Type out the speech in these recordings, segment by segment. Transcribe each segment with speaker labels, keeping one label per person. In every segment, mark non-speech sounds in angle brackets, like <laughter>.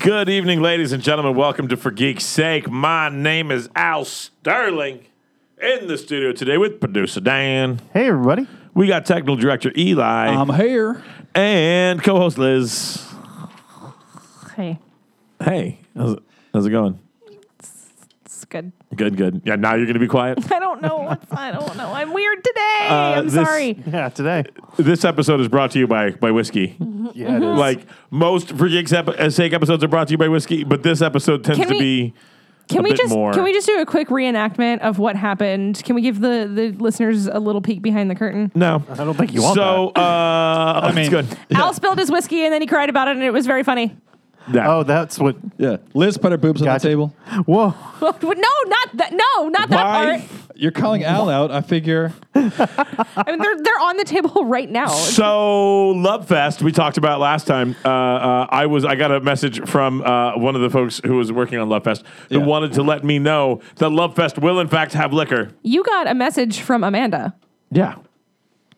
Speaker 1: Good evening, ladies and gentlemen. Welcome to For Geek's Sake. My name is Al Sterling in the studio today with producer Dan.
Speaker 2: Hey, everybody.
Speaker 1: We got technical director Eli
Speaker 3: I'm here.
Speaker 1: and co host Liz.
Speaker 4: Hey,
Speaker 1: Hey, how's it, how's it going?
Speaker 4: it's good.
Speaker 1: Good, good. Yeah, now you're going to be
Speaker 2: <laughs>
Speaker 1: quiet.
Speaker 4: I don't know. What's, I don't know. I'm weird
Speaker 1: <laughs>
Speaker 4: today. I'm
Speaker 1: Uh, this-
Speaker 4: sorry.
Speaker 2: Yeah, today.
Speaker 1: This episode is brought to you by, by whiskey.
Speaker 2: Yeah, it is.
Speaker 1: Like most For Geek's ep- Sake episodes are brought to you by whiskey, but this episode tends
Speaker 4: Can
Speaker 1: to
Speaker 4: we-
Speaker 1: be.
Speaker 4: Can
Speaker 1: a
Speaker 4: we
Speaker 1: bit
Speaker 4: just
Speaker 1: more.
Speaker 4: can we just do a quick reenactment of what happened? Can we give the the listeners a little peek behind the curtain?
Speaker 1: No.
Speaker 2: I don't think you want
Speaker 1: So, uh, <laughs> I
Speaker 3: mean-
Speaker 1: good.
Speaker 4: Al spilled his whiskey and then he cried about it and it was very funny. <laughs>
Speaker 2: that.
Speaker 1: Yeah.
Speaker 2: Oh, that's what.
Speaker 3: Yeah. Liz put her boobs on the
Speaker 2: Gotcha.
Speaker 3: table.
Speaker 2: Whoa.
Speaker 4: no, not that. No, not that
Speaker 1: Why?
Speaker 4: part.
Speaker 3: You're calling Al out. I figure
Speaker 4: I mean, they're they're on the table <laughs> right now.
Speaker 1: So Love Fest, we talked about last time. Uh, uh, I was I got a message from uh, one of the folks who was working on Love Fest who
Speaker 3: Yeah.
Speaker 1: wanted to let me know that Love Fest will in fact have liquor.
Speaker 4: You got a message from Amanda.
Speaker 1: Yeah,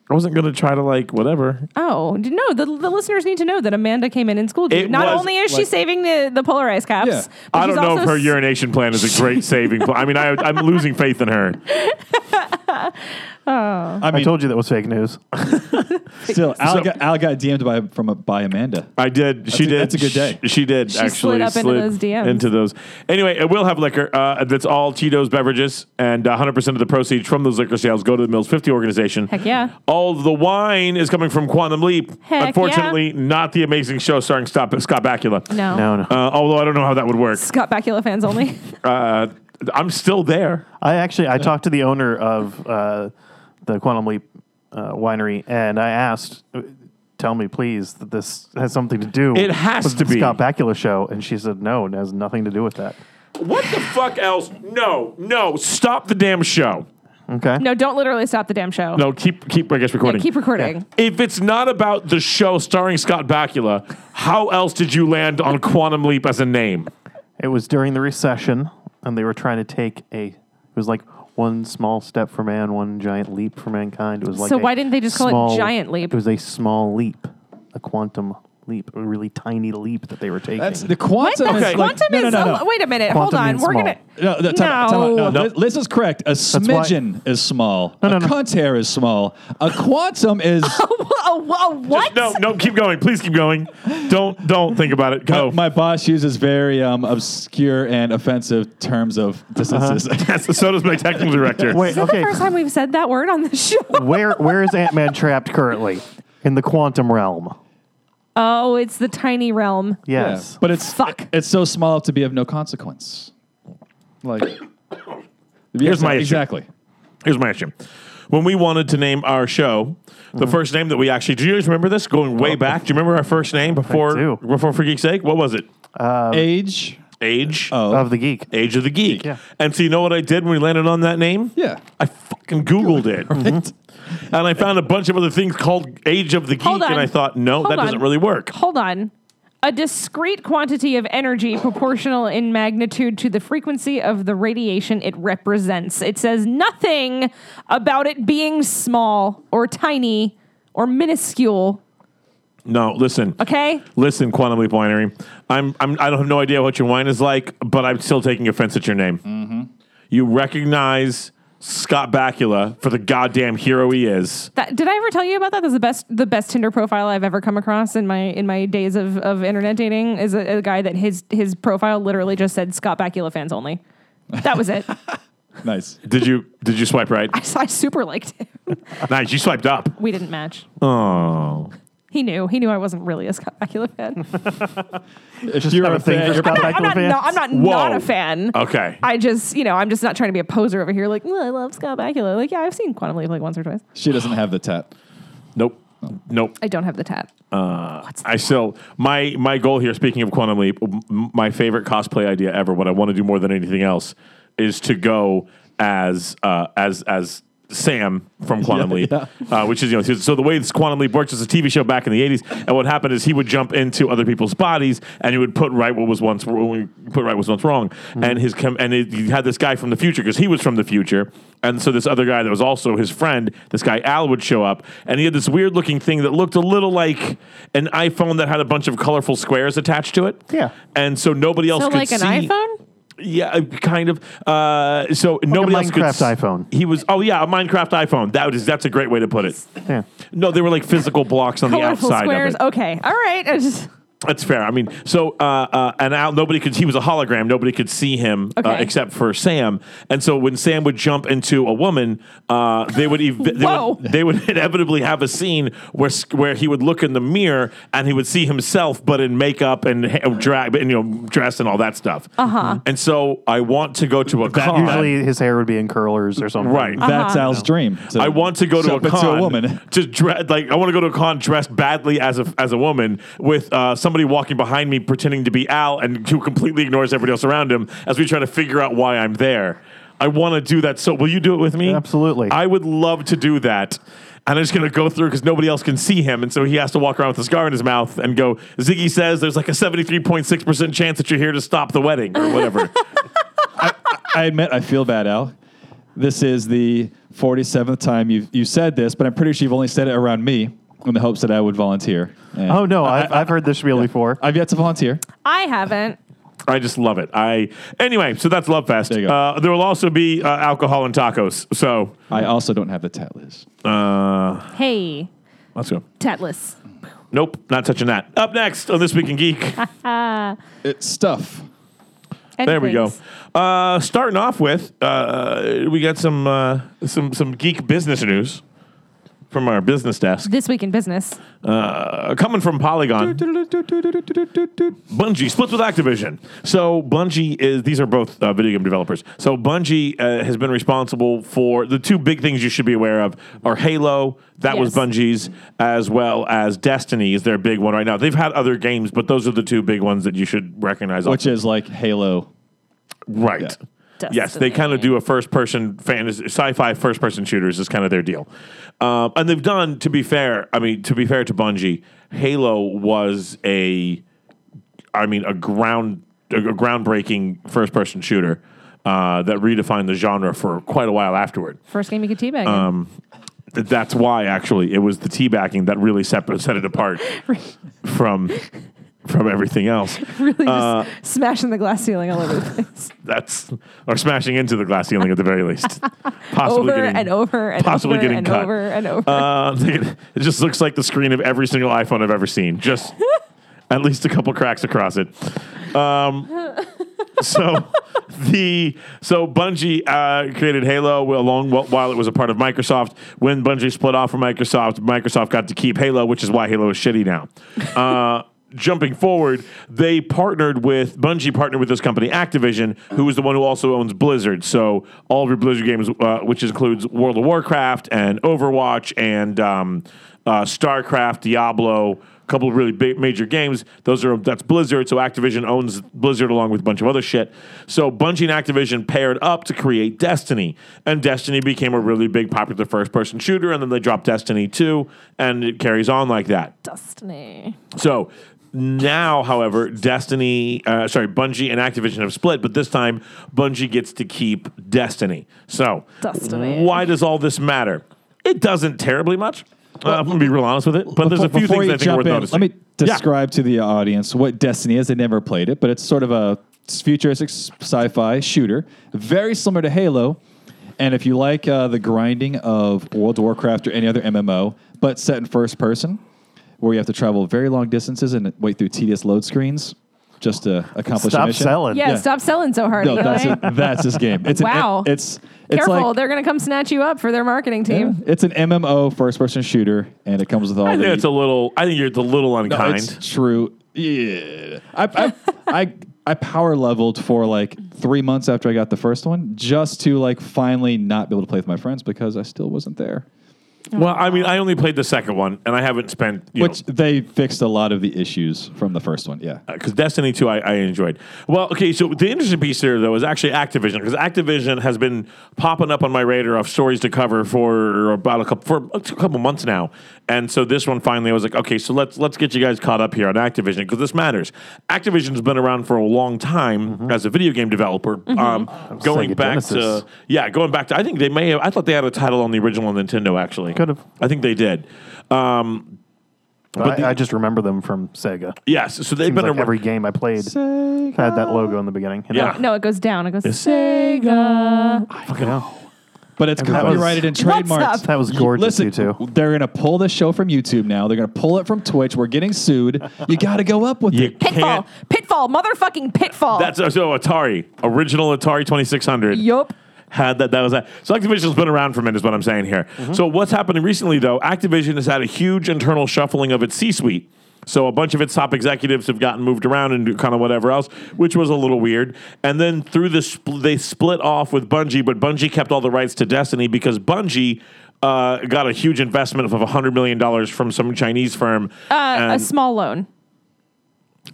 Speaker 1: I wasn't gonna try to like whatever.
Speaker 4: Oh d- no! The, the listeners need to know that Amanda came in and schooled you.
Speaker 1: It
Speaker 4: Not
Speaker 1: was
Speaker 4: only is she
Speaker 3: like-
Speaker 4: saving the the polarized caps,
Speaker 3: Yeah.
Speaker 4: but
Speaker 1: I
Speaker 4: she's
Speaker 1: don't know if
Speaker 4: also
Speaker 1: her
Speaker 4: s-
Speaker 1: urination plan is a
Speaker 4: <laughs>
Speaker 1: great saving. Plan. I mean, I, I'm losing faith in her.
Speaker 3: I
Speaker 2: I
Speaker 3: mean,
Speaker 2: told you that was fake news.
Speaker 3: still, Al,
Speaker 1: So-
Speaker 3: got, Al got DM'd by from a, by Amanda.
Speaker 1: I did. she
Speaker 3: a-
Speaker 1: did.
Speaker 3: that's a good day.
Speaker 1: Sh- She, did
Speaker 4: She
Speaker 1: actually
Speaker 4: slid up into those DMs.
Speaker 1: into those. Anyway, it will have liquor. Uh, that's all Tito's beverages, and 100 percent of the proceeds from those liquor sales go to the Mills 50 organization.
Speaker 4: Heck yeah.
Speaker 1: All of the wine is coming from Quantum Leap.
Speaker 4: Heck
Speaker 1: Unfortunately, not the amazing show starring Scott, Scott Bakula.
Speaker 4: No.
Speaker 2: No, no.
Speaker 1: Uh, although I don't know how that would work.
Speaker 4: Scott Bakula fans only. <laughs>
Speaker 1: Uh, I'm still there.
Speaker 2: I actually I talked to the owner of uh, the Quantum Leap uh, winery, and I asked, "Tell me, please, that this has something to do."
Speaker 1: It has
Speaker 2: with
Speaker 1: to
Speaker 2: the
Speaker 1: be.
Speaker 2: Scott Bakula show, and she said, "No, it has nothing to do with that."
Speaker 1: What the fuck else? No, no. Stop the damn show.
Speaker 2: Okay.
Speaker 4: No, don't literally stop the damn show.
Speaker 1: No, keep keep. I guess
Speaker 4: Yeah,
Speaker 1: recording.
Speaker 4: keep recording.
Speaker 1: if it's not about the show starring Scott Bakula, how else did you land on Quantum Leap as a name?
Speaker 2: It was during the recession, and they were trying to take a. It was like one small step for man, one giant leap for mankind. It was like
Speaker 4: So
Speaker 2: a
Speaker 4: why didn't they just call it
Speaker 2: small-
Speaker 4: giant leap?
Speaker 2: It was a small leap, a quantum leap, a really tiny leap that they were taking.
Speaker 3: That's the
Speaker 4: What?
Speaker 3: quantum.
Speaker 4: That's
Speaker 3: is like,
Speaker 4: quantum
Speaker 3: no,
Speaker 4: is
Speaker 3: no, no,
Speaker 4: a-
Speaker 3: no.
Speaker 4: wait a minute.
Speaker 2: Quantum
Speaker 4: hold on.
Speaker 2: means
Speaker 4: We're
Speaker 2: small.
Speaker 4: gonna
Speaker 3: No, no, time out, time out. no, Liz- Liz is correct. A
Speaker 2: why-
Speaker 3: smidgen is small.
Speaker 2: no,
Speaker 3: a
Speaker 2: no.
Speaker 3: cunt hair is small. A quantum is.
Speaker 4: a, <laughs> wha- a what?
Speaker 1: No, no. Keep going. Please keep going. Don't don't think about it. Go.
Speaker 3: My boss uses very um, obscure and offensive terms of distances.
Speaker 1: <laughs>
Speaker 3: <laughs>
Speaker 1: Yes, so does my technical director.
Speaker 2: Wait,
Speaker 4: Is that
Speaker 2: okay.
Speaker 4: the first time we've said that word on
Speaker 3: <laughs>
Speaker 4: this show?
Speaker 2: <laughs> where where is Ant Man trapped currently? In the quantum realm.
Speaker 4: Oh, it's the tiny realm.
Speaker 2: Yes.
Speaker 3: But it's
Speaker 4: Fuck.
Speaker 3: it's so small to be of no consequence. Like
Speaker 1: Here's my issue.
Speaker 3: exactly.
Speaker 1: Here's my issue. When we wanted to name our show, the first name that we actually do you guys remember this going way back? Do you remember our first name before
Speaker 2: do.
Speaker 1: before for geek's sake? What was it?
Speaker 3: Age.
Speaker 1: Age.
Speaker 2: Of the geek.
Speaker 1: Age of the Geek.
Speaker 2: Oh. Yeah.
Speaker 1: And so you know what I did when we landed on that name?
Speaker 3: Yeah.
Speaker 1: I fucking Googled it.
Speaker 3: Mm-hmm.
Speaker 1: And I found a bunch of other things called Age of the Geek,
Speaker 4: Hold
Speaker 1: and
Speaker 4: on.
Speaker 1: I thought, no,
Speaker 4: Hold
Speaker 1: that doesn't
Speaker 4: on.
Speaker 1: really work.
Speaker 4: Hold on. A discrete quantity of energy proportional in magnitude to the frequency of the radiation it represents. It says nothing about it being small or tiny or minuscule.
Speaker 1: No, listen,
Speaker 4: Okay?
Speaker 1: listen, Quantum Leap Winery. I'm, I'm, I don't have no idea what your wine is like, but I'm still taking offense at your name. You recognize Scott Bakula for the goddamn hero he is.
Speaker 4: That, did I ever tell you about that? That's the best the best Tinder profile I've ever come across in my in my days of, of internet dating is a, a guy that his his profile literally just said Scott Bakula fans only. That
Speaker 1: <laughs>
Speaker 4: was it. <laughs>
Speaker 3: Nice.
Speaker 1: Did you, did you swipe right?
Speaker 4: so I super liked him.
Speaker 1: nice, you swiped up.
Speaker 4: We didn't match.
Speaker 1: Oh,
Speaker 4: He knew. He knew I wasn't really a Scott Bakula
Speaker 1: <laughs>
Speaker 4: fan.
Speaker 3: If you're
Speaker 2: not a thing for Scott
Speaker 4: I'm not.
Speaker 2: Bakula
Speaker 4: No, I'm
Speaker 2: fans?
Speaker 4: not.
Speaker 1: Whoa.
Speaker 4: Not a fan.
Speaker 1: okay.
Speaker 4: I just, you know, I'm just not trying to be a poser over here. Like, "Oh, I love Scott Bakula. Like, yeah, I've seen Quantum Leap like once or twice.
Speaker 3: she doesn't have the tat.
Speaker 1: nope. Nope.
Speaker 4: I don't have the tat.
Speaker 1: I still my my goal here. Speaking of Quantum Leap, m- my favorite cosplay idea ever. What I want to do more than anything else is to go as uh, as as Sam from Quantum Leap, Uh, which is you know so the way this Quantum Leap works is a TV show back in the '80s, and what happened is he would jump into other people's bodies and he would put right what was once what we put right was once wrong, and his com- and it, he had this guy from the future because he was from the future, and so this other guy that was also his friend, this guy Al would show up, and he had this weird looking thing that looked a little like an iPhone that had a bunch of colorful squares attached to it.
Speaker 2: Yeah.
Speaker 1: and so nobody else
Speaker 4: So
Speaker 1: could
Speaker 4: like an
Speaker 1: see-
Speaker 4: iPhone?
Speaker 1: yeah, uh, kind of. Uh, so nobody else could
Speaker 2: Minecraft
Speaker 1: s-
Speaker 2: iPhone.
Speaker 1: He was. Oh yeah, a Minecraft iPhone. That is. That's a great way to put it.
Speaker 2: Yeah.
Speaker 1: No, they were like physical blocks on the
Speaker 4: Colorful
Speaker 1: outside.
Speaker 4: squares.
Speaker 1: Of it.
Speaker 4: Okay. All right. <laughs> I just
Speaker 1: That's fair. I mean, so uh, uh, and Al, nobody could. He was a hologram. Nobody could see him uh,
Speaker 4: Okay.
Speaker 1: except for Sam. And so when Sam would jump into a woman, uh, they would, ev- they,
Speaker 4: Whoa.
Speaker 1: would they would <laughs> inevitably have a scene where s- where he would look in the mirror and he would see himself, but in makeup and ha- drag, and you know, dress and all that stuff. Uh
Speaker 4: Uh-huh.
Speaker 1: huh. And so I want to go to a
Speaker 2: That
Speaker 1: con.
Speaker 2: usually his hair would be in curlers or something.
Speaker 1: Right.
Speaker 3: That's Al's dream. to
Speaker 1: I want to go to a
Speaker 3: jump into
Speaker 1: con
Speaker 3: woman. <laughs>
Speaker 1: to dre- like I want to go to a con dressed badly as a as a woman with uh, somebody walking behind me pretending to be Al and who completely ignores everybody else around him as we try to figure out why I'm there. I want to do that. So will you do it with me?
Speaker 2: Absolutely.
Speaker 1: I would love to do that. And I'm just gonna go through because nobody else can see him, and so he has to walk around with a scar in his mouth and go. Ziggy says there's like a 73.6 percent chance that you're here to stop the wedding or whatever.
Speaker 3: I admit I feel bad, Al. This is the 47th time you've you said this, but I'm pretty sure you've only said it around me in the hopes that I would volunteer. And
Speaker 2: Oh no, I've, I've heard this spiel before.
Speaker 3: I've yet to volunteer.
Speaker 4: I haven't.
Speaker 1: I just love it. I anyway, so that's Love Fest.
Speaker 3: There you go.
Speaker 1: Uh, there will also be uh, alcohol and tacos. So
Speaker 3: I also don't have the tat list.
Speaker 4: Hey,
Speaker 1: let's go.
Speaker 4: Tetless.
Speaker 1: Nope, not touching that. Up next on this week in geek.
Speaker 3: It's stuff.
Speaker 4: And
Speaker 1: there we go.
Speaker 4: things.
Speaker 1: Uh, starting off with, uh, we got some uh, some some geek business news from our business desk.
Speaker 4: This week in business.
Speaker 1: Uh, coming from Polygon. Bungie splits with Activision. So Bungie is these are both uh, video game developers. So Bungie uh, has been responsible for the two big things you should be aware of are Halo, that was
Speaker 4: Yes.
Speaker 1: Bungie's, as well as Destiny is their big one right now. They've had other games, but those are the two big ones that you should recognize.
Speaker 3: Which is like Halo.
Speaker 1: right. Yes, they
Speaker 4: Destiny.
Speaker 1: kind of do a first-person fantasy, sci-fi first-person shooters is kind of their deal, um, and they've done. To be fair, I mean, to be fair to Bungie, Halo was a I mean, a ground a a groundbreaking first person shooter uh, that redefined the genre for quite a while afterward.
Speaker 4: First game you could teabag. in.
Speaker 1: Um, That's why actually it was the teabagging that really set, set it apart from from everything else.
Speaker 4: <laughs> really
Speaker 1: uh,
Speaker 4: just smashing the glass ceiling all over the place.
Speaker 1: That's or smashing into the glass ceiling at the very
Speaker 4: <laughs>
Speaker 1: least, <laughs> possibly
Speaker 4: over
Speaker 1: getting,
Speaker 4: and over and
Speaker 1: possibly
Speaker 4: over
Speaker 1: getting
Speaker 4: and
Speaker 1: cut.
Speaker 4: over and over.
Speaker 1: Uh, <laughs> it just looks like the screen of every single iPhone I've ever seen.
Speaker 4: <laughs>
Speaker 1: Just at least a couple cracks across it. Um, so <laughs> the so Bungie uh, created Halo along wh- while it was a part of Microsoft. When Bungie split off from Microsoft, Microsoft got to keep Halo, which is why Halo is shitty now. Uh, Jumping forward, they partnered with Bungie partnered with this company Activision, who is the one who also owns Blizzard. So all of your Blizzard games, uh, which includes World of Warcraft and Overwatch and um, uh, StarCraft, Diablo, a couple of really big major games. Those are that's Blizzard. So Activision owns Blizzard along with a bunch of other shit. So Bungie and Activision paired up to create Destiny, and Destiny became a really big popular first-person shooter. And then they dropped Destiny two, and it carries on like that.
Speaker 4: Destiny.
Speaker 1: So now, however, Destiny, uh, sorry, Bungie and Activision have split, but this time Bungie gets to keep Destiny. So,
Speaker 4: Destiny.
Speaker 1: why does all this matter? It doesn't terribly much. Uh, I'm gonna be real honest with it, but there's a few
Speaker 3: Before
Speaker 1: things
Speaker 3: you
Speaker 1: I think are
Speaker 3: jump
Speaker 1: worth
Speaker 3: in,
Speaker 1: noticing.
Speaker 3: Let me
Speaker 1: Yeah.
Speaker 3: describe to the audience what Destiny is. They never played it, but it's sort of a futuristic s- sci-fi shooter, very similar to Halo. And if you like uh, the grinding of World of Warcraft or any other MMO, but set in first person, where you have to travel very long distances and wait through tedious load screens just to accomplish a
Speaker 2: Stop
Speaker 3: mission.
Speaker 2: selling.
Speaker 4: Yeah,
Speaker 3: Yeah.
Speaker 4: stop selling so hard.
Speaker 3: No, that's
Speaker 4: Eli.
Speaker 3: it, that's this game. It's an-
Speaker 4: Wow.
Speaker 3: it's it's
Speaker 4: Careful,
Speaker 3: like
Speaker 4: they're going to come snatch you up for their marketing team.
Speaker 3: it's an MMO first person shooter, and it comes with all
Speaker 1: I
Speaker 3: the
Speaker 1: think it's a little. I think you're it's a little unkind.
Speaker 3: It's true. Yeah.
Speaker 4: <laughs>
Speaker 3: I, I, I, I power leveled for like three months after I got the first one just to like finally not be able to play with my friends because I still wasn't there.
Speaker 1: Well, I mean, I only played the second one, and I haven't spent you
Speaker 3: Which they fixed a lot of the issues from the first one. Yeah.
Speaker 1: because Destiny 2 I, I enjoyed. Well, okay, so the interesting piece here, though, is actually Activision, because Activision has been popping up on my radar of stories to cover for about a couple, for a couple months now. And so this one finally, I was like, okay, so let's let's get you guys caught up here on Activision, because this matters. Activision's been around for a long time
Speaker 2: Mm-hmm.
Speaker 1: as a video game developer, um, going
Speaker 2: Sega
Speaker 1: back
Speaker 2: Genesis.
Speaker 1: to, yeah, going back to, I think they may have, I thought they had a title on the original Nintendo, actually.
Speaker 2: Could have.
Speaker 1: I think they did. Um,
Speaker 2: I,
Speaker 1: the-
Speaker 2: I just remember them from Sega.
Speaker 1: yes, so they've been
Speaker 2: Seems like
Speaker 1: around.
Speaker 2: every game I played had that logo in the beginning. you know? <laughs>
Speaker 1: Yeah.
Speaker 4: No, it goes down. It goes
Speaker 1: Sega.
Speaker 2: Fucking hell.
Speaker 3: But it's
Speaker 2: that was-
Speaker 3: copyrighted and
Speaker 4: What's up?
Speaker 3: trademarked.
Speaker 2: That was gorgeous,
Speaker 3: Listen,
Speaker 2: you two.
Speaker 3: they're going to pull the show from YouTube now. They're going to pull it from Twitch. We're getting sued. You got to go up with
Speaker 1: You
Speaker 3: it.
Speaker 4: Pitfall.
Speaker 1: can't
Speaker 4: Pitfall. Motherfucking pitfall.
Speaker 1: That's uh, so Atari, original Atari 2600.
Speaker 4: Yup.
Speaker 1: Had that, that was that. So Activision's been around for a minute, is what I'm saying here.
Speaker 4: Mm-hmm.
Speaker 1: So what's happening recently, though, Activision has had a huge internal shuffling of its C suite. So a bunch of its top executives have gotten moved around and do kind of whatever else, which was a little weird. And then through the spl- they split off with Bungie, but Bungie kept all the rights to Destiny because Bungie uh, got a huge investment of $100 million from some Chinese firm.
Speaker 4: Uh, a
Speaker 1: and-
Speaker 4: small loan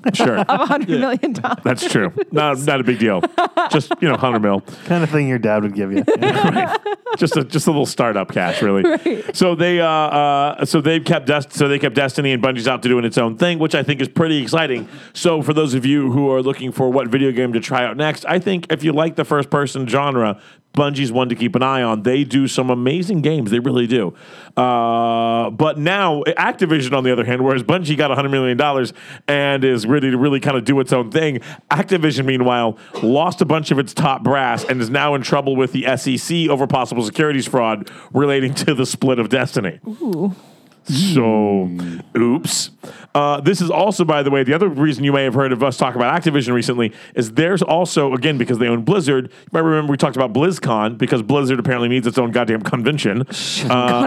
Speaker 4: <laughs>
Speaker 1: sure.
Speaker 4: of a hundred million dollars.
Speaker 1: That's true. Not not a big deal. Just you know, hundred mil.
Speaker 2: Kind of thing your dad
Speaker 1: <laughs>
Speaker 2: would give you.
Speaker 1: Just a just a little startup cash, really.
Speaker 4: Right.
Speaker 1: So they uh, uh so they've kept Dest- so they kept Destiny and Bungie's out to doing its own thing, which I think is pretty exciting. So for those of you who are looking for what video game to try out next, I think if you like the first person genre, Bungie's one to keep an eye on. They do some amazing games. They really do. Uh, but now Activision, on the other hand, whereas Bungie got $100 million and is ready to really kind of do its own thing, Activision, meanwhile, lost a bunch of its top brass and is now in trouble with the SEC over possible securities fraud relating to the split of Destiny. So, oops. Uh, this is also, by the way, the other reason you may have heard of us talk about Activision recently is there's also, again, because they own Blizzard. You might remember we talked about BlizzCon because Blizzard apparently needs its own goddamn convention. Uh,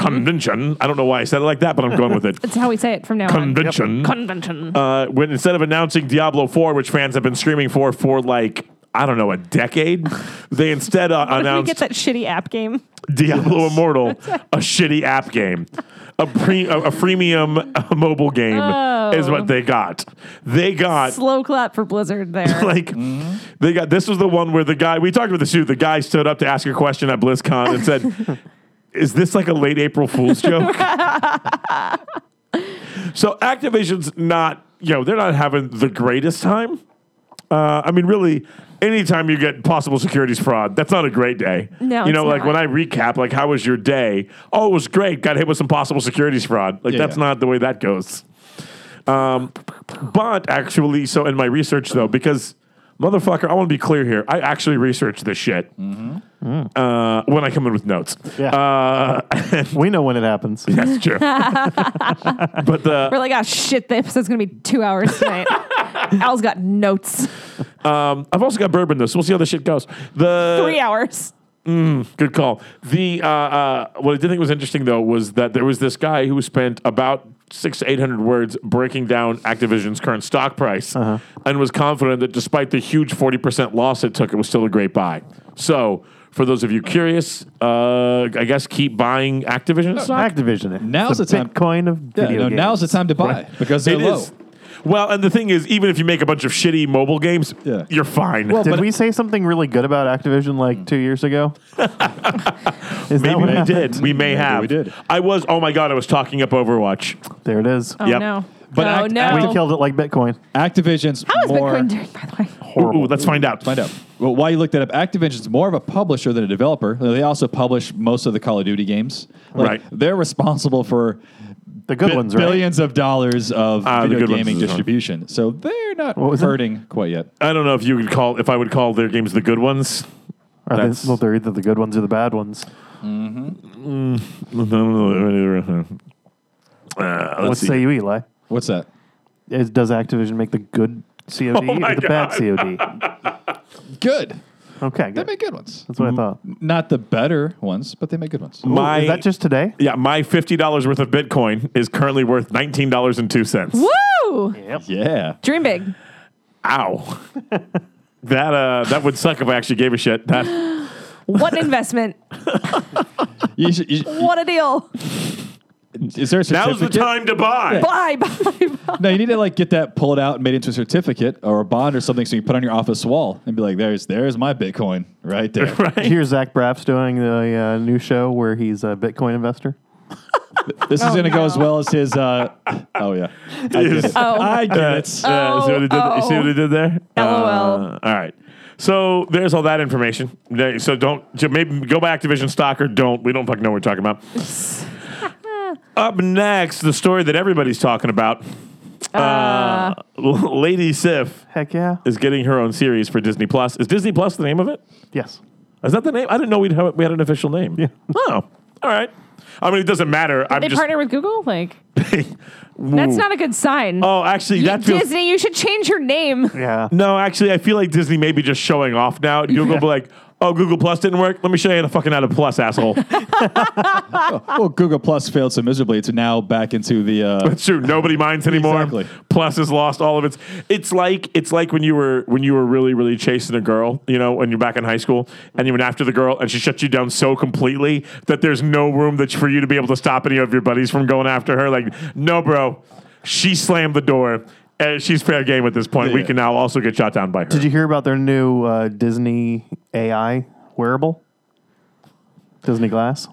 Speaker 1: Mm-hmm. Convention. I don't know why I said it like that, but I'm going with
Speaker 4: <laughs>
Speaker 1: it.
Speaker 4: That's how we say it from now
Speaker 1: Convention.
Speaker 4: on. Convention.
Speaker 1: Uh, when instead of announcing Diablo 4, which fans have been screaming for for like, I don't know, a
Speaker 4: <laughs>
Speaker 1: decade, they instead uh,
Speaker 4: What if we
Speaker 1: announced
Speaker 4: get that shitty app game?
Speaker 1: Diablo Immortal, a shitty app game, a pre a, a freemium uh, mobile game is
Speaker 4: Oh.
Speaker 1: what they got. They got
Speaker 4: Slow clap for Blizzard <laughs>
Speaker 1: <laughs>
Speaker 4: there.
Speaker 1: like they got this was the one where the guy we talked about this too. The guy stood up to ask a question at BlizzCon and
Speaker 4: <laughs>
Speaker 1: said, "Is this like a late April Fool's joke?" so Activision's not you know they're not having the greatest time. Uh, I mean, really, anytime you get possible securities fraud, that's not a great day.
Speaker 4: No,
Speaker 1: you know,
Speaker 4: it's
Speaker 1: like
Speaker 4: not.
Speaker 1: when I recap, like how was your day? Oh, it was great. Got hit with some possible securities fraud. Like
Speaker 3: Yeah,
Speaker 1: that's
Speaker 3: yeah.
Speaker 1: not the way that goes. Um, but actually, so in my research though, because motherfucker, I want to be clear here. I actually researched this shit
Speaker 3: Mm-hmm.
Speaker 1: Uh, when I come in with notes.
Speaker 2: Yeah.
Speaker 1: Uh, <laughs>
Speaker 2: we know when it happens.
Speaker 1: that's
Speaker 3: <laughs>
Speaker 1: true. but the
Speaker 4: We're like, oh shit, the episode's gonna be two hours
Speaker 1: <laughs>
Speaker 4: tonight. Al's got notes.
Speaker 1: um, I've also got bourbon though, so we'll see how this shit goes. The
Speaker 4: Three hours.
Speaker 1: Good call. The uh, uh, what I did think was interesting though was that there was this guy who spent about six to eight hundred words breaking down Activision's current stock price, and was confident that despite the huge forty percent loss it took, it was still a great buy. So, for those of you curious, uh, I guess keep buying Activision stock.
Speaker 2: Activision.
Speaker 3: Now's
Speaker 2: it's
Speaker 3: the time-
Speaker 2: Bitcoin of
Speaker 3: Yeah,
Speaker 2: video
Speaker 3: no,
Speaker 2: games.
Speaker 3: now's the time to buy because they're
Speaker 1: It
Speaker 3: low.
Speaker 1: is- Well, and the thing is, even if you make a bunch of shitty mobile games,
Speaker 3: Yeah.
Speaker 1: you're fine.
Speaker 3: Well,
Speaker 2: Did
Speaker 3: But-
Speaker 2: we say something really good about Activision like two
Speaker 1: <laughs>
Speaker 2: years ago? Is that
Speaker 1: Hmm. Maybe
Speaker 2: what
Speaker 1: we
Speaker 2: happened?
Speaker 1: did. We may
Speaker 3: Maybe
Speaker 1: have.
Speaker 3: we did.
Speaker 1: I was. Oh my god! I was talking up Overwatch.
Speaker 2: There it is.
Speaker 4: Oh
Speaker 1: Yep.
Speaker 4: no.
Speaker 3: But
Speaker 4: oh
Speaker 3: act-
Speaker 4: no.
Speaker 3: act-
Speaker 2: We killed it like Bitcoin.
Speaker 3: Activision's
Speaker 4: How is
Speaker 3: more.
Speaker 4: Bitcoin doing, by the way?
Speaker 1: Ooh, ooh, let's find out.
Speaker 3: Find out. Well, while you looked that up, Activision's more of a publisher than a developer. They also publish most of the Call of Duty games. Like,
Speaker 1: Right.
Speaker 3: They're responsible for
Speaker 2: The good ones, right?
Speaker 3: billions of dollars of
Speaker 1: Ah, the
Speaker 3: video
Speaker 1: good ones
Speaker 3: gaming
Speaker 1: is this one.
Speaker 3: distribution. So they're not
Speaker 2: was that?
Speaker 3: hurting quite yet.
Speaker 1: I don't know if you would call if I would call their games the good ones.
Speaker 2: Are they,
Speaker 1: That's-
Speaker 2: well, they're either the good ones or the bad ones.
Speaker 1: Uh, let's
Speaker 2: What
Speaker 1: see.
Speaker 2: say you, Eli?
Speaker 3: What's that?
Speaker 2: Is, does Activision make the good
Speaker 1: <laughs>
Speaker 2: COD
Speaker 1: Oh
Speaker 2: or
Speaker 1: my
Speaker 2: the bad
Speaker 1: God.
Speaker 2: COD?
Speaker 3: Good.
Speaker 2: Okay,
Speaker 3: They
Speaker 2: good.
Speaker 3: make good ones.
Speaker 2: That's what I thought.
Speaker 3: Not the better ones, but they make good ones.
Speaker 1: my
Speaker 2: Is that just today?
Speaker 1: yeah, my fifty dollars worth of Bitcoin is currently worth nineteen dollars and two cents.
Speaker 4: Woo!
Speaker 3: Yeah.
Speaker 4: Dream big.
Speaker 1: Ow. that uh, that would suck if I actually gave a shit. That
Speaker 4: What an investment.
Speaker 3: You should, you should-
Speaker 4: what a deal.
Speaker 3: is there a
Speaker 1: Now's the
Speaker 3: certificate?
Speaker 1: time to buy.
Speaker 4: Bye, bye, bye.
Speaker 3: No, you need to like get that pulled out and made into a certificate or a bond or something, so you can put it on your office wall and be like, "There's, there's my Bitcoin right there."
Speaker 1: <laughs>
Speaker 2: <laughs> Did you hear Zach Braff's doing the uh, new show where he's a Bitcoin investor?
Speaker 3: This is
Speaker 4: Oh,
Speaker 3: going to go
Speaker 4: no.
Speaker 3: as well as his. Uh, oh yeah, I get it.
Speaker 4: Oh.
Speaker 3: I get it.
Speaker 1: Yeah, see what he did, Uh, you see
Speaker 4: Oh,
Speaker 1: what he did there?
Speaker 4: LOL.
Speaker 1: Uh, all right. So there's all that information. There- So don't so maybe go by Activision stock or don't. We don't fucking know what we're talking
Speaker 4: <laughs>
Speaker 1: about. Up next, the story that everybody's talking about. Uh, <laughs> Lady Sif
Speaker 2: Heck yeah.
Speaker 1: is getting her own series for Disney Plus. Is Disney Plus the name of it?
Speaker 2: Yes.
Speaker 1: Is that the name? I didn't know we'd have, we had an official name.
Speaker 2: Yeah.
Speaker 1: <laughs> Oh, all right. I mean, it doesn't matter. I'm
Speaker 4: they
Speaker 1: just. <laughs>
Speaker 4: partner with Google? Like,
Speaker 1: Ooh.
Speaker 4: that's not a good sign.
Speaker 1: Oh, actually,
Speaker 4: You-
Speaker 1: that feels.
Speaker 4: Disney, you should change
Speaker 1: <laughs>
Speaker 4: your name.
Speaker 2: Yeah.
Speaker 1: No, actually, I feel like Disney may be just showing off
Speaker 3: <laughs>
Speaker 1: now. Google be like, oh, Google Plus didn't work. Let me show you how to fucking add a plus,
Speaker 3: <laughs>
Speaker 1: asshole.
Speaker 3: Well, Google Plus failed so miserably. It's now back into the. Uh,
Speaker 1: It's true. Nobody minds anymore.
Speaker 3: Exactly.
Speaker 1: Plus has lost all of its. It's like it's like when you were when you were really really chasing a girl. You know, when you're back in high school and you went after the girl and she shut you down so completely that there's no room that for you to be able to stop any of your buddies from going after her. Like, no, bro, she slammed the door. And she's fair game at this point. We
Speaker 3: Yeah.
Speaker 1: can now also get shot down by her.
Speaker 2: Did you hear about their new uh, Disney AI wearable? Disney Glass?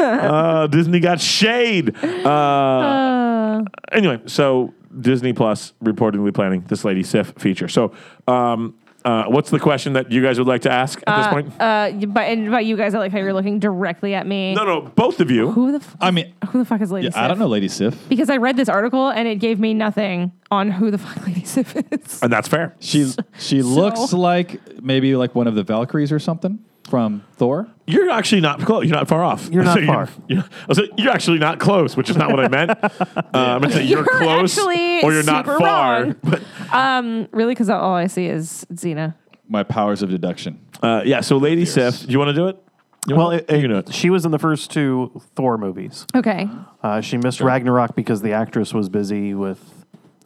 Speaker 1: Uh, Disney got shade. Uh,
Speaker 4: Uh.
Speaker 1: anyway, so Disney Plus reportedly planning this Lady Sif feature. So, um, uh, what's the question that you guys would like to ask at this point?
Speaker 4: Uh, you- but and by you guys, I like how you're looking directly at me.
Speaker 1: no, no, both of you.
Speaker 4: Who the f-
Speaker 3: I mean,
Speaker 4: who the fuck is Lady
Speaker 3: yeah,
Speaker 4: Sif?
Speaker 3: I don't know, Lady Sif.
Speaker 4: Because I read this article and it gave me nothing on who the fuck Lady Sif is.
Speaker 1: And that's fair.
Speaker 3: She she looks like maybe like one of the Valkyries or something from Thor.
Speaker 1: You're actually not close. You're not far off.
Speaker 2: You're
Speaker 1: <laughs>
Speaker 2: not
Speaker 1: So you-
Speaker 2: far.
Speaker 1: You're, I was like, you're actually not close, which is not what I
Speaker 4: <laughs>
Speaker 1: meant. Uh, I meant to say you're,
Speaker 4: You're
Speaker 1: close,
Speaker 4: actually
Speaker 1: or you're not
Speaker 4: super
Speaker 1: far. <laughs>
Speaker 4: wrong. Um, really? Because all I see is Xena.
Speaker 3: My powers of deduction.
Speaker 1: Uh, yeah. So, Lady
Speaker 3: Fierce.
Speaker 1: Sif, do you want to do it? You
Speaker 2: Well,
Speaker 1: wanna-
Speaker 2: it,
Speaker 1: you
Speaker 2: it-
Speaker 1: can do it.
Speaker 2: she was in the first two Thor movies.
Speaker 4: Okay.
Speaker 2: Uh, she missed Ragnarok because the actress was busy with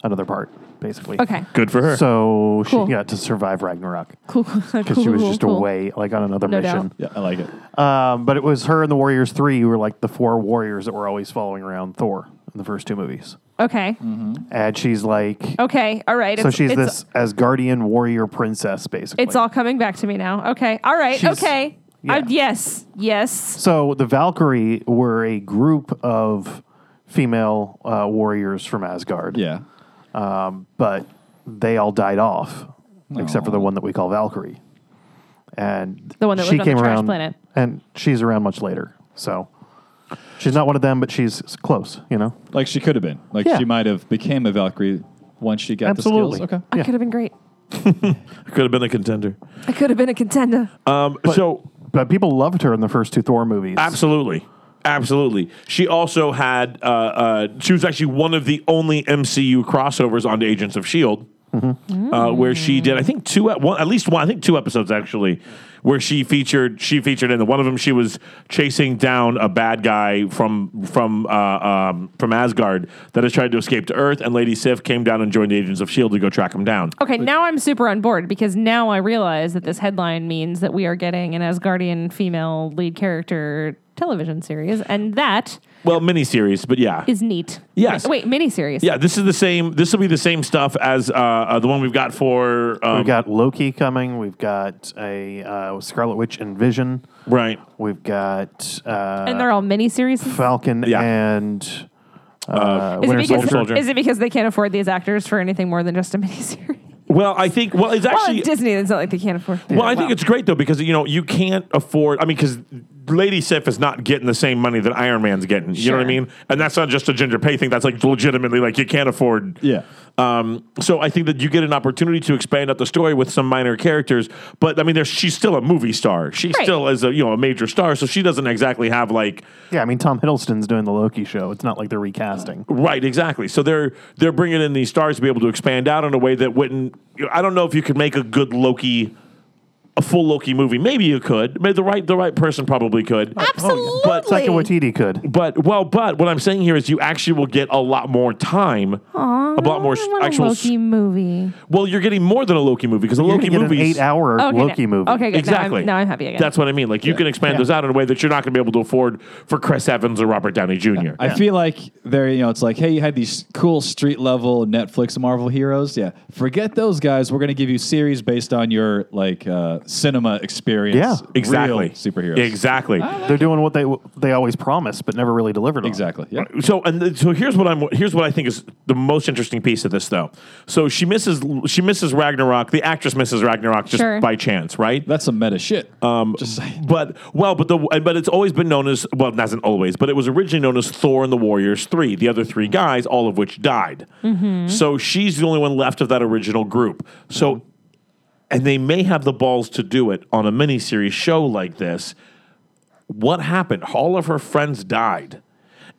Speaker 2: another part, basically.
Speaker 4: Okay.
Speaker 1: Good for her.
Speaker 2: So
Speaker 4: Cool.
Speaker 2: she got to survive Ragnarok
Speaker 4: Cool. <laughs> Because
Speaker 2: because she was just away, like on another
Speaker 4: No
Speaker 2: mission.
Speaker 3: Yeah, I like it.
Speaker 2: Um, but it was her and the Warriors Three who were like the four warriors that were always following around Thor in the first two movies.
Speaker 4: Okay.
Speaker 2: And she's like,
Speaker 4: Okay. All right.
Speaker 2: Mm-hmm. so she's
Speaker 4: Oh,
Speaker 2: this
Speaker 4: it's,
Speaker 2: Asgardian warrior princess, basically.
Speaker 4: It's all coming back to me now. Okay. All right.
Speaker 2: She's-
Speaker 4: okay.
Speaker 2: yeah.
Speaker 4: Uh, yes. Yes.
Speaker 2: So the Valkyrie were a group of female uh, warriors from Asgard.
Speaker 3: Yeah.
Speaker 2: but they all died off except for the one that we call Valkyrie. And
Speaker 4: The one that
Speaker 2: she
Speaker 4: lived on the
Speaker 2: came
Speaker 4: trash
Speaker 2: around,
Speaker 4: planet.
Speaker 2: and she's around much later. So she's not one of them, but she's s- close. You know,
Speaker 3: Like she could have been. Like
Speaker 2: Yeah.
Speaker 3: she might have became a Valkyrie once she got
Speaker 2: absolutely.
Speaker 3: the skills. Okay.
Speaker 4: I
Speaker 2: Yeah.
Speaker 4: could have been great.
Speaker 1: Could have been a contender.
Speaker 4: I could have been a contender.
Speaker 2: Uh,
Speaker 1: Um, so
Speaker 2: But people loved her in the first two Thor movies.
Speaker 1: Absolutely. Absolutely. She also had, uh, uh, she was actually one of the only MCU crossovers onto Agents of S.H.I.E.L.D. E Uh, where she did, I think two, at one, at least one, I think two episodes actually, where she featured, she featured in the one of them. She was chasing down a bad guy from from uh, um, from Asgard that has tried to escape to Earth, and Lady Sif came down and joined the Agents of Shield E to go track him down.
Speaker 4: Okay,
Speaker 2: uh,
Speaker 4: now I'm super on board because now I realize that this headline means that we are getting an Asgardian female lead character television series, and that
Speaker 1: Well, miniseries, but yeah,
Speaker 4: is neat.
Speaker 1: Yes.
Speaker 4: Wait, wait miniseries.
Speaker 1: yeah. This is the same. This will be the same stuff as uh, uh, the one we've got for um,
Speaker 2: We've got Loki coming. We've got a uh, Scarlet Witch and Vision.
Speaker 1: right.
Speaker 2: We've got uh,
Speaker 4: And they're all miniseries.
Speaker 2: Falcon
Speaker 1: Yeah.
Speaker 2: and uh,
Speaker 4: Is
Speaker 2: Winter
Speaker 4: it, because,
Speaker 2: Soldier.
Speaker 1: Soldier.
Speaker 4: is it because they can't afford these actors for anything more than just a <laughs> miniseries?
Speaker 1: Well, I think well, it's
Speaker 4: Well,
Speaker 1: actually
Speaker 4: at Disney, it's not like they can't afford.
Speaker 1: well, I think it's great though because you know you can't afford. I mean, because Lady Sif is not getting the same money that Iron Man's getting. You know what I
Speaker 4: Sure.
Speaker 1: mean? And that's not just a gender pay thing. That's like legitimately like you can't afford.
Speaker 3: Yeah.
Speaker 1: Um, so I think that you get an opportunity to expand out the story with some minor characters, but I mean, there's, she's still a movie star. She
Speaker 4: Right.
Speaker 1: still is a you know a major star, so she doesn't exactly have like
Speaker 2: yeah, I mean Tom Hiddleston's doing the Loki show. It's not like they're recasting.
Speaker 1: Right, exactly. So they're they're bringing in these stars to be able to expand out in a way that wouldn't. I don't know if you could make a good Loki full Loki movie. Maybe you could. Maybe the right the right person probably could.
Speaker 5: Absolutely.
Speaker 1: But
Speaker 2: Taika Waititi could.
Speaker 1: But well, but what I'm saying here is you actually will get a lot more time, a lot more s- actual. s-
Speaker 4: Oh, Loki movie.
Speaker 1: well, you're getting more than a Loki movie because a
Speaker 2: You're
Speaker 1: Loki
Speaker 2: gonna get
Speaker 1: movie
Speaker 2: an eight-hour
Speaker 4: Okay,
Speaker 2: Loki
Speaker 4: now-
Speaker 2: movie.
Speaker 4: Okay, good. Now
Speaker 1: Exactly.
Speaker 4: I'm, now I'm happy again.
Speaker 1: That's what I mean. Like you can expand those out in a way that you're not going to be able to afford for Chris Evans or Robert Downey Jr.
Speaker 3: I feel like there, you know, it's like, hey, you had these cool street level Netflix Marvel heroes. Yeah, forget those guys. We're gonna give you series based on your like uh, cinema experience.
Speaker 2: Yeah.
Speaker 3: Real
Speaker 1: exactly.
Speaker 3: superheroes.
Speaker 1: Exactly.
Speaker 2: They're doing what they they always promised, but never really delivered on.
Speaker 3: Exactly. Yeah.
Speaker 1: so and th- so here's what I'm here's what I think is the most interesting piece of this though. So she misses she misses Ragnarok. The actress misses Ragnarok just
Speaker 4: Sure.
Speaker 1: by chance, right?
Speaker 3: That's some meta shit. Um, Just saying.
Speaker 1: But well, but the but it's always been known as well, not always, but it was originally known as Thor and the Warriors Three. The other three guys, all of which died. So she's the only one left of that original group. So, and they may have the balls to do it on a miniseries show like this. What happened? All of her friends died,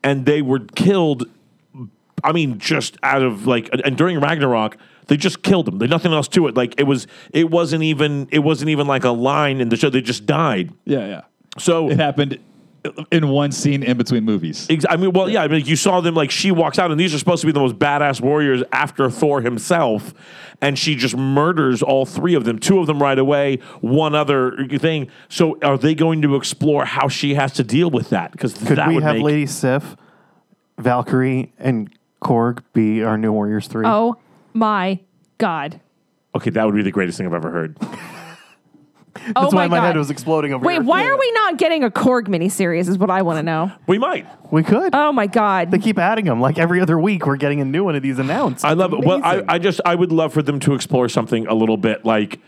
Speaker 1: and they were killed. I mean, just out of like, and- and during Ragnarok, they just killed them. There's nothing else to it. Like it was, it wasn't even, it wasn't even like a line in the show. They just died.
Speaker 3: Yeah, yeah.
Speaker 1: So
Speaker 3: It happened in one scene in between movies.
Speaker 1: Ex- I mean, well, yeah, I mean, you saw them like she walks out, and these are supposed to be the most badass warriors after Thor himself, and she just murders all three of them, two of them right away, one other thing. So, are they going to explore how she has to deal with that? Because
Speaker 2: Could
Speaker 1: that
Speaker 2: we
Speaker 1: would
Speaker 2: have
Speaker 1: make
Speaker 2: Lady Sif, Valkyrie, and Korg be our new Warriors three?
Speaker 4: Oh my god.
Speaker 1: okay, that would be the greatest thing I've ever heard.
Speaker 4: oh
Speaker 2: That's why my
Speaker 4: god.
Speaker 2: head was exploding over
Speaker 4: Wait,
Speaker 2: here.
Speaker 4: why are we not getting a Korg miniseries? Is what I want to know.
Speaker 1: We might.
Speaker 2: We could.
Speaker 4: Oh my god.
Speaker 2: they keep adding them. Like every other week, we're getting a new one of these announced.
Speaker 1: I love it. Well, I,
Speaker 2: amazing.
Speaker 1: I just I would love for them to explore something a little bit like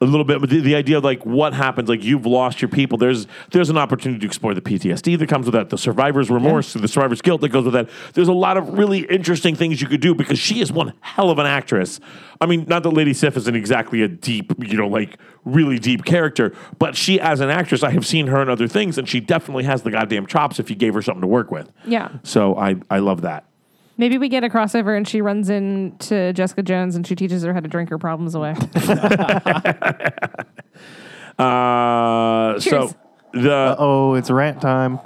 Speaker 1: a little bit the, the idea of like what happens like you've lost your people. There's there's an opportunity to explore the PTSD that comes with that, the survivor's remorse, the survivor's guilt that goes with that. There's a lot of really interesting things you could do because she is one hell of an actress. I mean, not that Lady Sif isn't exactly a deep, you know, like really deep character, but she as an actress, I have seen her in other things, and she definitely has the goddamn chops if you gave her something to work with.
Speaker 4: Yeah.
Speaker 1: So I I love that.
Speaker 4: Maybe we get a crossover and she runs into Jessica Jones and she teaches her how to drink her
Speaker 1: <laughs>
Speaker 4: problems away.
Speaker 1: Uh, so
Speaker 4: Cheers.
Speaker 1: the
Speaker 2: oh, it's rant time.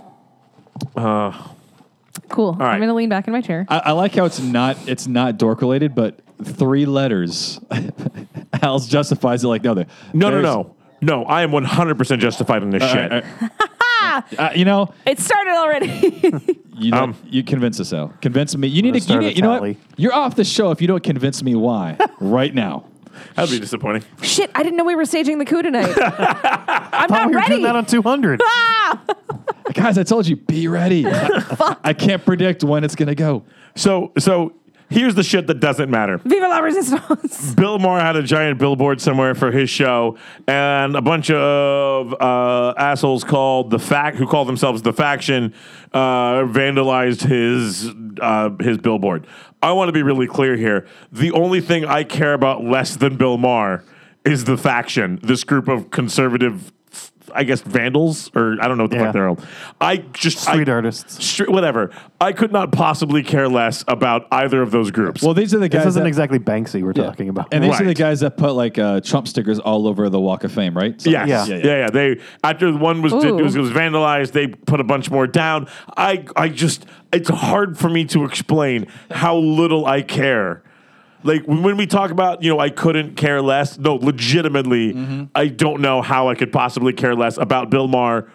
Speaker 4: Cool.
Speaker 1: right.
Speaker 4: I'm gonna lean back in my chair.
Speaker 3: I, I like how it's not it's not dork related, but three letters. <laughs> Al's justifies it like no, there.
Speaker 1: No, no,
Speaker 3: there's-
Speaker 1: no. No, I am 100% justified in this shit.
Speaker 3: Uh, you know,
Speaker 4: It started already. <laughs>
Speaker 3: you know,
Speaker 1: Um,
Speaker 3: you convince us, Al. Convince me. You
Speaker 2: gonna
Speaker 3: need to. You,
Speaker 2: start a
Speaker 3: need, you know what?
Speaker 2: tally.
Speaker 3: You're off the show if you don't convince
Speaker 2: <laughs>
Speaker 3: me why right now.
Speaker 1: That'd be disappointing.
Speaker 4: Shit, I didn't know we were staging the
Speaker 1: <laughs>
Speaker 4: coup tonight. I'm
Speaker 2: Oh,
Speaker 4: not
Speaker 2: we were
Speaker 4: ready.
Speaker 2: doing that on
Speaker 4: <laughs>
Speaker 2: 200.
Speaker 3: Guys, I told you,
Speaker 2: <laughs>
Speaker 3: be ready. I, I can't predict when it's gonna go.
Speaker 1: So, so here's the shit that doesn't matter.
Speaker 4: Viva la resistance.
Speaker 1: Bill Maher had a giant billboard somewhere for his show, and a bunch of uh, assholes called the fact who call themselves the faction uh, vandalized his uh, his billboard. I want to be really clear here. The only thing I care about less than Bill Maher is the faction, this group of conservative. I guess vandals, or I don't know what the
Speaker 2: Yeah.
Speaker 1: fuck they're all. I just
Speaker 2: Street
Speaker 1: I,
Speaker 2: artists.
Speaker 1: Stri- whatever. I could not possibly care less about either of those groups.
Speaker 3: Well, these are the guys.
Speaker 2: This isn't
Speaker 3: that-
Speaker 2: exactly Banksy we're
Speaker 3: Yeah.
Speaker 2: talking about.
Speaker 3: And these are the
Speaker 1: Right.
Speaker 3: guys that put like uh, Trump stickers all over the Walk of Fame, right? So-
Speaker 1: Yes. Yeah. Yeah,
Speaker 2: Yeah.
Speaker 1: yeah. They after one was, did,
Speaker 4: Ooh.
Speaker 1: was was vandalized, they put a bunch more down. I I just it's hard for me to explain how little I care. Like when when we talk about, you know, I couldn't care less. No, legitimately,
Speaker 3: Mm-hmm.
Speaker 1: I don't know how I could possibly care less about Bill Maher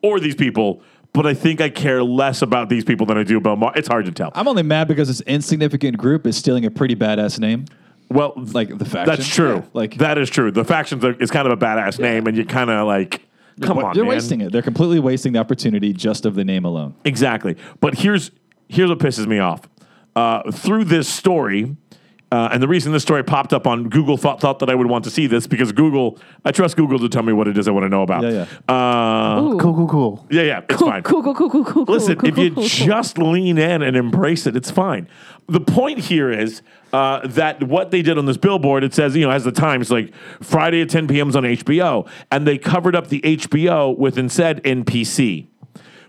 Speaker 1: or these people. But I think I care less about these people than I do about Maher. It's hard to tell.
Speaker 3: I'm only mad because this insignificant group is stealing a pretty badass name,
Speaker 1: well,
Speaker 3: like the faction.
Speaker 1: that's true.
Speaker 3: Yeah, like
Speaker 1: that is true. The factions are, is kind of a badass name, and you kind of like, come on,
Speaker 3: they're
Speaker 1: man.
Speaker 3: wasting it. They're completely wasting the opportunity just of the name alone.
Speaker 1: Exactly. But here's here's what pisses me off. Uh, through this story, uh, and the reason this story popped up on Google thought, thought that I would want to see this because Google, I trust Google to tell me what it is I want to know about.
Speaker 3: Yeah,
Speaker 1: yeah. Uh,
Speaker 4: Ooh.
Speaker 2: Cool, cool, cool.
Speaker 1: yeah, yeah. It's fine.
Speaker 4: Cool, cool, cool, cool, cool.
Speaker 1: Listen,
Speaker 4: cool,
Speaker 1: if you
Speaker 4: cool, cool, cool.
Speaker 1: just lean in and embrace it, it's fine. The point here is uh, that what they did on this billboard, it says, you know, as the Times, like Friday at 10 p.m. is on HBO, and they covered up the HBO with instead NPC,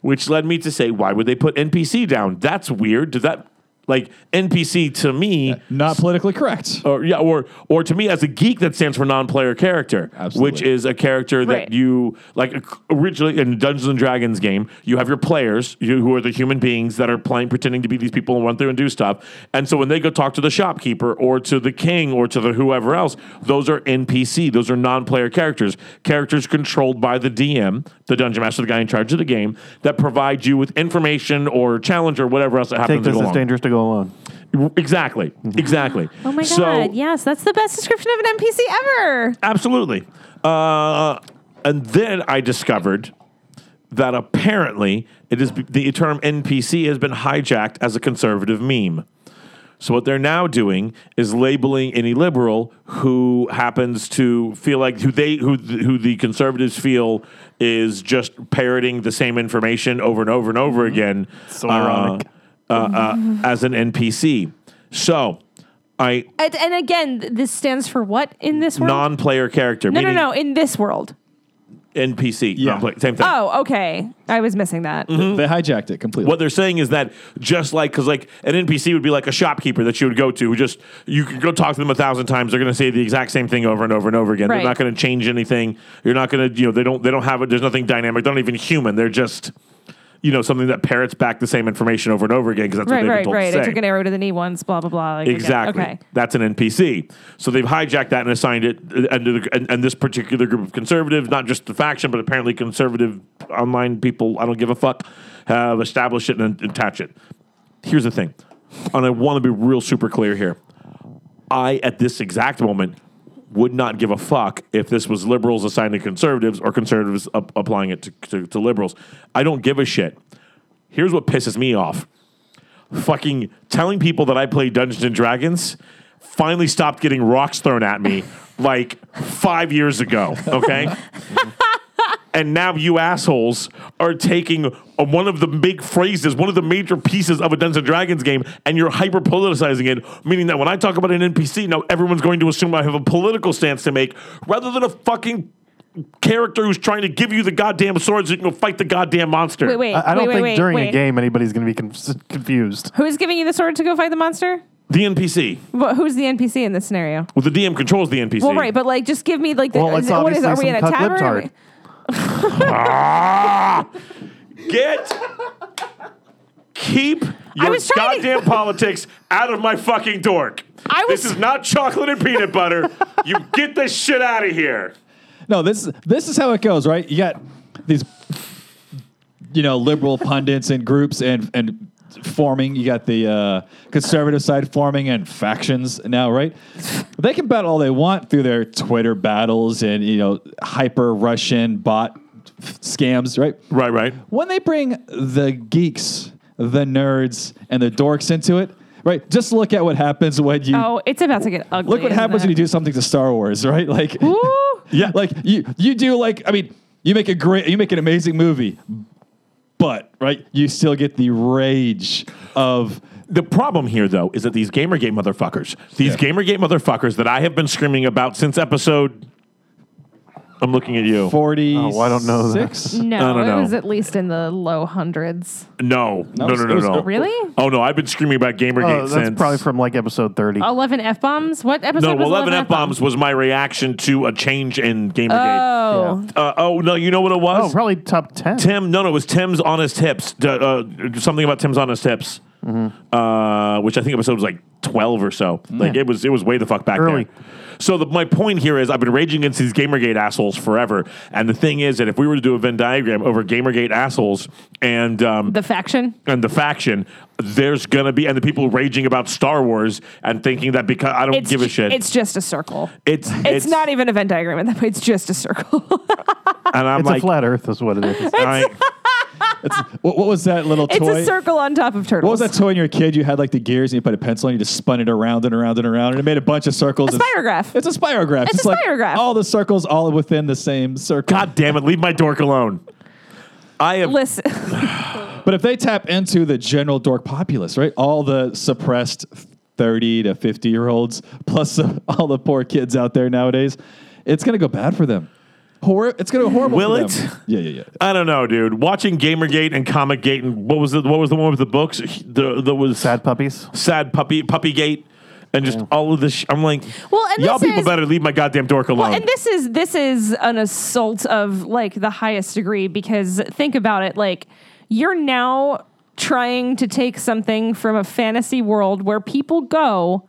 Speaker 1: which led me to say, why would they put NPC down? That's weird. Did that Like NPC to me,
Speaker 3: Not politically correct.
Speaker 1: or yeah, or or to me as a geek that stands for non-player character,
Speaker 3: Absolutely.
Speaker 1: which is a character
Speaker 4: Right.
Speaker 1: that you like originally in Dungeons and Dragons game. You have your players, you who are the human beings that are playing, pretending to be these people and run through and do stuff. And so when they go talk to the shopkeeper or to the king or to the whoever else, those are NPC. Those are non-player characters, characters controlled by the DM, the dungeon master, the guy in charge of the game, that provide you with information or challenge or whatever else that happens.
Speaker 2: Take
Speaker 1: to
Speaker 2: this
Speaker 1: go
Speaker 2: as
Speaker 1: along.
Speaker 2: dangerous to go alone.
Speaker 1: Exactly. Exactly.
Speaker 4: Oh my god! Yes, that's the best description of an NPC ever.
Speaker 1: Absolutely. Uh, and then I discovered that apparently it is the term NPC has been hijacked as a conservative meme. So what they're now doing is labeling any liberal who happens to feel like who they who th- who the conservatives feel is just parroting the same information over and over and over again.
Speaker 2: Mm-hmm. So
Speaker 1: uh,
Speaker 2: ironic.
Speaker 1: uh, uh, as an NPC. So I
Speaker 4: And, and again, th- this stands for what in this world?
Speaker 1: non-player character.
Speaker 4: no, no,
Speaker 1: meaning
Speaker 4: no. In this world.
Speaker 1: NPC.
Speaker 3: Yeah.
Speaker 1: non-player- same thing.
Speaker 4: Oh, okay. I was missing that.
Speaker 1: Mm-hmm.
Speaker 3: They hijacked it completely.
Speaker 1: What they're saying is that just like because like an NPC would be like a shopkeeper that you would go to, who just you could go talk to them a thousand times. They're going to say the exact same thing over and over and over again.
Speaker 4: Right.
Speaker 1: They're not going to change anything. You're not going to you know they don't they don't have it. There's nothing dynamic. They're not even human. They're just you know something that parrots back the same information over and over again because that's what
Speaker 4: Right,
Speaker 1: they've been
Speaker 4: right,
Speaker 1: told
Speaker 4: right.
Speaker 1: to
Speaker 4: I
Speaker 1: say.
Speaker 4: took an arrow to the knee once. Blah blah blah. like, okay,
Speaker 1: Exactly.
Speaker 4: Okay.
Speaker 1: That's an NPC. So they've hijacked that and assigned it uh, under the, and, and this particular group of conservatives, not just the faction, but apparently conservative online people, I don't give a fuck, have established it and attach it. Here's the thing, and I want to be real super clear here. I, at this exact moment, would not give a fuck if this was liberals assigned to conservatives or conservatives up- applying it to, to, to liberals. I don't give a shit. Here's what pisses me off fucking telling people that I play Dungeons and Dragons finally stopped getting rocks thrown at me like five years ago, okay? and now you assholes are taking uh, one of the big phrases, one of the major pieces of a Dungeons and Dragons game, and you're hyper politicizing it, meaning that when I talk about an NPC, now everyone's going to assume I have a political stance to make rather than a fucking character who's trying to give you the goddamn swords so you can go fight the goddamn monster.
Speaker 4: Wait, wait.
Speaker 2: I, I don't
Speaker 4: wait,
Speaker 2: think
Speaker 4: wait, wait,
Speaker 2: during
Speaker 4: wait.
Speaker 2: a game anybody's going to be con- confused.
Speaker 4: Who's giving you the sword to go fight the monster?
Speaker 1: The NPC.
Speaker 4: Wh- who's the NPC in this scenario?
Speaker 1: Well, the DM controls the NPC.
Speaker 4: Well, right, but like, just give me like the.
Speaker 2: Well, it's
Speaker 4: is it- what is?
Speaker 2: obviously
Speaker 4: Are we in a
Speaker 2: some cuck
Speaker 4: tavern? Are
Speaker 2: libtard.
Speaker 4: we-
Speaker 1: Ah! Get keep your
Speaker 4: was trying to-
Speaker 1: goddamn
Speaker 4: <laughs>
Speaker 1: politics out of my fucking dork.
Speaker 4: I was-
Speaker 1: This is not chocolate and peanut butter. you get this shit out of here.
Speaker 3: No, this this is how it goes, right? You got these, you know, liberal pundits and groups and and forming. You got the uh, conservative side forming and factions now, right? They can battle all they want through their Twitter battles and you know hyper Russian bot f- scams, right?
Speaker 1: Right, right.
Speaker 3: when they bring the geeks, the nerds, and the dorks into it, right? Just look at what happens when you
Speaker 4: Oh, it's about to get ugly.
Speaker 3: look what happens when you do something to Star Wars, right? Like,
Speaker 4: Woo!
Speaker 3: yeah, like <laughs> you you do like I mean, you make a great, you make an amazing movie, but right, you still get the rage of
Speaker 1: The problem here, though, is that these Gamergate motherfuckers, these Gamergate motherfuckers that I have been screaming about since episode. I'm looking at you.
Speaker 3: forty.
Speaker 2: Oh, I don't know that.
Speaker 3: Six.
Speaker 4: No,
Speaker 1: I don't
Speaker 4: it
Speaker 1: know.
Speaker 4: was at least in the low hundreds.
Speaker 1: No, no, no,
Speaker 3: it
Speaker 1: no,
Speaker 3: was-
Speaker 1: no.
Speaker 4: Really?
Speaker 1: Oh no, I've been screaming about Gamergate
Speaker 2: Oh, that's
Speaker 1: since.
Speaker 2: probably from like episode 30.
Speaker 4: 11 F bombs? What episode
Speaker 1: no,
Speaker 4: was
Speaker 1: 11 F
Speaker 4: F-bombs?
Speaker 1: bombs was my reaction to a change in Gamergate.
Speaker 4: Oh.
Speaker 1: Uh, oh no, you know what it
Speaker 2: oh,
Speaker 1: was?
Speaker 2: probably top 10.
Speaker 1: Tim. No, no, it was Tim's honest hips. D- uh, something about Tim's honest hips, uh, which I think episode was like twelve or so. Like it was, it was way the fuck back
Speaker 2: Early.
Speaker 1: there. So the, my point here is, I've been raging against these GamerGate assholes forever. And the thing is that if we were to do a Venn diagram over GamerGate assholes and um,
Speaker 4: The faction?
Speaker 1: and the faction, there's gonna be and the people raging about Star Wars and thinking that because I don't
Speaker 4: It's
Speaker 1: give a
Speaker 4: ju-
Speaker 1: shit.
Speaker 4: It's just a circle.
Speaker 1: it's
Speaker 4: It's, not e- even a Venn diagram at that point. It's just a circle. <laughs>
Speaker 1: and I'm
Speaker 2: It's
Speaker 1: like
Speaker 2: a flat earth, is what it is.
Speaker 1: I-
Speaker 3: What, what was that little
Speaker 4: it's
Speaker 3: toy?
Speaker 4: a circle on top of
Speaker 3: What
Speaker 4: turtles.
Speaker 3: was that toy when you were a kid? You had like the gears and you put a pencil and you just spun it around and around and around and it made a bunch of circles. and-
Speaker 4: Spirograph.
Speaker 3: It's a spirograph.
Speaker 4: It's a spirograph.
Speaker 3: Like all the circles all within the same circle.
Speaker 1: God damn it, leave my dork alone. I have
Speaker 4: Listen,
Speaker 3: But if they tap into the general dork populace, right? All the suppressed 30 to <laughs> 50 year olds, plus the- all the poor kids out there nowadays, it's going to go bad for them. Hor- it's going to be horrible.
Speaker 1: Will
Speaker 3: for
Speaker 1: it?
Speaker 3: them. Yeah, yeah, yeah.
Speaker 1: I don't know, dude. Watching Gamergate and Comicgate and what was the what was the one with the books? The the was
Speaker 2: Sad puppies.
Speaker 1: sad puppy puppy gate and just all of this. Sh- I'm like,
Speaker 4: Well, and
Speaker 1: y'all
Speaker 4: this
Speaker 1: people
Speaker 4: is-
Speaker 1: better leave my goddamn dork alone.
Speaker 4: Well, and this is this is an assault of like the highest degree because think about it, like you're now trying to take something from a fantasy world where people go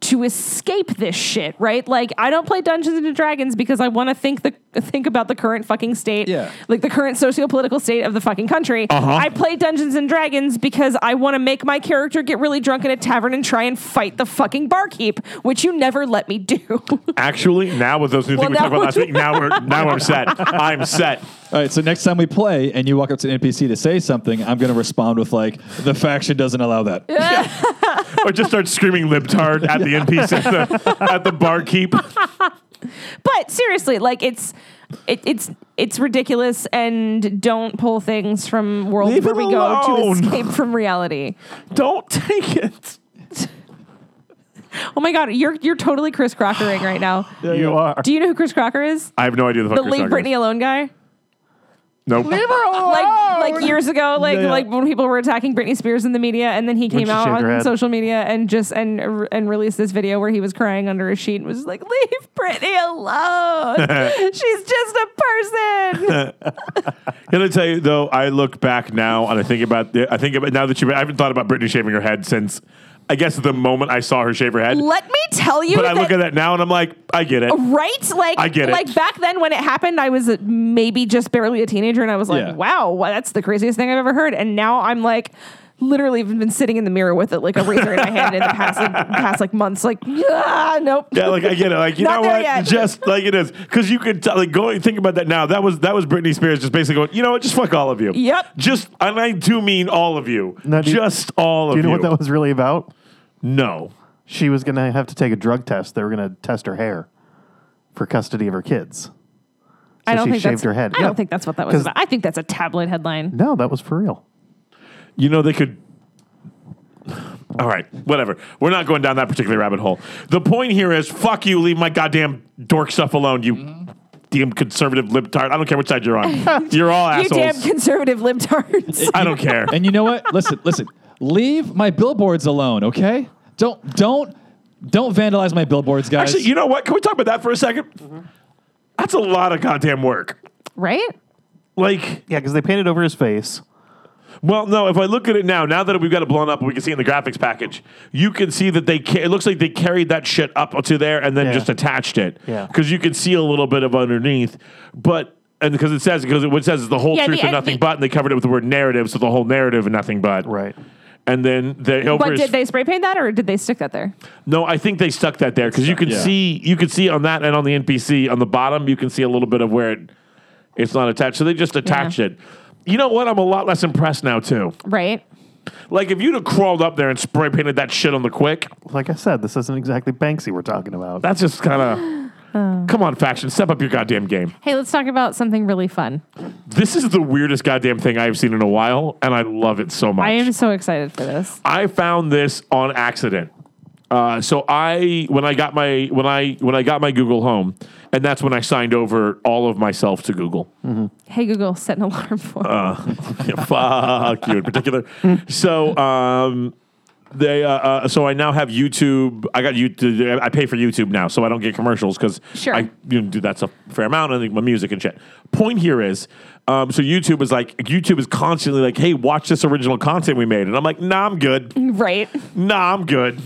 Speaker 4: to escape this shit, right? Like I don't play Dungeons and Dragons because I want to think the think about the current fucking state,
Speaker 3: Yeah.
Speaker 4: like the current socio-political state of the fucking country. I play Dungeons and Dragons because I want to make my character get really drunk in a tavern and try and fight the fucking barkeep, which you never let me do. <laughs>
Speaker 1: Actually, now with those new
Speaker 4: Well,
Speaker 1: things we talked
Speaker 4: now-
Speaker 1: about last week, now we're now I'm
Speaker 4: <laughs>
Speaker 1: set. I'm set.
Speaker 3: All right, so next time we play and you walk up to an NPC to say something, I'm going to respond with, like, the faction doesn't allow that.
Speaker 1: Or just start screaming libtard at the NPC at the, at the barkeep.
Speaker 4: but seriously, like it's it, it's it's ridiculous, and don't pull things from world
Speaker 1: Leave
Speaker 4: where
Speaker 1: it
Speaker 4: we go to
Speaker 1: alone.
Speaker 4: escape from reality.
Speaker 1: Don't take it.
Speaker 4: Oh my god, you're you're totally Chris Crockering right now.
Speaker 2: you are.
Speaker 4: Do you know who Chris Crocker is?
Speaker 1: I have no idea the fuck
Speaker 4: The
Speaker 1: you're
Speaker 4: leave
Speaker 1: talking about.
Speaker 4: Britney alone guy.
Speaker 1: Nope.
Speaker 4: Like like years ago, like
Speaker 3: Yeah, yeah.
Speaker 4: like when people were attacking Britney Spears in the media, and then he came
Speaker 2: she
Speaker 4: out
Speaker 2: shaved
Speaker 4: on
Speaker 2: her head.
Speaker 4: social media and just and and released this video where he was crying under a sheet and was just like, "Leave Britney alone. She's just a person."
Speaker 1: Can I tell you though? I look back now and I think about the, I think about now that you I haven't thought about Britney shaving her head since I guess the moment I saw her shave her head.
Speaker 4: Let me tell you Oh,
Speaker 1: but I
Speaker 4: that
Speaker 1: look at that now and I'm like, I get it.
Speaker 4: Right? Like,
Speaker 1: I get it.
Speaker 4: like back then when it happened, I was uh, maybe just barely a teenager and I was like,
Speaker 3: Yeah.
Speaker 4: wow, wha- that's the craziest thing I've ever heard. And now I'm like, literally even been sitting in the mirror with it, like a razor in my hand in the past, like, past like months, like, yeah, nope.
Speaker 1: Yeah, like I get it. Like you
Speaker 4: Not
Speaker 1: know
Speaker 4: there
Speaker 1: what?
Speaker 4: yet.
Speaker 1: Just like it is, because you could tell. Like going, think about that now. That was that was Britney Spears just basically going. You know what? Just fuck all of you.
Speaker 4: Yep.
Speaker 1: Just and I do mean all of you.
Speaker 2: Now, do you-
Speaker 1: just all of
Speaker 2: Do
Speaker 1: you.
Speaker 2: you know what that was really about?
Speaker 1: No.
Speaker 2: She was going to have to take a drug test. They were going to test her hair for custody of her kids.
Speaker 4: I don't
Speaker 2: she
Speaker 4: think
Speaker 2: shaved
Speaker 4: that's,
Speaker 2: her head.
Speaker 4: I
Speaker 2: Yeah.
Speaker 4: don't think that's what that was
Speaker 2: 'Cause-
Speaker 4: about. I think that's a tabloid headline.
Speaker 2: No, that was for real.
Speaker 1: You know they could. All right, whatever. We're not going down that particular rabbit hole. The point here is, fuck you. Leave my goddamn dork stuff alone. You
Speaker 3: Mm-hmm.
Speaker 1: damn conservative libtard. I don't care which side you're
Speaker 3: <laughs>
Speaker 1: on. you're all
Speaker 4: You damn
Speaker 1: assholes.
Speaker 4: conservative libtards.
Speaker 1: I don't care.
Speaker 3: And you know what? Listen, listen. Leave my billboards alone, okay? Don't don't don't vandalize my billboards, guys. Mm-hmm.
Speaker 1: Actually, you know what? Can we talk about that for a 2nd That's a lot of goddamn work.
Speaker 4: <laughs> right?
Speaker 1: Like.
Speaker 2: Yeah, because they painted over his face.
Speaker 1: Well, no. If I look at it now, now that we've got it blown up, and we can see in the graphics package. You can see that they. Ca- it looks like they carried that shit up to there and then
Speaker 2: Yeah.
Speaker 1: just attached it.
Speaker 2: Yeah.
Speaker 1: Because you can see a little bit of underneath, but and because it says because what it says is the whole
Speaker 4: Yeah,
Speaker 1: truth
Speaker 4: the-
Speaker 1: and nothing
Speaker 4: the-
Speaker 1: but, and they covered it with the word narrative, so the whole narrative and nothing but.
Speaker 2: Right.
Speaker 1: And then the over
Speaker 4: But
Speaker 1: his-
Speaker 4: did they spray paint that or did they stick that there?
Speaker 1: no, I think they stuck that there because you can
Speaker 3: yeah.
Speaker 1: see you can see on that and on the NPC on the bottom you can see a little bit of where it, it's not attached. So they just attached it. You know what? I'm a lot less impressed now too.
Speaker 4: Right?
Speaker 1: Like if you'd have crawled up there and spray painted that shit on the quick,
Speaker 2: Like I said, this isn't exactly Banksy we're talking about.
Speaker 1: that's just kind
Speaker 4: <gasps>
Speaker 1: of.
Speaker 4: Oh.
Speaker 1: Come on, faction, step up your goddamn game.
Speaker 4: Hey, let's talk about something really fun.
Speaker 1: This is the weirdest goddamn thing I have seen in a while, and I love it so much.
Speaker 4: I am so excited for this.
Speaker 1: I found this on accident. Uh, so I when I got my when I when I got my Google Home, and that's when I signed over all of myself to Google.
Speaker 4: Hey, Google, set an alarm for
Speaker 1: Yeah, fuck you in particular. So, um, they uh, uh, so I now have YouTube. I got YouTube. I pay for YouTube now, so I don't get commercials because
Speaker 4: Sure.
Speaker 1: I you know, do that stuff a fair amount. and my music and shit. Point here is, um, so YouTube is like YouTube is constantly like, hey, watch this original content we made, and I'm like, nah, I'm good.
Speaker 4: <laughs> right?
Speaker 1: Nah, I'm good.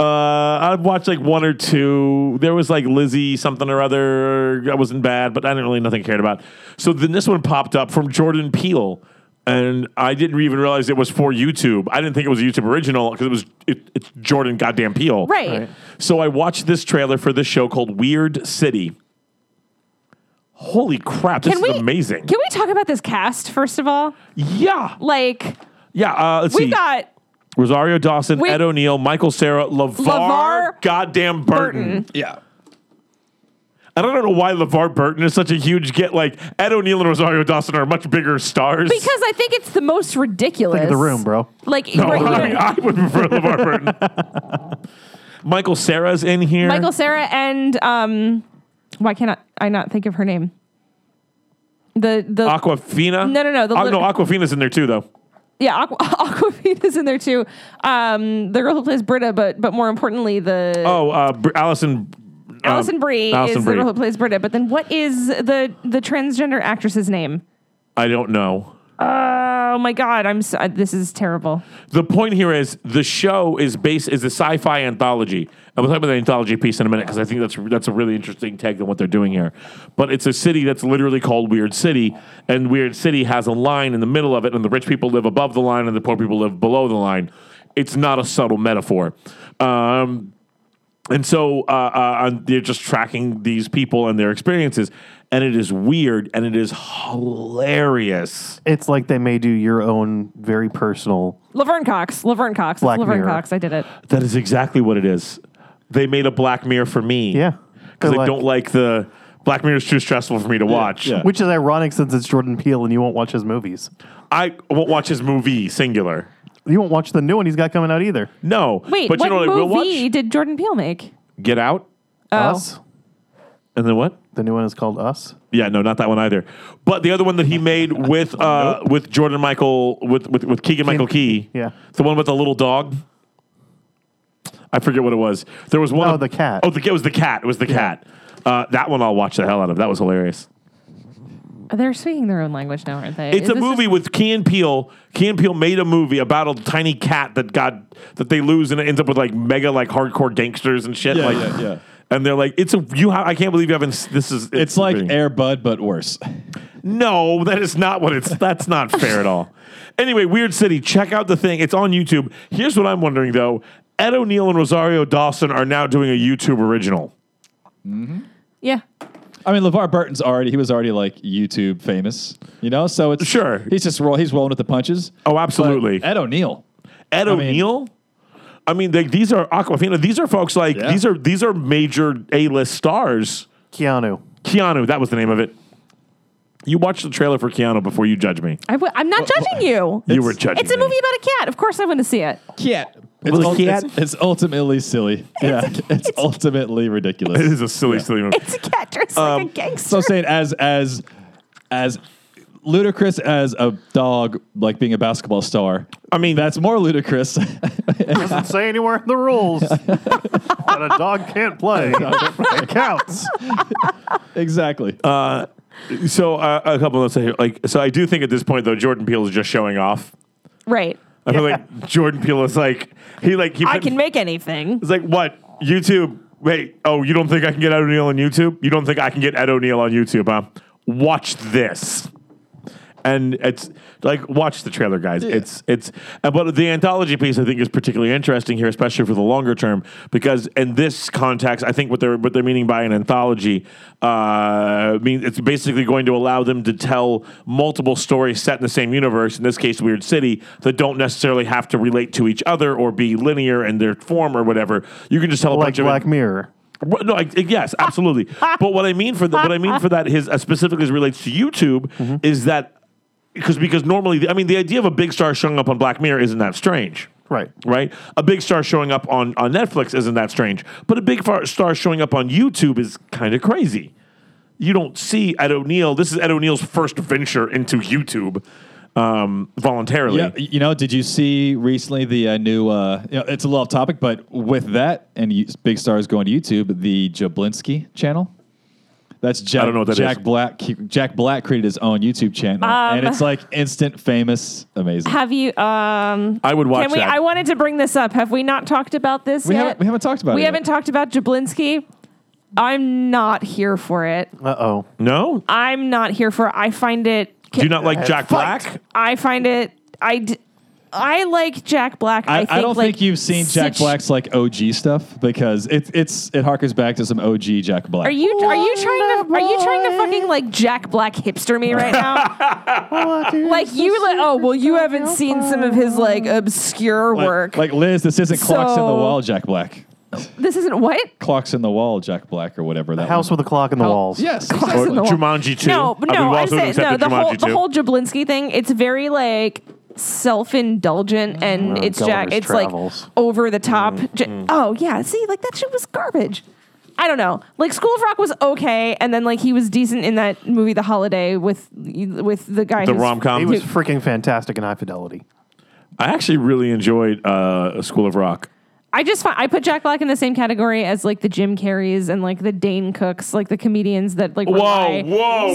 Speaker 1: Uh, I've watched like one or two. There was like Lizzie something or other. I wasn't bad, but I didn't really nothing cared about. So then this one popped up from Jordan Peele, and I didn't even realize it was for YouTube. I didn't think it was a YouTube original because it was it, it's Jordan goddamn Peele.
Speaker 4: Right.
Speaker 2: Right.
Speaker 1: So I watched this trailer for this show called Weird City. Holy crap! This is amazing.
Speaker 4: Can we talk about this cast first of all?
Speaker 1: yeah,
Speaker 4: Like
Speaker 1: yeah. Uh, let's
Speaker 4: we
Speaker 1: see.
Speaker 4: got
Speaker 1: Rosario Dawson,
Speaker 4: Wait.
Speaker 1: Ed O'Neill, Michael Sarah, LeVar,
Speaker 4: LeVar
Speaker 1: goddamn Burton.
Speaker 4: Burton.
Speaker 3: yeah.
Speaker 1: And I don't know why LeVar Burton is such a huge get. Like, Ed O'Neill and Rosario Dawson are much bigger stars. <laughs>
Speaker 4: because I think it's the most ridiculous.
Speaker 2: Think of the room, bro.
Speaker 4: Like
Speaker 1: No,
Speaker 4: right,
Speaker 1: I,
Speaker 4: right.
Speaker 1: I would prefer LeVar Burton.
Speaker 4: <laughs>
Speaker 1: Michael Sarah's in here.
Speaker 4: Michael Sarah and um, why can't I, I not think of her name? The the
Speaker 1: Aquafina?
Speaker 4: No, no, no, the
Speaker 1: Uh,
Speaker 4: lit-
Speaker 1: no, Aquafina's in there too, though.
Speaker 4: yeah, Aqu- <laughs> Aquafina's in there too. Um, the girl who plays Britta, but but more importantly, the
Speaker 1: Oh, uh, Br- Allison.
Speaker 4: Allison
Speaker 1: um,
Speaker 4: Brie
Speaker 1: Allison
Speaker 4: is
Speaker 1: Brie.
Speaker 4: the girl who plays Britta. But then, what is the the transgender actress's name?
Speaker 1: I don't know.
Speaker 4: Oh my god, I'm so, this is terrible.
Speaker 1: The point here is the show is based is a sci-fi anthology. And we'll talk about the anthology piece in a minute because I think that's that's a really interesting take on what they're doing here. But it's a city that's literally called Weird City, and Weird City has a line in the middle of it, and the rich people live above the line, and the poor people live below the line. It's not a subtle metaphor. Um, and so uh, uh, and they're just tracking these people and their experiences, and it is weird and it is hilarious.
Speaker 2: It's like they may do your own very personal.
Speaker 4: Laverne Cox. Laverne Cox.
Speaker 2: Black
Speaker 4: it's Laverne
Speaker 2: Mirror.
Speaker 4: Cox. I did it.
Speaker 1: That is exactly what it is. They made a Black Mirror for me.
Speaker 2: Yeah.
Speaker 1: Because
Speaker 2: They're
Speaker 1: I
Speaker 2: like-
Speaker 1: don't like the Black Mirror is too stressful for me to watch.
Speaker 3: yeah.
Speaker 2: Which is ironic since it's Jordan Peele and you won't watch his movies.
Speaker 1: I won't watch his movie singular.
Speaker 2: You won't watch the new one he's got coming out either.
Speaker 1: No.
Speaker 4: Wait,
Speaker 1: but
Speaker 4: what
Speaker 1: you know what I will
Speaker 4: movie
Speaker 1: watch?
Speaker 4: did Jordan Peele make?
Speaker 1: Get Out.
Speaker 4: Oh.
Speaker 2: Us.
Speaker 1: And then what?
Speaker 2: The new one is called Us.
Speaker 1: Yeah, no, not that one either. But the other one that he made
Speaker 3: <laughs>
Speaker 1: with uh, with Jordan Michael with with, with Keegan Michael Key.
Speaker 2: yeah.
Speaker 1: The one with the little dog. I forget what it was. There was one.
Speaker 2: Oh,
Speaker 1: of-
Speaker 2: the cat.
Speaker 1: Oh, the, it was the cat. It was the cat. Uh, that one I'll watch the hell out of. That was hilarious.
Speaker 4: They're speaking their own language now, aren't they?
Speaker 1: It's
Speaker 4: Is
Speaker 1: a
Speaker 4: this
Speaker 1: movie
Speaker 4: just-
Speaker 1: with Key and Peele. Key and Peele made a movie about a tiny cat that got that they lose and it ends up with like mega like hardcore gangsters and shit.
Speaker 3: Yeah,
Speaker 1: like,
Speaker 3: yeah, yeah.
Speaker 1: And they're like, it's a you. Ha- I can't believe you haven't. s- This is
Speaker 3: It's like
Speaker 1: being-
Speaker 3: Air Bud, but worse. <laughs>
Speaker 1: no, that is not what it's. That's not fair at all. Anyway, Weird City. Check out the thing. It's on YouTube. Here's what I'm wondering though: Ed O'Neill and Rosario Dawson are now doing a YouTube original.
Speaker 4: yeah.
Speaker 3: I mean, LeVar Burton's already, he was already like YouTube famous, you know? So it's.
Speaker 1: Sure.
Speaker 3: He's just roll, he's rolling with the punches.
Speaker 1: Oh,
Speaker 3: But
Speaker 1: absolutely.
Speaker 3: Ed O'Neill.
Speaker 1: Ed
Speaker 3: mean-
Speaker 1: O'Neill. I mean, they, these are Aquafina. These are folks like
Speaker 3: Yeah.
Speaker 1: these are these are major A list stars.
Speaker 2: Keanu.
Speaker 1: Keanu, that was the name of it. You watched the trailer for Keanu before you judge me.
Speaker 4: I w- I'm not judging you.
Speaker 1: you were judging.
Speaker 4: It's a
Speaker 1: me.
Speaker 4: movie about a cat. Of course, I want to see it. <laughs>
Speaker 3: Cat. It's,
Speaker 1: Well,
Speaker 3: ul-
Speaker 1: cat-
Speaker 3: it's, it's ultimately silly. yeah. It's, ultimately
Speaker 1: <laughs>
Speaker 3: ridiculous.
Speaker 1: It is a silly, silly movie.
Speaker 4: It's a cat dressed
Speaker 1: Um,
Speaker 4: like a gangster.
Speaker 3: So I'm saying as as as ludicrous as a dog like being a basketball star.
Speaker 1: I mean,
Speaker 3: That's more ludicrous. <laughs>
Speaker 2: Doesn't say anywhere in the rules that a dog can't play. it counts.
Speaker 3: exactly.
Speaker 1: so uh, a couple notes here. Like, so I do think at this point though, Jordan Peele is just showing off.
Speaker 4: right.
Speaker 1: I feel like Jordan Peele is like he like he
Speaker 4: I
Speaker 1: put-
Speaker 4: can make anything.
Speaker 1: It's like what YouTube? Wait, oh, you don't think I can get Ed O'Neill on YouTube? You don't think I can get Ed O'Neill on YouTube? Huh? Watch this, and it's like watch the trailer, guys. It's it's uh, but the anthology piece I think is particularly interesting here, especially for the longer term, because in this context, I think what they're what they're meaning by an anthology uh, means it's basically going to allow them to tell multiple stories set in the same universe. In this case, Weird City that don't necessarily have to relate to each other or be linear in their form or whatever. You can just tell a
Speaker 2: Like
Speaker 1: bunch of
Speaker 2: Black Mirror.
Speaker 1: well, No, I, I- yes,
Speaker 4: <laughs>
Speaker 1: absolutely. but what I mean for the, what I mean for that is uh, specifically as it relates to YouTube
Speaker 4: Mm-hmm.
Speaker 1: is that because because normally the, I mean the idea of a big star showing up on Black Mirror isn't that strange.
Speaker 2: Right.
Speaker 1: Right, a big star showing up on, on Netflix isn't that strange, but a big far, star showing up on YouTube is kind of crazy. You don't see Ed O'Neill. This is Ed O'Neill's first venture into YouTube um, voluntarily.
Speaker 3: yeah, you know, did you see recently the uh, new? Uh, you know, it's a little off topic, but with that and you, big stars going to YouTube, the Jablinski channel. That's Jack,
Speaker 1: don't know what that
Speaker 3: Jack
Speaker 1: is.
Speaker 3: Black. Jack Black created his own YouTube channel,
Speaker 4: Um,
Speaker 3: and it's like instant famous, amazing.
Speaker 4: Have you? Um,
Speaker 1: I would watch
Speaker 4: can we?
Speaker 1: that.
Speaker 4: I wanted to bring this up. Have we not talked about this
Speaker 3: We
Speaker 4: yet?
Speaker 3: haven't- we haven't talked about
Speaker 4: We
Speaker 3: it
Speaker 4: haven't talked about Jablinski. I'm not here for it.
Speaker 2: Uh oh.
Speaker 1: no,
Speaker 4: I'm not here for. I find it.
Speaker 1: do you not like Jack
Speaker 2: fight.
Speaker 1: Black?
Speaker 4: I find Uh, it. I. D- I like Jack Black.
Speaker 3: I, I don't
Speaker 4: like,
Speaker 3: think you've seen Jack
Speaker 4: situ-
Speaker 3: Black's like OG stuff because it, it's it harkers back to some OG Jack Black.
Speaker 4: Are you are you trying to are you trying to fucking like Jack Black hipster me right now? like you li- oh well you haven't seen some of his like obscure
Speaker 3: like,
Speaker 4: work.
Speaker 3: like Liz? This isn't clocks in the
Speaker 4: So-
Speaker 3: wall, Jack Black.
Speaker 4: this isn't what
Speaker 3: Clocks in the wall, Jack Black, or whatever that
Speaker 2: House
Speaker 3: one.
Speaker 2: with a clock in the walls.
Speaker 3: Yes,
Speaker 4: Clocks in the wall.
Speaker 1: Jumanji two.
Speaker 4: No, but
Speaker 1: I
Speaker 4: no,
Speaker 1: believe
Speaker 4: I'm
Speaker 1: also
Speaker 4: saying no.
Speaker 1: accepted
Speaker 4: The whole
Speaker 1: Jumanji
Speaker 4: the
Speaker 1: 2.
Speaker 4: whole Jablinski thing. It's very like self-indulgent
Speaker 1: Mm,
Speaker 4: and it's Jack.
Speaker 2: Gulliver's
Speaker 4: It's
Speaker 2: Travels.
Speaker 1: mm.
Speaker 4: like over the top. J- oh yeah, see, like that shit was garbage. I don't know. Like School of Rock was okay, and then like he was decent in that movie, The Holiday, with with the guy.
Speaker 1: The
Speaker 4: who's-
Speaker 1: rom
Speaker 2: He
Speaker 1: com.
Speaker 2: was freaking fantastic in High Fidelity.
Speaker 1: I actually really enjoyed uh, School of Rock.
Speaker 4: I just find, I put Jack Black in the same category as like the Jim Carreys and like the Dane Cooks, like the comedians that like rely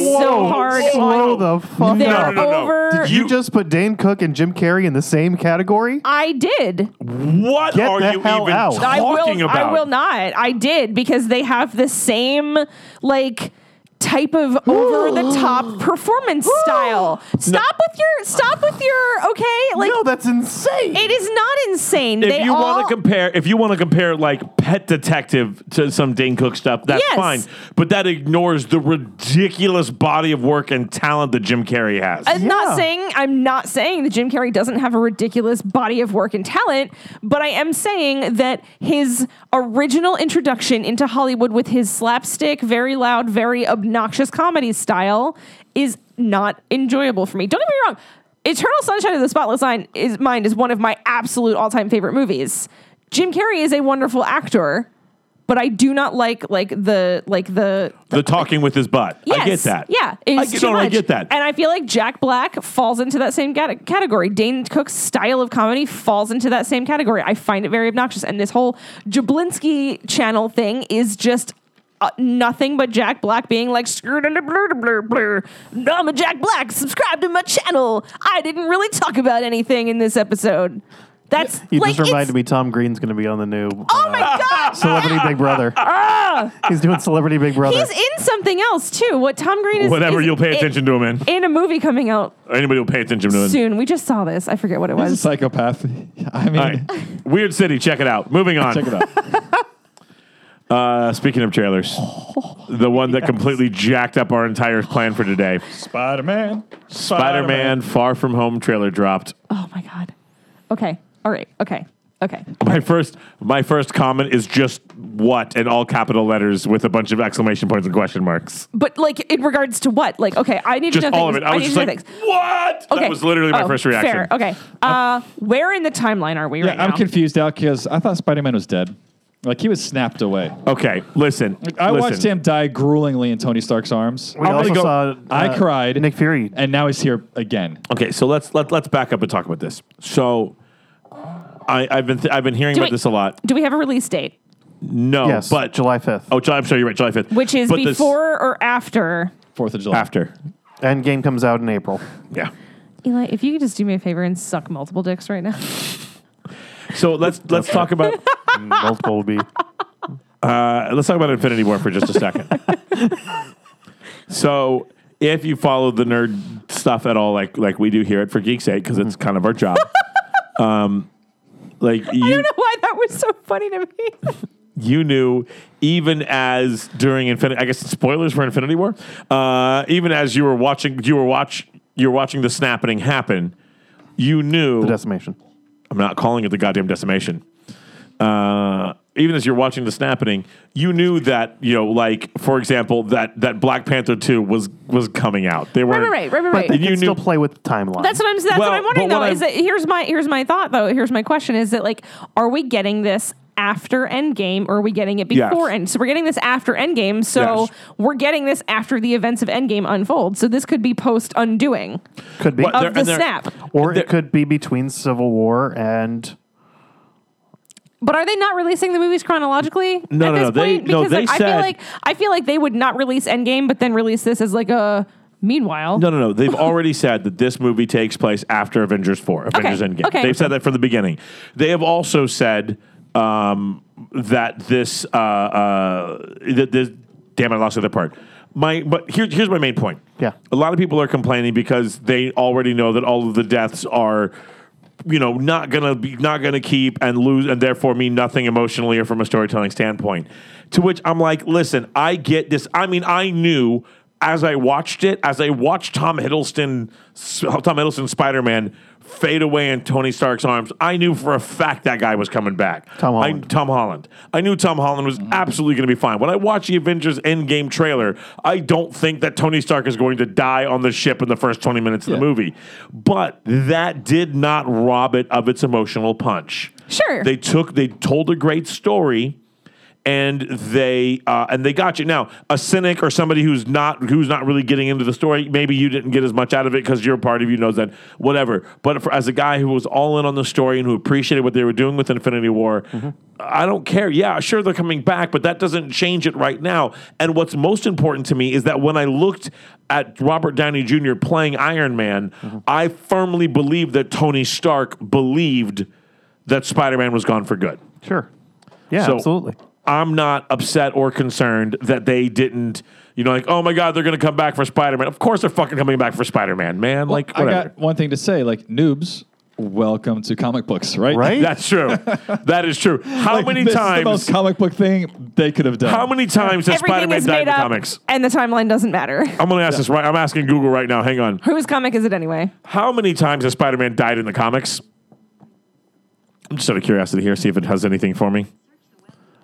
Speaker 4: so hard
Speaker 2: Slow
Speaker 4: on
Speaker 2: the fuck
Speaker 4: their
Speaker 1: No, no,
Speaker 2: up.
Speaker 1: no, no.
Speaker 4: over. <laughs>
Speaker 1: Did
Speaker 2: Did you just put Dane Cook and Jim Carrey in the same category?
Speaker 4: I did.
Speaker 1: What
Speaker 2: Get
Speaker 1: are
Speaker 2: the
Speaker 1: you
Speaker 2: hell
Speaker 1: even
Speaker 2: out.
Speaker 1: talking
Speaker 4: I will.
Speaker 1: about?
Speaker 4: I will not. I did because they have the same like type of over the top performance style. Stop with your. Stop with your. Okay, like
Speaker 2: no, that's insane.
Speaker 4: it is not insane.
Speaker 1: If
Speaker 4: they
Speaker 1: you
Speaker 4: all
Speaker 1: want to compare, if you want to compare like Pet Detective to some Dane Cook stuff, that's
Speaker 4: Yes.
Speaker 1: fine. But that ignores the ridiculous body of work and talent that Jim Carrey has.
Speaker 4: I'm
Speaker 2: Yeah.
Speaker 4: Uh, not saying I'm not saying that Jim Carrey doesn't have a ridiculous body of work and talent, but I am saying that his original introduction into Hollywood with his slapstick, very loud, very obnoxious comedy style is not enjoyable for me. Don't get me wrong, Eternal Sunshine of the Spotless Mind is Mind is one of my absolute all-time favorite movies. Jim Carrey is a wonderful actor, but I do not like like the like the
Speaker 1: the talking with his butt. I get that.
Speaker 4: yeah,
Speaker 1: I
Speaker 4: it's
Speaker 1: get,
Speaker 4: too
Speaker 1: no, no,
Speaker 4: much.
Speaker 1: I get that.
Speaker 4: And I feel like Jack Black falls into that same cate- category. Dane Cook's style of comedy falls into that same category. I find it very obnoxious. And this whole Jablinski channel thing is just uh, nothing but Jack Black being like, screwed under blur, blur, blur. I'm a Jack Black. Subscribe to my channel. I didn't really talk about anything in this episode. That's
Speaker 2: you
Speaker 4: like
Speaker 2: just reminded
Speaker 4: it's-
Speaker 2: me Tom Green's going to be on the new uh,
Speaker 1: <laughs>
Speaker 4: Oh my god! Ah!
Speaker 2: Celebrity Big
Speaker 4: <laughs>
Speaker 2: Brother. He's doing Celebrity Big Brother.
Speaker 4: He's in something else too. What Tom Green is
Speaker 1: Whatever
Speaker 4: is
Speaker 1: you'll pay
Speaker 4: in-
Speaker 1: attention to him in.
Speaker 4: in a movie coming out
Speaker 1: Anybody will pay attention to him.
Speaker 4: soon. We just saw this. I forget what it
Speaker 3: He's a
Speaker 4: was.
Speaker 3: psychopath. <laughs> I mean,
Speaker 1: All right. Weird City, check it out. Moving on.
Speaker 3: check it out.
Speaker 1: Uh, speaking of trailers, the one
Speaker 4: <laughs>
Speaker 1: that completely jacked up our entire plan for today
Speaker 3: Spider Man.
Speaker 1: Spider Man Far From Home trailer dropped.
Speaker 4: Oh my god. Okay. All right. Okay. Okay.
Speaker 1: My first, my first comment is just what in all capital letters with a bunch of exclamation points and question marks.
Speaker 4: But like in regards to what? Like okay, I need
Speaker 1: Just
Speaker 4: to know
Speaker 1: all of
Speaker 4: things.
Speaker 1: it. I was
Speaker 4: need
Speaker 1: just
Speaker 4: to know
Speaker 1: like,
Speaker 4: things.
Speaker 1: what?
Speaker 4: Okay.
Speaker 1: That was literally my
Speaker 4: Oh,
Speaker 1: first reaction.
Speaker 4: Fair. Okay. Uh, where in the timeline are we
Speaker 3: Yeah,
Speaker 4: right
Speaker 3: I'm
Speaker 4: now?
Speaker 3: confused out because I thought Spider Man was dead. Like he was snapped away.
Speaker 1: Okay, listen.
Speaker 3: I
Speaker 1: listen.
Speaker 3: watched him die gruelingly in Tony Stark's arms.
Speaker 2: we
Speaker 1: I'm
Speaker 2: also
Speaker 1: gonna go-
Speaker 2: saw.
Speaker 3: I
Speaker 2: uh,
Speaker 3: cried.
Speaker 2: Nick Fury.
Speaker 3: And now he's here again.
Speaker 1: Okay, so let's let let's back up and talk about this. So, I, I've been th- I've been hearing
Speaker 4: Do
Speaker 1: about
Speaker 4: we-
Speaker 1: this a lot.
Speaker 4: Do we have a release date?
Speaker 1: No,
Speaker 2: Yes,
Speaker 1: but
Speaker 2: July 5th.
Speaker 1: Oh, July, I'm sorry, you're right. July 5th.
Speaker 4: Which is
Speaker 1: But this-
Speaker 4: before or after?
Speaker 3: Fourth of July.
Speaker 1: after.
Speaker 2: Endgame comes out in
Speaker 4: <laughs>
Speaker 2: April.
Speaker 1: Yeah.
Speaker 4: Eli, if you could just do me a favor and suck multiple dicks right now. <laughs>
Speaker 1: So let's let's talk about
Speaker 2: Multiple will be.
Speaker 1: uh, let's talk about Infinity War for just a
Speaker 4: <laughs>
Speaker 1: second. so if you follow the nerd stuff at all, like like we do here at For Geek's Sake, because it's kind of our
Speaker 4: <laughs>
Speaker 1: job. um, like
Speaker 4: Mm-hmm. I
Speaker 1: you
Speaker 4: don't know why that was so funny to me.
Speaker 1: you knew even as during Infinity, I guess spoilers for Infinity War. Uh, even as you were watching, you were watch you were watching the snapping happen. You knew
Speaker 2: The decimation.
Speaker 1: I'm not calling it the goddamn decimation. Uh, even as you're watching the snapping, you knew that you know, like for example, that that Black Panther two was was coming out. They were
Speaker 4: right, right, right, right, right.
Speaker 2: But they
Speaker 1: You
Speaker 2: can still
Speaker 1: knew-
Speaker 2: play with the timeline.
Speaker 4: That's what I'm. That's
Speaker 1: Well,
Speaker 4: what I'm wondering
Speaker 1: but what
Speaker 4: though.
Speaker 1: I-
Speaker 4: is that here's my here's my thought though. Here's my question: Is that like are we getting this after Endgame or are we getting it
Speaker 1: Yes.
Speaker 4: before End? So we're getting this after Endgame. So
Speaker 1: Yes.
Speaker 4: we're getting this after the events of Endgame unfold. So this could be post undoing
Speaker 2: could be.
Speaker 1: What-
Speaker 4: of
Speaker 1: There-
Speaker 4: the
Speaker 1: and there-
Speaker 4: snap.
Speaker 2: or
Speaker 1: there-
Speaker 2: it could be between Civil War and.
Speaker 4: But are they not releasing the movies chronologically?
Speaker 1: No, no,
Speaker 4: at this
Speaker 1: no, they-
Speaker 4: point?
Speaker 1: no,
Speaker 4: Because
Speaker 1: they
Speaker 4: like, I
Speaker 1: said-
Speaker 4: feel like I feel like they would not release Endgame, but then release this as like a meanwhile.
Speaker 1: No, no, no. They've already said that this movie takes place after Avengers 4, Avengers Endgame.
Speaker 4: okay.
Speaker 1: They've said that from the beginning. They have also said um, that this, uh, uh, that this, damn, I lost the other part. My, but here, here's my main point.
Speaker 2: Yeah.
Speaker 1: A lot of people are complaining because they already know that all of the deaths are. You know, not gonna be, not gonna keep and lose, and therefore mean nothing emotionally or from a storytelling standpoint. To which I'm like, listen, I get this. I mean, I knew as I watched it, as I watched Tom Hiddleston, Tom Hiddleston Spider Man fade away in Tony Stark's arms, I knew for a fact that guy was coming back.
Speaker 2: Tom Holland.
Speaker 1: I, Tom Holland. I knew Tom Holland was absolutely going to be fine. When I watch the Avengers Endgame trailer, I don't think that Tony Stark is going to die on the ship in the first 20 minutes of
Speaker 3: Yeah.
Speaker 1: the movie. But that did not rob it of its emotional punch.
Speaker 4: Sure.
Speaker 1: They took, they told a great story and they uh, and they got you. Now, a cynic or somebody who's not who's not really getting into the story, maybe you didn't get as much out of it because your part of you knows that. Whatever. But for, as a guy who was all in on the story and who appreciated what they were doing with Infinity War, I don't care. Yeah, sure they're coming back, but that doesn't change it right now. And what's most important to me is that when I looked at Robert Downey Jr. playing Iron Man, I firmly believe that Tony Stark believed that Spider Man was gone for good.
Speaker 2: Sure. Yeah,
Speaker 1: So-
Speaker 2: absolutely.
Speaker 1: I'm not upset or concerned that they didn't, you know, like, oh my God, they're going to come back for Spider Man. Of course they're fucking coming back for Spider Man, man. like,
Speaker 3: I
Speaker 1: whatever.
Speaker 3: got one thing to say. Like noobs, welcome to comic books, right?
Speaker 2: Right?
Speaker 1: That's
Speaker 3: <laughs>
Speaker 1: true. that is true. How
Speaker 3: Like,
Speaker 1: many
Speaker 3: this Is the most
Speaker 1: times?
Speaker 3: comic book thing they could have done.
Speaker 1: How many times has
Speaker 4: Everything
Speaker 1: Spider Man
Speaker 4: is
Speaker 1: died
Speaker 4: made
Speaker 1: in the
Speaker 4: up,
Speaker 1: comics?
Speaker 4: and the timeline doesn't matter. <laughs>
Speaker 1: I'm going to ask this right. I'm asking Google right now. Hang on.
Speaker 4: Whose comic is it anyway?
Speaker 1: How many times has Spider Man died in the comics? I'm just out of curiosity here, see if it has anything for me.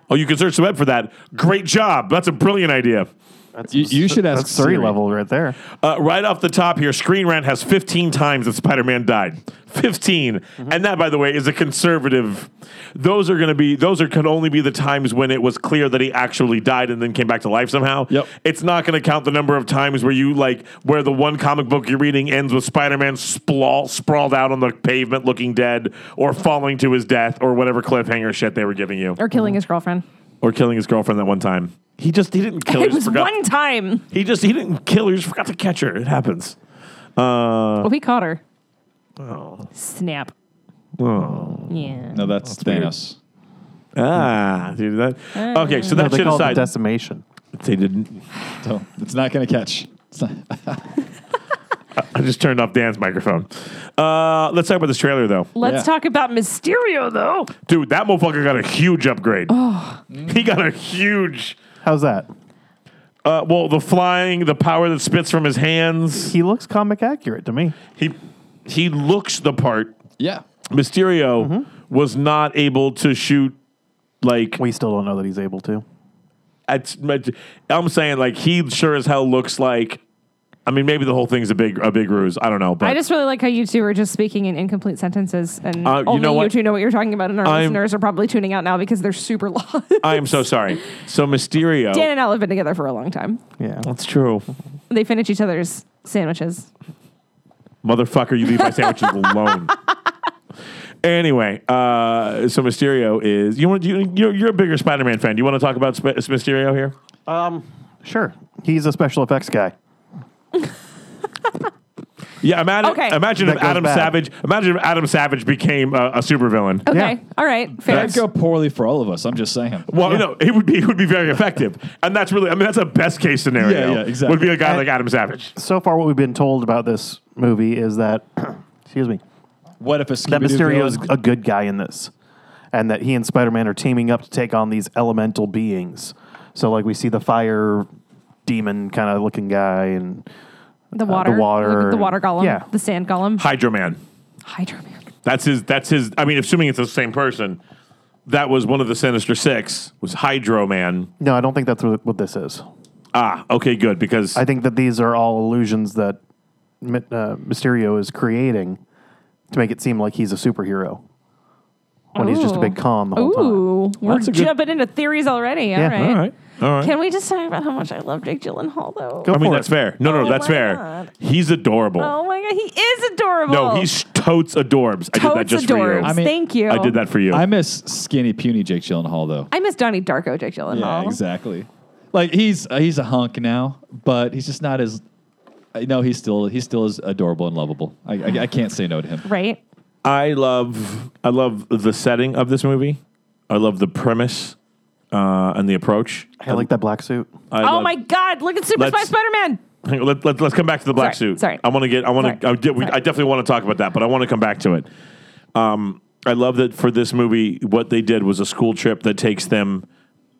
Speaker 1: Oh, you can search the web for that. Great job. That's a brilliant idea.
Speaker 2: That's,
Speaker 3: You- you should ask
Speaker 2: That's Surrey
Speaker 3: Siri.
Speaker 2: level right there.
Speaker 1: Uh, right off the top here, Screen Rant has 15 times that Spider Man died. 15.
Speaker 4: Mm-hmm.
Speaker 1: And that, by the way, is a conservative. Those are going to be, those are can only be the times when it was clear that he actually died and then came back to life somehow.
Speaker 3: Yep.
Speaker 1: It's not going to count the number of times where you, like, where the one comic book you're reading ends with Spider Man splawl, sprawled out on the pavement looking dead or falling to his death or whatever cliffhanger shit they were giving you
Speaker 4: Or killing his girlfriend?
Speaker 1: or killing his girlfriend that one time. He just, he didn't kill her.
Speaker 4: It
Speaker 1: he just
Speaker 4: was
Speaker 1: forgot-
Speaker 4: one time.
Speaker 1: He just, he didn't kill her. He just forgot to catch her. It happens.
Speaker 4: Well, Oh, he caught her. Snap.
Speaker 1: Oh.
Speaker 4: Yeah.
Speaker 3: No, that's, Thanos.
Speaker 1: Ah, dude, that. Okay, so that
Speaker 2: No, they
Speaker 1: shit
Speaker 2: call it the
Speaker 1: aside,
Speaker 2: decimation.
Speaker 1: they didn't.
Speaker 3: So it's not going to catch. It's not- <laughs>
Speaker 1: I just turned off Dan's microphone. Uh, let's talk about this trailer though,
Speaker 4: Let's
Speaker 3: Yeah.
Speaker 4: talk about Mysterio, though.
Speaker 1: dude. That motherfucker got a huge upgrade. He got a huge.
Speaker 2: How's that?
Speaker 1: Uh, well, the flying, the power that spits from his hands.
Speaker 2: He looks comic accurate to me.
Speaker 1: He he looks the part.
Speaker 3: yeah.
Speaker 1: Mysterio was not able to shoot like
Speaker 2: We still don't know that he's able to.
Speaker 1: at, but I'm saying like he sure as hell looks like. I mean, maybe the whole thing's a big a big ruse. I don't know, but
Speaker 4: I just really like how you two are just speaking in incomplete sentences, and
Speaker 1: Uh, you
Speaker 4: only
Speaker 1: know
Speaker 4: you
Speaker 1: what?
Speaker 4: two know what you're talking about, and our
Speaker 1: I'm-
Speaker 4: listeners are probably tuning out now because they're super <laughs> lost.
Speaker 1: I am so sorry. So Mysterio.
Speaker 4: Dan and I have been together for a long time.
Speaker 2: Yeah.
Speaker 1: That's true.
Speaker 4: They finish each other's sandwiches.
Speaker 1: Motherfucker, you leave my
Speaker 4: <laughs>
Speaker 1: sandwiches alone. Anyway, uh, so Mysterio is you want you you're, you're a bigger Spider-Man fan. Do you want to talk about Sp- Mysterio here?
Speaker 2: Sure. He's a special effects guy.
Speaker 1: Yeah, imagine
Speaker 4: Okay.
Speaker 1: imagine if
Speaker 2: That goes
Speaker 1: Adam
Speaker 2: bad.
Speaker 1: Savage imagine if Adam Savage became a, a supervillain.
Speaker 4: Okay,
Speaker 2: Yeah.
Speaker 4: all right, fair.
Speaker 3: That'd go poorly for all of us. I'm just saying.
Speaker 1: Well, no, he would be he would be very effective, and that's really I mean that's a best case scenario.
Speaker 3: Yeah, yeah, exactly.
Speaker 1: Would be a guy
Speaker 2: And-
Speaker 1: like Adam Savage.
Speaker 2: So far, what we've been told about this movie is that, <clears throat> excuse me,
Speaker 3: What if a
Speaker 2: that
Speaker 3: Scooby-Doo
Speaker 2: Mysterio is
Speaker 3: villain-
Speaker 2: a good guy in this, and that he and Spider Man are teaming up to take on these elemental beings. So, like, we see the fire demon kind of looking guy, and
Speaker 1: Uh,
Speaker 4: The water,
Speaker 2: water-
Speaker 4: the water golem,
Speaker 2: yeah.
Speaker 4: the sand golem,
Speaker 1: Hydro Man.
Speaker 4: Hydra Man.
Speaker 1: That's his. That's his. I mean, assuming it's the same person, that was one of the Sinister Six. Was Hydro Man?
Speaker 2: no, I don't think that's what, what this is.
Speaker 1: Ah, okay, good because
Speaker 2: I think that these are all illusions that Mi- uh, Mysterio is creating to make it seem like he's a superhero when he's just a
Speaker 4: Ooh.
Speaker 2: big con the whole time.
Speaker 4: Ooh, we're
Speaker 1: That's a good-
Speaker 4: jumping into theories already.
Speaker 2: Yeah.
Speaker 4: all right.
Speaker 1: All right. All right.
Speaker 4: Can we just talk about how much I love Jake Gyllenhaal though?
Speaker 2: Go
Speaker 1: I mean,
Speaker 2: for
Speaker 1: that's
Speaker 2: it.
Speaker 1: fair. No, no, no
Speaker 4: Oh
Speaker 1: that's
Speaker 4: my
Speaker 1: fair.
Speaker 4: God.
Speaker 1: He's adorable.
Speaker 4: Oh my god, he is adorable.
Speaker 1: No, he's totes adorbs. I did that
Speaker 4: totes
Speaker 1: just for you.
Speaker 4: adorbs.
Speaker 3: I mean,
Speaker 4: Thank you.
Speaker 1: I did that for you.
Speaker 3: I miss skinny, puny Jake Gyllenhaal, though.
Speaker 4: I miss Donnie Darko, Jake Gyllenhaal.
Speaker 3: Yeah, exactly. Like he's uh, he's a hunk now, but he's just not as. I know he's still he's still as adorable and lovable. I, I, I can't say no to him.
Speaker 4: Right?
Speaker 1: I love I love the setting of this movie. I love the premise uh, and the approach.
Speaker 2: I like that black suit.
Speaker 1: I
Speaker 4: oh
Speaker 1: love-
Speaker 4: my god, look at Super Spy
Speaker 1: Let's-
Speaker 4: Spider Man.
Speaker 1: Hang on, Let, let, us come back to the black
Speaker 4: Sorry,
Speaker 1: suit.
Speaker 4: sorry.
Speaker 1: I want to get. I want to. I,
Speaker 4: Sorry,
Speaker 1: did- we-
Speaker 4: sorry.
Speaker 1: I definitely want to talk about that, but I want to come back to it. Um, I love that for this movie, what they did was a school trip that takes them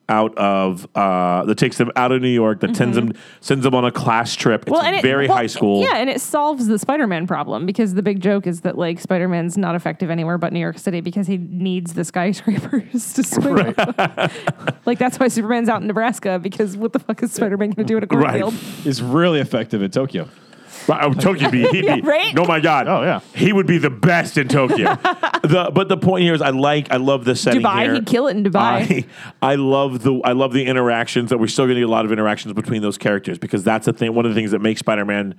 Speaker 1: out of uh, that takes them out of New York, that sends them sends them on a class trip. It's
Speaker 4: and it-
Speaker 1: very
Speaker 4: Mm-hmm. well,
Speaker 1: high school.
Speaker 4: Yeah, and it solves the Spider Man problem because the big joke is that like Spider Man's not effective anywhere but New York City because he needs the skyscrapers <laughs> to swing. <laughs> like that's why Superman's out in Nebraska because what the fuck is Spider Man gonna do in a
Speaker 1: <laughs> Right.
Speaker 4: cornfield?
Speaker 3: He's really effective in Tokyo.
Speaker 1: Right, oh, Tokyo Bee,
Speaker 4: <laughs>
Speaker 1: he'd be
Speaker 4: right?
Speaker 1: no, my God.
Speaker 2: Oh, yeah.
Speaker 1: he would be the best in Tokyo.
Speaker 4: <laughs>
Speaker 1: the, but the point here is, I like, I love this setting
Speaker 4: Dubai,
Speaker 1: here.
Speaker 4: he'd kill it in Dubai.
Speaker 1: I, I love the, I love the interactions that we're still going to get a lot of interactions between those characters because that's the thing. One of the things that makes Spider-Man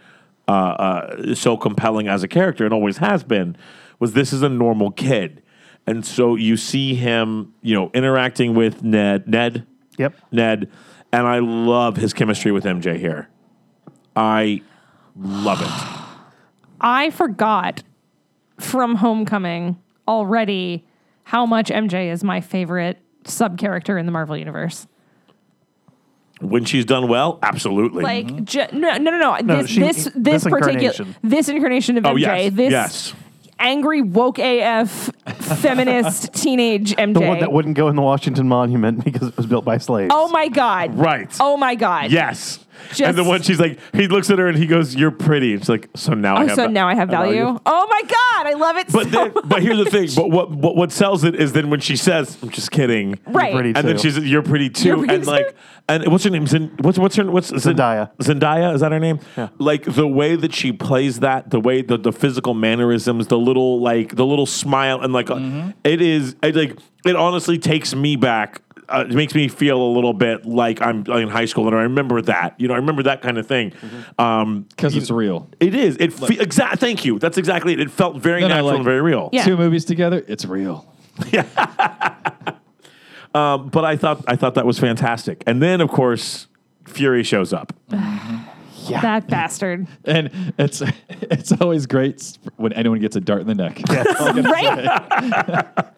Speaker 1: uh, uh, so compelling as a character and always has been was this is a normal kid, and so you see him, you know, interacting with Ned. Ned.
Speaker 2: Yep.
Speaker 1: Ned, and I love his chemistry with MJ here. I love it.
Speaker 4: I forgot from Homecoming already how much MJ is my favorite sub character in the Marvel universe.
Speaker 1: When she's done well, absolutely.
Speaker 4: Like, ju- no, no, no, no. This,
Speaker 2: she-
Speaker 4: this, this,
Speaker 2: this
Speaker 4: particular,
Speaker 2: incarnation.
Speaker 4: this incarnation of MJ,
Speaker 1: oh yes,
Speaker 4: this
Speaker 1: yes.
Speaker 4: angry woke AF feminist teenage MJ.
Speaker 2: The one that wouldn't go in the Washington Monument <laughs> because it was built by slaves.
Speaker 4: oh my god!
Speaker 1: Right.
Speaker 4: Oh my god!
Speaker 1: Yes.
Speaker 4: Just-
Speaker 1: and the one she's like, he looks at her and he goes, "You're pretty." And she's like, "So now I
Speaker 4: Oh,
Speaker 1: have."
Speaker 4: so
Speaker 1: va-
Speaker 4: now I have value. Oh my god! I love it.
Speaker 1: But
Speaker 4: so
Speaker 1: then, but here's the
Speaker 4: <laughs>
Speaker 1: thing. But what, what what sells it is then when she says, "I'm just kidding,"
Speaker 4: right.
Speaker 2: pretty
Speaker 1: and then
Speaker 2: too.
Speaker 1: she's you're pretty too,
Speaker 4: <laughs> You're pretty
Speaker 1: and
Speaker 4: too.
Speaker 1: like, and what's her name? Zin, what's what's her what's Zin-
Speaker 2: Zendaya.
Speaker 1: Zendaya is that her name? Like the way that she plays that, the way the the physical mannerisms, the little like the little smile, and like uh,
Speaker 4: Mm-hmm.
Speaker 1: it is it, like it honestly takes me back. Uh, it makes me feel a little bit like I'm like in high school, and I remember that. You know, I remember that kind of thing.
Speaker 4: Mm-hmm.
Speaker 1: Um,
Speaker 3: because it's real.
Speaker 1: it is. It fe- exact. Thank you. That's exactly it. It felt very
Speaker 3: Then I
Speaker 1: natural
Speaker 3: like-
Speaker 1: and very real.
Speaker 4: Yeah.
Speaker 3: Two movies together, it's real.
Speaker 1: Um, but I thought I thought that was fantastic. And then of course Fury shows up.
Speaker 4: that bastard.
Speaker 3: And it's <laughs> it's always great when anyone gets a dart in the neck.
Speaker 4: right?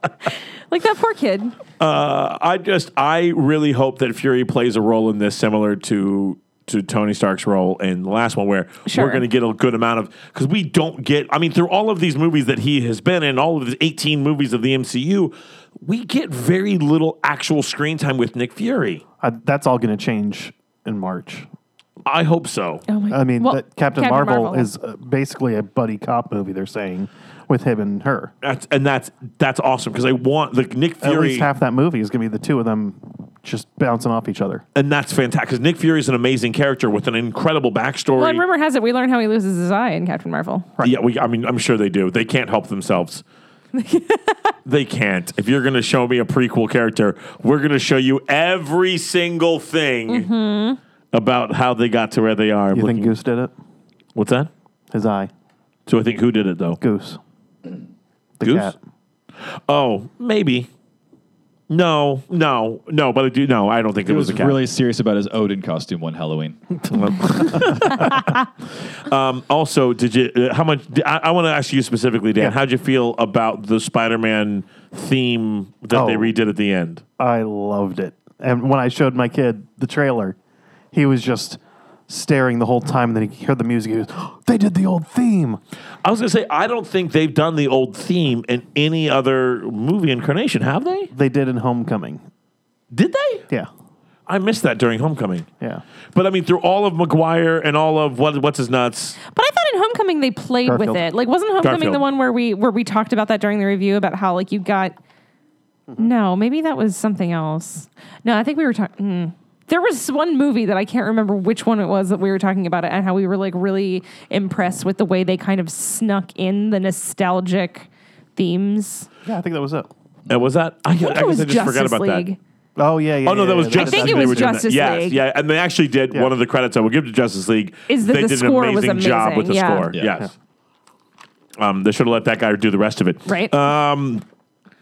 Speaker 4: <laughs> like that poor kid.
Speaker 1: Uh, I just I really hope that Fury plays a role in this similar to to Tony Stark's role in the last one, where
Speaker 4: Sure.
Speaker 1: we're going to get a good amount of because we don't get. I mean, through all of these movies that he has been in, all of the eighteen movies of the MCU, we get very little actual screen time with Nick Fury.
Speaker 2: I, that's all going to change in March.
Speaker 1: I hope so.
Speaker 4: Oh my.
Speaker 2: I mean,
Speaker 4: Well,
Speaker 2: that Captain, Marvel, is uh, basically a buddy cop movie. They're saying with him and her.
Speaker 1: That's, and that's that's awesome because I want the Nick
Speaker 2: At
Speaker 1: Fury.
Speaker 2: least half that movie is going to be the two of them just bouncing off each other.
Speaker 1: and that's fantastic because Nick Fury is an amazing character with an incredible backstory.
Speaker 4: Well, and rumor has it we learn how he loses his eye in Captain Marvel.
Speaker 1: Yeah, we, I mean, I'm sure they do. They can't help themselves. they can't. If you're going to show me a prequel character, we're going to show you every single thing about how they got to where they are.
Speaker 2: You think
Speaker 1: Looking-
Speaker 2: Goose did it?
Speaker 1: What's that?
Speaker 2: His eye,
Speaker 1: So I think who did it though?
Speaker 2: Goose. The
Speaker 1: Goose?
Speaker 2: cat.
Speaker 1: Oh, maybe. No, no, no. But I do. No, I don't think it,
Speaker 3: He
Speaker 1: was,
Speaker 3: was
Speaker 1: a cat.
Speaker 3: really serious about his Odin costume one Halloween.
Speaker 1: um, also, did you? Uh, how much? I, I want to ask you specifically, Dan.
Speaker 2: Yeah.
Speaker 1: How'd you feel about the Spider-Man theme that they
Speaker 2: Oh.
Speaker 1: redid at the end?
Speaker 2: I loved it. And when I showed my kid the trailer, he was just staring the whole time. And then he heard the music. He was, <gasps> they did the old theme.
Speaker 1: I was gonna say I don't think they've done the old theme in any other movie incarnation, have they?
Speaker 2: They did in Homecoming.
Speaker 1: Did they?
Speaker 2: Yeah.
Speaker 1: I missed that during Homecoming.
Speaker 2: Yeah.
Speaker 1: But I mean, through all of Maguire and all of what what's his nuts,
Speaker 4: But I thought in Homecoming they played with
Speaker 2: Garfield.
Speaker 4: it. Like wasn't Homecoming
Speaker 1: Garfield.
Speaker 4: the one where we where we talked about that during the review about how like you got No, maybe that was something else. No, I think we were talking There was one movie that I can't remember which one it was that we were talking about it and how we were like really impressed with the way they kind of snuck in the nostalgic themes.
Speaker 2: Yeah, I think that was it.
Speaker 1: and uh, was that? I,
Speaker 4: I think it was Justice League.
Speaker 2: Oh, yeah, yeah.
Speaker 1: Oh no, that was
Speaker 2: yeah, yeah,
Speaker 1: Justice
Speaker 4: think
Speaker 1: League.
Speaker 4: it was
Speaker 1: they were doing that.
Speaker 4: Justice
Speaker 1: yes,
Speaker 4: League.
Speaker 1: yeah, and they actually did
Speaker 2: Yeah.
Speaker 1: one of the credits I will give to Justice League.
Speaker 4: Is that
Speaker 1: they
Speaker 4: the
Speaker 1: did
Speaker 4: score
Speaker 1: an
Speaker 4: was
Speaker 1: amazing, job with the
Speaker 4: amazing, yeah.
Speaker 1: score?
Speaker 3: Yeah.
Speaker 1: Yes. Um, they should have let that guy do the rest of it.
Speaker 4: Right?
Speaker 1: Um,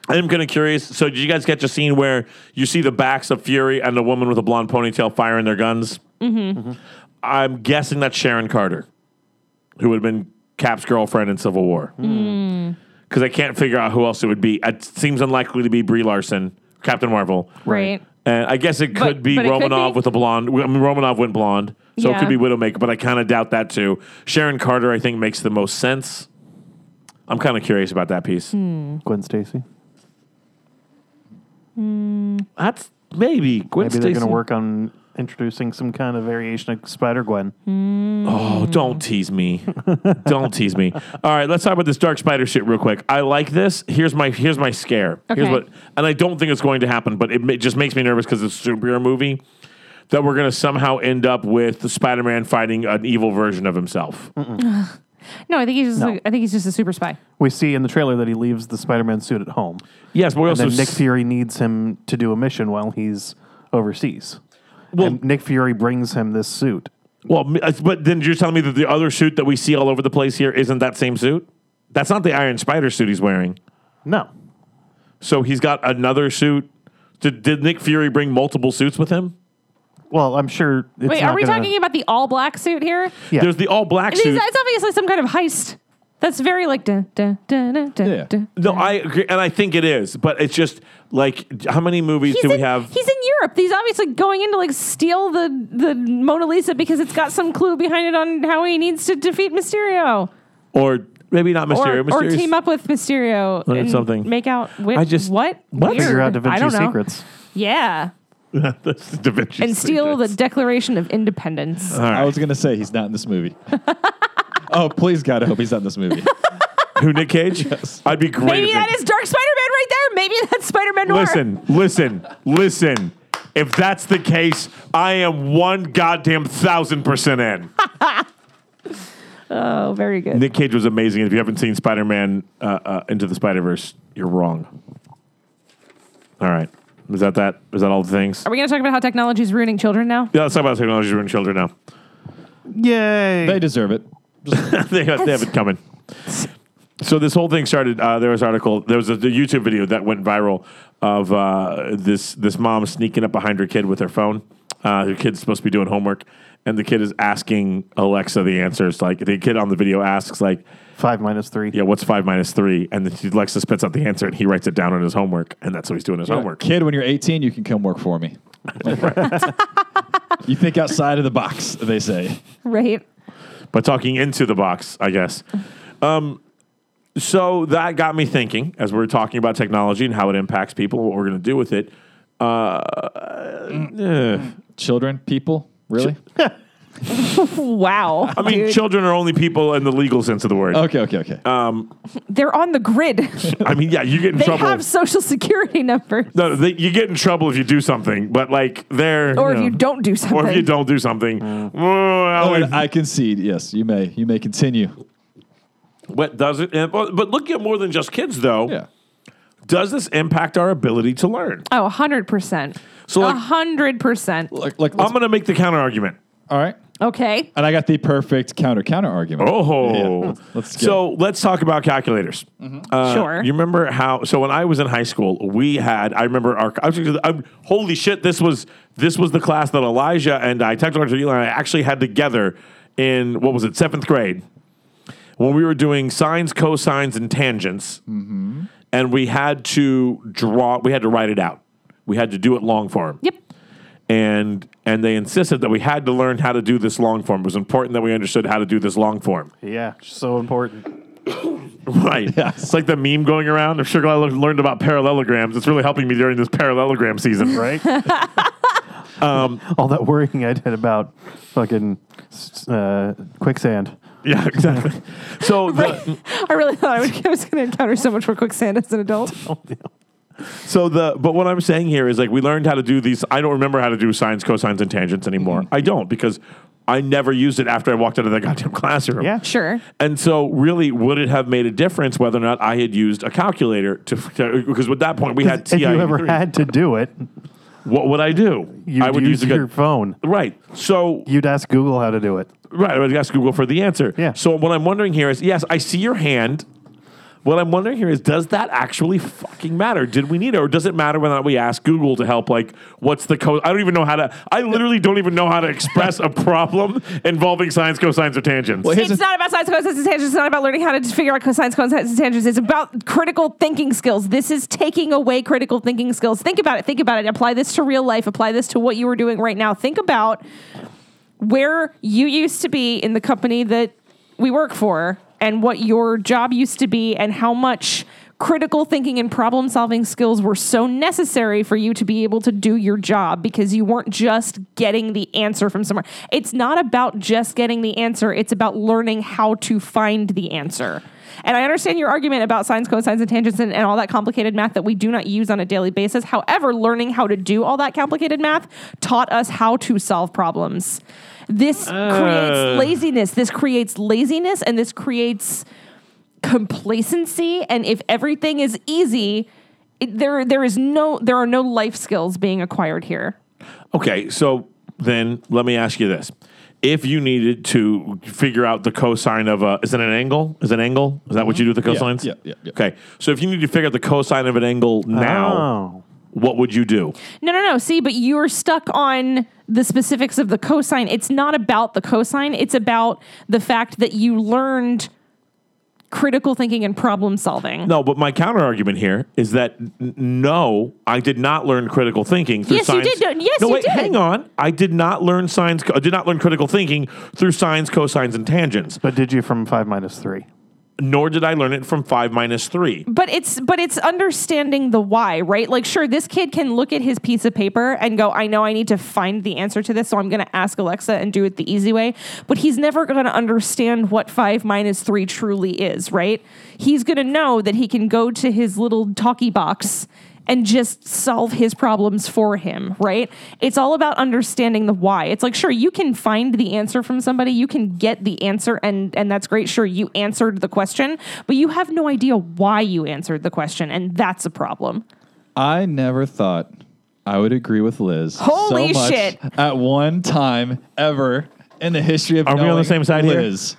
Speaker 1: I'm kind of curious. So, did you guys catch a scene where you see the backs of Fury and the woman with a blonde ponytail firing their guns? Mm-hmm. I'm guessing that's Sharon Carter, who would have been Cap's girlfriend in Civil War.
Speaker 4: Mm.
Speaker 1: Because I can't figure out who else it would be. It seems unlikely to be Brie Larson, Captain Marvel.
Speaker 4: right.
Speaker 1: And I guess it could be
Speaker 4: but it could
Speaker 1: Romanov
Speaker 4: be.
Speaker 1: with a blonde. I mean, Romanov went blonde, so it
Speaker 4: Yeah.
Speaker 1: could be Widowmaker, but I kind of doubt that too. Sharon Carter, I think, makes the most sense. I'm kind of curious about that piece.
Speaker 4: Hmm.
Speaker 2: Gwen Stacy.
Speaker 1: That's maybe Gwen
Speaker 2: Maybe they're going to
Speaker 1: Stacy.
Speaker 2: work on introducing some kind of variation of Spider Gwen.
Speaker 4: Hmm.
Speaker 1: Oh, don't tease me. <laughs> don't tease me. All right, let's talk about this dark spider shit real quick. I like this. Here's my here's my scare. Here's
Speaker 4: Okay.
Speaker 1: what and I don't think it's going to happen, but it ma- just makes me nervous cuz it's a superhero movie. that we're going to somehow end up with Spider-Man fighting an evil version of himself.
Speaker 4: No, I think he's just.
Speaker 2: No.
Speaker 4: like- I think he's just a super spy.
Speaker 2: We see in the trailer that he leaves the Spider-Man suit at home.
Speaker 1: Yes, but we
Speaker 2: And
Speaker 1: also
Speaker 2: then Nick
Speaker 1: Oh, s-
Speaker 2: Fury needs him to do a mission while he's overseas.
Speaker 1: Well-
Speaker 2: and Nick Fury brings him this suit.
Speaker 1: well, m- uh, but then you're telling me that the other suit that we see all over the place here isn't that same suit? That's not the Iron Spider suit he's wearing.
Speaker 2: No.
Speaker 1: So he's got another suit. Did, did Nick Fury bring multiple suits with him?
Speaker 2: Well, I'm sure. It's
Speaker 4: Wait,
Speaker 2: not
Speaker 4: are we
Speaker 2: gonna-
Speaker 4: talking about the all black suit here?
Speaker 2: Yeah.
Speaker 1: There's the all black
Speaker 4: It is-
Speaker 1: suit.
Speaker 4: It's obviously some kind of heist. That's very like. Dun, dun, dun, dun, dun,
Speaker 3: Yeah.
Speaker 4: dun.
Speaker 1: No, I agree, and I think it is, but it's just like how many movies
Speaker 4: He's
Speaker 1: do
Speaker 4: in,
Speaker 1: we have?
Speaker 4: he's in Europe. He's obviously going in to like steal the the Mona Lisa because it's got some clue behind it on how he needs to defeat Mysterio
Speaker 1: Or maybe not
Speaker 4: or,
Speaker 1: Mysterio.
Speaker 4: or
Speaker 1: Mysterious-
Speaker 4: team up with Mysterio
Speaker 1: Or
Speaker 4: and
Speaker 1: something.
Speaker 4: Make out. With,
Speaker 1: I just-
Speaker 4: what?
Speaker 1: What?
Speaker 4: Weird.
Speaker 2: Figure out Da
Speaker 4: I don't
Speaker 2: Vinci's
Speaker 4: know.
Speaker 2: secrets.
Speaker 4: Yeah,
Speaker 1: That's the <laughs> Da Vinci
Speaker 4: and steal the
Speaker 1: Secrets. Uh,
Speaker 4: Declaration of Independence.
Speaker 1: All
Speaker 3: I
Speaker 1: right.
Speaker 3: was gonna say he's not in this movie. <laughs> oh, please God, I hope he's not in this movie.
Speaker 1: Who Nick
Speaker 4: <laughs>
Speaker 1: Cage? I'd be great.
Speaker 4: Maybe
Speaker 1: if
Speaker 4: that
Speaker 1: Nick-
Speaker 4: is Dark Spider-Man right there. Maybe that's Spider-Man Noir.
Speaker 1: Listen, listen, listen. If that's the case, I am one goddamn thousand percent in.
Speaker 4: Oh, very good.
Speaker 1: Nick Cage was amazing. If you haven't seen Spider Man uh, uh, Into the Spider Verse, you're wrong. All right. Is that that? Is that all the things?
Speaker 4: Are we going to talk about how technology is ruining children now? <laughs>
Speaker 1: Yeah, let's talk about technology ruining children now. <laughs>
Speaker 2: Yay!
Speaker 3: they deserve it.
Speaker 1: they, they have it coming. So this whole thing started. Uh, there was an article. There was a, the YouTube video that went viral of uh, this this mom sneaking up behind her kid with her phone. Uh, her kid's supposed to be doing homework, and the kid is asking Alexa the answers. Like the kid on the video asks, like,
Speaker 2: Five minus three.
Speaker 1: "Yeah, what's five minus three? And the Alexa spits out the answer, and he writes it down on his homework, and that's how he's doing his homework.
Speaker 3: Kid, when you're 18, you can come work for me. you think outside of the box, they say.
Speaker 4: Right.
Speaker 1: but talking into the box, I guess. Um, so that got me thinking as we are talking about technology and how it impacts people, what we're going to do with it. Uh,
Speaker 3: Children, people, really?
Speaker 4: Wow.
Speaker 1: I mean, children are only people in the legal sense of the word.
Speaker 3: Okay, okay, okay.
Speaker 1: Uh,
Speaker 4: They're on the grid.
Speaker 1: I mean, yeah, you get in
Speaker 4: <laughs> they
Speaker 1: trouble.
Speaker 4: have social security numbers.
Speaker 1: no, they, you get in trouble if you do something, but like they're
Speaker 4: Or if
Speaker 1: know,
Speaker 4: you don't do something. Mm.
Speaker 1: or if you don't do something.
Speaker 3: Oh,
Speaker 1: Well,
Speaker 3: and I concede. Yes, you may. You may continue.
Speaker 1: what does it? But but look at more than just kids, though.
Speaker 3: Yeah.
Speaker 1: Does this impact our ability to learn?
Speaker 4: Oh, 100%.
Speaker 1: So like,
Speaker 4: Ah. 100%.
Speaker 3: Like, like
Speaker 1: I'm going to make the counter argument.
Speaker 3: all right.
Speaker 4: Okay.
Speaker 3: And I got the perfect counter counter argument.
Speaker 1: Oh, <laughs>
Speaker 3: Yeah. Let's Mm-hmm. get
Speaker 1: so let's talk about calculators. Uh,
Speaker 4: Sure.
Speaker 1: You remember how? So when I was in high school, we had. I remember our. I was, I'm, holy shit! This was this was the class that Elijah and I, technical director Eli, and I actually had together in what was it seventh grade when we were doing sines, cosines, and tangents,
Speaker 3: Mm-hmm.
Speaker 1: and we had to draw. We had to write it out. We had to do it long form
Speaker 4: Yep.
Speaker 1: and and they insisted that we had to learn how to do this long form. It was important that we understood how to do this long form. <laughs>
Speaker 2: Yeah, so important.
Speaker 1: Right. It's like the meme going around. I'm sure glad I le- learned about parallelograms. It's really helping me during this parallelogram
Speaker 2: <laughs>
Speaker 1: season,
Speaker 4: <laughs>
Speaker 1: right? Um,
Speaker 2: All that worrying I did about fucking s- uh, quicksand.
Speaker 1: yeah, exactly.
Speaker 2: <laughs>
Speaker 1: So the,
Speaker 4: I really thought I, would, <laughs> I was going to encounter so much more quicksand as
Speaker 1: <laughs>
Speaker 4: an adult.
Speaker 1: so the but what I'm saying here is like we learned how to do these. I don't remember how to do sines, cosines, and tangents anymore.
Speaker 2: Mm-hmm.
Speaker 1: I don't because I never used it after I walked out of that goddamn classroom.
Speaker 2: Yeah.
Speaker 4: Sure.
Speaker 1: And so, really, would it have made a difference whether or not I had used a calculator to? Because at that point, we had E TI.
Speaker 2: If you ever had to do it,
Speaker 1: what would I do?
Speaker 2: you'd
Speaker 1: I would
Speaker 2: use
Speaker 1: use a
Speaker 2: your
Speaker 1: good
Speaker 2: phone.
Speaker 1: right. So
Speaker 2: You'd ask Google how to do it.
Speaker 1: right, I would ask Google for the answer.
Speaker 2: Yeah.
Speaker 1: So what I'm wondering here is, yes, I see your hand. What I'm wondering here is, does that actually fucking matter? Did we need it, or does it matter whether or not we ask Google to help? Like, what's the code? I don't even know how to. I literally don't even know how to express a problem involving sines, cosines, or tangents.
Speaker 3: Well, here's
Speaker 4: It's
Speaker 3: the-
Speaker 4: not about science, cosines, and tangents. It's not about learning how to figure out cosines, cosines, and tangents. It's about critical thinking skills. This is taking away critical thinking skills. Think about it. Think about it. Apply this to real life. Apply this to what you were doing right now. Think about where you used to be in the company that we work for and what your job used to be and how much critical thinking and problem solving skills were so necessary for you to be able to do your job because you weren't just getting the answer from somewhere. It's not about just getting the answer, it's about learning how to find the answer. And I understand your argument about sines, cosines, and tangents and, and all that complicated math that we do not use on a daily basis. However, learning how to do all that complicated math taught us how to solve problems. This creates laziness. This creates laziness and this creates complacency and if everything is easy it, there there is no there are no life skills being acquired here
Speaker 1: Okay, so then let me ask you this. If you needed to figure out the cosine of a, is it an angle? Is it an angle? Is that what you do with the
Speaker 3: Mm-hmm. Yeah,
Speaker 1: cosines?
Speaker 3: yeah, yeah, yeah.
Speaker 1: Okay, so if you need to figure out the cosine of an angle
Speaker 3: Ah.
Speaker 1: now,
Speaker 2: Oh.
Speaker 1: what would you do?
Speaker 4: no no no see but you're stuck on the specifics of the cosine it's not about the cosine it's about the fact that you learned critical thinking and problem solving
Speaker 1: No, but my counter argument here is that n- no, I did not learn critical thinking through
Speaker 4: Yes, you
Speaker 1: science.
Speaker 4: did. No, yes,
Speaker 1: no,
Speaker 4: you
Speaker 1: wait,
Speaker 4: did.
Speaker 1: hang on. I did not learn science. I did not learn critical thinking through sines, cosines, and tangents.
Speaker 2: But did you from five minus three?
Speaker 1: Nor did I learn it from five minus three.
Speaker 4: but it's but it's understanding the why right like sure this kid can look at his piece of paper and go i know i need to find the answer to this so i'm going to ask alexa and do it the easy way but he's never going to understand what 5 minus 3 truly is right he's going to know that he can go to his little talkie box and just solve his problems for him, right? It's all about understanding the why. It's like, sure, you can find the answer from somebody, you can get the answer, and and that's great. Sure, you answered the question, but you have no idea why you answered the question, and that's a problem.
Speaker 3: I never thought I would agree with Liz. so
Speaker 4: Holy
Speaker 3: much
Speaker 4: shit.
Speaker 3: At one time ever in the history of
Speaker 1: Are we on the
Speaker 3: knowing
Speaker 1: same side here?
Speaker 3: Liz.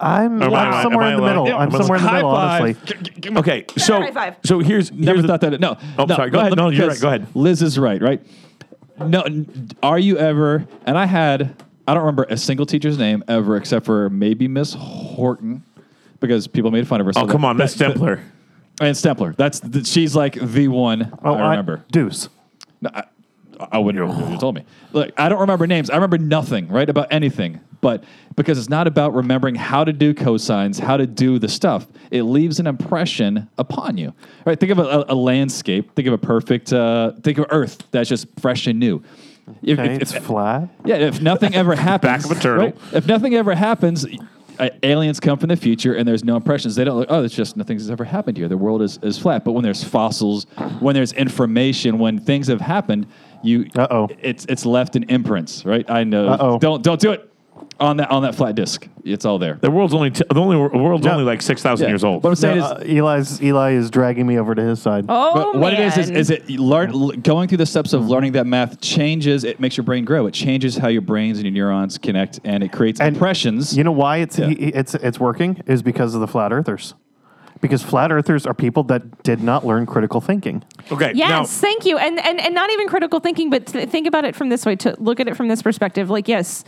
Speaker 2: I'm,
Speaker 1: Am I-
Speaker 2: I'm somewhere
Speaker 1: am I
Speaker 2: in the
Speaker 1: allowed-
Speaker 2: middle.
Speaker 1: Yeah,
Speaker 2: I'm
Speaker 1: am I
Speaker 2: somewhere in the
Speaker 1: allowed-
Speaker 2: middle,
Speaker 3: High five.
Speaker 2: honestly.
Speaker 1: Okay, so
Speaker 4: high five.
Speaker 1: so here's,
Speaker 3: Never
Speaker 1: here's the-
Speaker 3: thought that. No.
Speaker 1: Oh,
Speaker 3: no,
Speaker 1: sorry, go
Speaker 3: let
Speaker 1: ahead.
Speaker 3: me-
Speaker 1: No, you're right,
Speaker 3: because
Speaker 1: go ahead.
Speaker 3: Liz is right, right? No. n- Are you ever, and I had, I don't remember a single teacher's name ever except for maybe Miss Horton because people made fun of her.
Speaker 1: Oh, come on, Miss Stempler.
Speaker 3: And Stempler. That's, th- she's like the one
Speaker 2: Oh,
Speaker 3: I remember.
Speaker 2: Deuce.
Speaker 3: I wouldn't have you told me. Look, I don't remember names. I remember nothing, right, about anything. But because it's not about remembering how to do cosines, how to do the stuff, it leaves an impression upon you, right? Think of a, a, a landscape. Think of a perfect. Uh, think of Earth that's just fresh and new. If,
Speaker 2: Okay,
Speaker 3: if-
Speaker 2: it's
Speaker 3: if-
Speaker 2: flat.
Speaker 3: yeah, if
Speaker 2: <laughs>
Speaker 3: nothing ever happens,
Speaker 1: of a turtle.
Speaker 3: If nothing ever happens, uh, aliens come from the future and there's no impressions. They don't look. Oh, it's just nothing's ever happened here. The world is, is flat. But when there's fossils, when there's information, when things have happened, you
Speaker 2: Uh-oh.
Speaker 3: it's it's left in imprints, right? I know.
Speaker 2: Uh-oh.
Speaker 3: Don't don't do it on that on that flat disc. It's all there.
Speaker 1: The world's only t- the only the world's
Speaker 2: Yeah.
Speaker 1: only like six thousand
Speaker 3: Yeah.
Speaker 1: years old.
Speaker 3: What I'm saying
Speaker 2: No,
Speaker 3: is.
Speaker 2: uh, Eli's Eli is dragging me over to his side.
Speaker 4: Oh,
Speaker 3: But what it is is,
Speaker 4: man.
Speaker 3: is it you learn l- going through the steps of learning that math changes. It makes your brain grow. It changes how your brains and your neurons connect, and it creates
Speaker 2: And
Speaker 3: impressions.
Speaker 2: You know why it's
Speaker 3: Yeah.
Speaker 2: he, it's it's working is because of the flat earthers. Because flat earthers are people that did not learn critical thinking.
Speaker 1: okay,
Speaker 4: Yes,
Speaker 1: now
Speaker 4: thank you. And, and and not even critical thinking, but th- think about it from this way. To look at it from this perspective, like yes,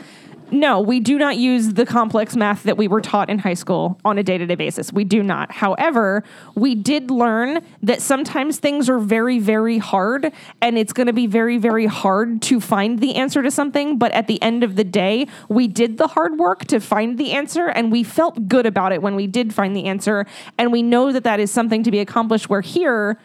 Speaker 4: no, we do not use the complex math that we were taught in high school on a day to day basis. We do not. However, we did learn that sometimes things are very very hard, and it's going to be very very hard to find the answer to something. But at the end of the day, we did the hard work to find the answer, and we felt good about it when we did find the answer, and we know that that is something to be accomplished. Where here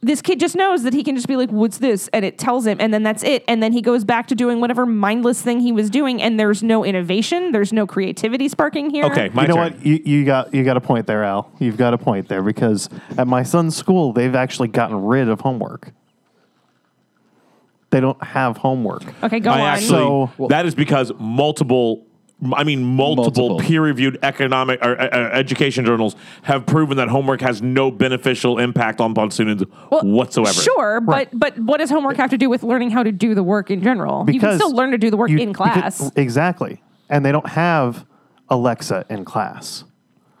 Speaker 4: this kid just knows that he can just be like, "What's this?" and it tells him, and then that's it. And then he goes back to doing whatever mindless thing he was doing, and there's no innovation, there's no creativity sparking here.
Speaker 1: okay, my
Speaker 2: you know
Speaker 1: turn.
Speaker 2: what? You, you got you got a point there, Al. You've got a point there because at my son's school they've actually gotten rid of homework. They don't have homework.
Speaker 4: okay, go
Speaker 1: I
Speaker 4: on.
Speaker 1: actually
Speaker 2: So-
Speaker 1: that is because multiple. I mean, multiple,
Speaker 3: Multiple.
Speaker 1: peer-reviewed economic or uh, uh, education journals have proven that homework has no beneficial impact on upon students
Speaker 4: Well,
Speaker 1: whatsoever.
Speaker 4: Sure,
Speaker 2: Right.
Speaker 4: but but what does homework have to do with learning how to do the work in general? you can
Speaker 2: Because
Speaker 4: still learn to do the work
Speaker 2: you-
Speaker 4: in
Speaker 2: because-
Speaker 4: class.
Speaker 2: exactly. And they don't have Alexa in class.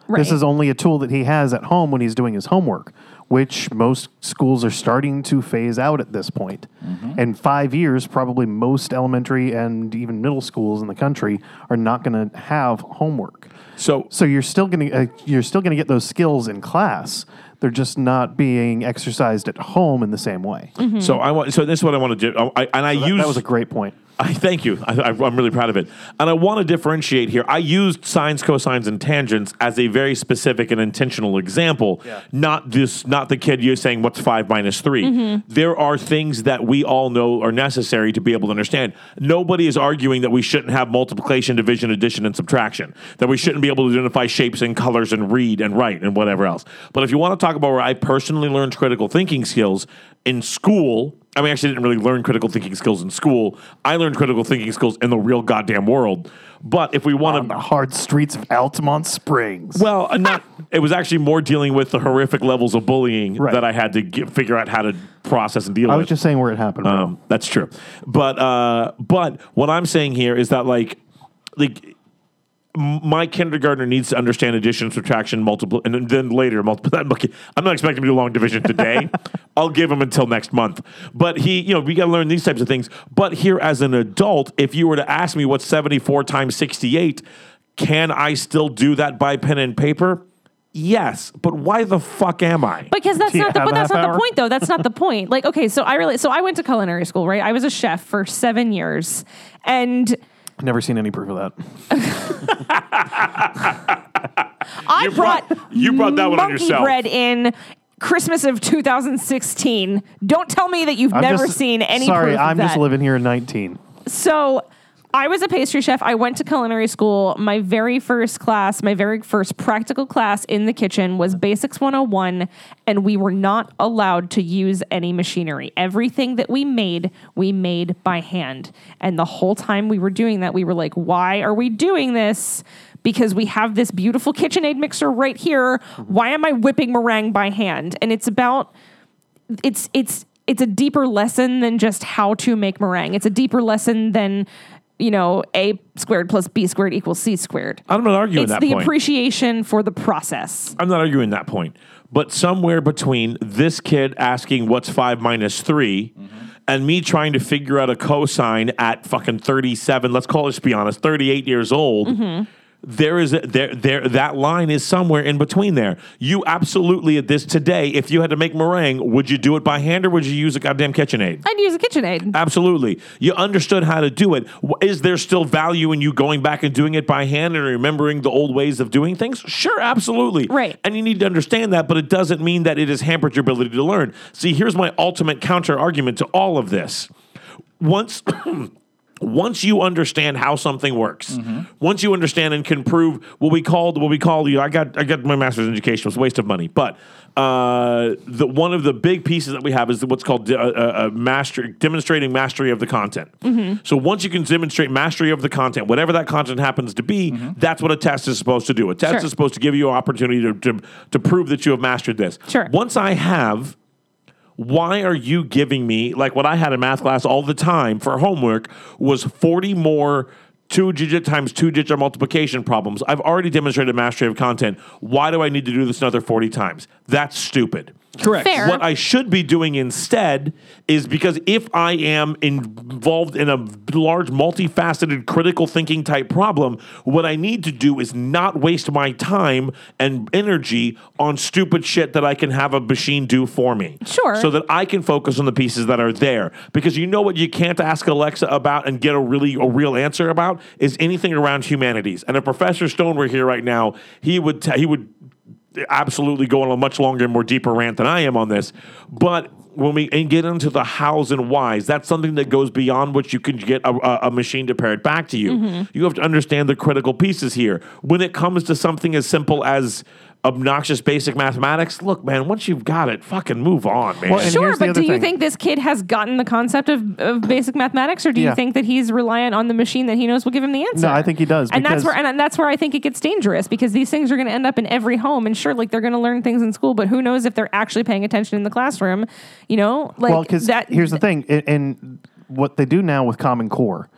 Speaker 4: right.
Speaker 2: This is only a tool that he has at home when he's doing his homework, which most schools are starting to phase out at this point.
Speaker 4: Mm-hmm.
Speaker 2: In five years, probably most elementary and even middle schools in the country are not going to have homework.
Speaker 1: So,
Speaker 2: So you're still going to uh, you're still going to get those skills in class. They're just not being exercised at home in the same way.
Speaker 4: Mm-hmm.
Speaker 1: so I want. So this is what I want to do. I, I- and I use
Speaker 2: That was a great point.
Speaker 1: I thank you. I, I, I'm really proud of it. And I want to differentiate here. I used sines, cosines, and tangents as a very specific and intentional example. Not this, not the kid you're saying what's five minus 3 There are things that we all know are necessary to be able to understand. Nobody is arguing that we shouldn't have multiplication, division, addition, and subtraction. That we shouldn't be able to identify shapes and colors and read and write and whatever else. But if you want to talk about where I personally learned critical thinking skills in school, I mean, I actually didn't really learn critical thinking skills in school. I learned critical thinking skills in the real goddamn world. But if we want
Speaker 2: The
Speaker 1: to,
Speaker 2: hard streets of Altamont Springs.
Speaker 1: well, uh,
Speaker 2: <laughs>
Speaker 1: not. It was actually more dealing with the horrific levels of bullying
Speaker 2: Right.
Speaker 1: that I had to get, figure out how to process and deal
Speaker 2: I
Speaker 1: with.
Speaker 2: was just saying where it happened. right?
Speaker 1: Um, that's true. But uh, but what I'm saying here is that like like m- my kindergartner needs to understand addition, subtraction, multiple, and then- then later multiple. <laughs> I'm not expecting him to do long division
Speaker 4: <laughs>
Speaker 1: today. I'll give him until next month. But he, you know, we got to learn these types of things. But here, as an adult, if you were to ask me what's 74 times 68, can I still do that by pen and paper? Yes, but why the fuck am I?
Speaker 4: Because that's
Speaker 2: Do you
Speaker 4: not the
Speaker 2: have a
Speaker 4: but that's
Speaker 2: half
Speaker 4: not the
Speaker 2: hour?
Speaker 4: point though. That's not the point. Like okay, so I really so I went to culinary school, right? I was a chef for 7 years. And
Speaker 2: Never seen any proof of that.
Speaker 4: I brought
Speaker 1: you brought that one on
Speaker 4: monkey
Speaker 1: yourself.
Speaker 4: bread in Christmas of 2016. Don't tell me that you've
Speaker 2: I've
Speaker 4: never
Speaker 2: just-
Speaker 4: seen any
Speaker 2: Sorry,
Speaker 4: proof of
Speaker 2: I'm just
Speaker 4: that.
Speaker 2: living here in 19.
Speaker 4: So I was a pastry chef. I went to culinary school. My very first class, my very first practical class in the kitchen was Basics 101, and we were not allowed to use any machinery. Everything that we made, we made by hand. And the whole time we were doing that, we were like, why are we doing this? Because we have this beautiful KitchenAid mixer right here. Why am I whipping meringue by hand? And it's about it's it's it's a deeper lesson than just how to make meringue. It's a deeper lesson than you know a squared plus b squared equals c squared.
Speaker 1: I'm not arguing
Speaker 4: It's
Speaker 1: that
Speaker 4: the
Speaker 1: point.
Speaker 4: appreciation for the process.
Speaker 1: I'm not arguing that point, but somewhere between this kid asking what's five minus 3 and me trying to figure out a cosine at fucking 37, let's call it, just be honest, 38 years old. there is a, there there that line is somewhere in between there. You absolutely at this today. If you had to make meringue, would you do it by hand or would you use a goddamn KitchenAid?
Speaker 4: I'd use a
Speaker 2: Uh,
Speaker 4: KitchenAid.
Speaker 1: Absolutely. You understood how to do it. W- Is there still value in you going back and doing it by hand and remembering the old ways of doing things? Sure, absolutely.
Speaker 4: Right.
Speaker 1: And you need to understand that, but it doesn't mean that it has hampered your ability to learn. See, here's my ultimate counter argument to all of this. Once <clears throat> once you understand how something works, once you understand and can prove what we called what we call you know, I got I got my master's in education it was a waste of money, but uh, the one of the big pieces that we have is what's called de- uh, uh, uh, master demonstrating mastery of the content. So once you can demonstrate mastery of the content, whatever that content happens to be, that's what a test is supposed to do. A test
Speaker 4: Sure.
Speaker 1: is supposed to give you an opportunity to, to to prove that you have mastered this.
Speaker 4: Sure.
Speaker 1: Once I have why are you giving me like what I had in math class all the time for homework was 40 more two digit times two digit multiplication problems. I've already demonstrated mastery of content. Why do I need to do this another 40 times? That's stupid.
Speaker 3: Correct.
Speaker 4: Fair.
Speaker 1: What I should be doing instead is because if I am involved in a large, multifaceted, critical thinking type problem, what I need to do is not waste my time and energy on stupid shit that I can have a machine do for me.
Speaker 4: Sure.
Speaker 1: So that I can focus on the pieces that are there. Because you know what you can't ask Alexa about and get a really a real answer about is anything around humanities. And if Professor Stone were here right now, he would t- he would absolutely go on a much longer and more deeper rant than I am on this. But when we and get into the hows and whys, that's something that goes beyond what you can get a, a, a machine to pair it back to you. You have to understand the critical pieces here. When it comes to something as simple as obnoxious basic mathematics, look, man, once you've got it, fucking move on, man.
Speaker 2: Well, and
Speaker 4: Sure,
Speaker 2: here's the
Speaker 4: but
Speaker 2: other
Speaker 4: do you
Speaker 2: thing.
Speaker 4: think this kid has gotten the concept of, of basic mathematics, or do you
Speaker 2: Yeah.
Speaker 4: think that he's reliant on the machine that he knows will give him the answer?
Speaker 2: No, I think he does,
Speaker 4: and that's
Speaker 2: because-
Speaker 4: where and that's where I think it gets dangerous because these things are going to end up in every home, and sure, like they're going to learn things in school, but who knows if they're actually paying attention in the classroom? You know, like
Speaker 2: well, because
Speaker 4: that.
Speaker 2: here's the thing, a- and what they do now with Common Core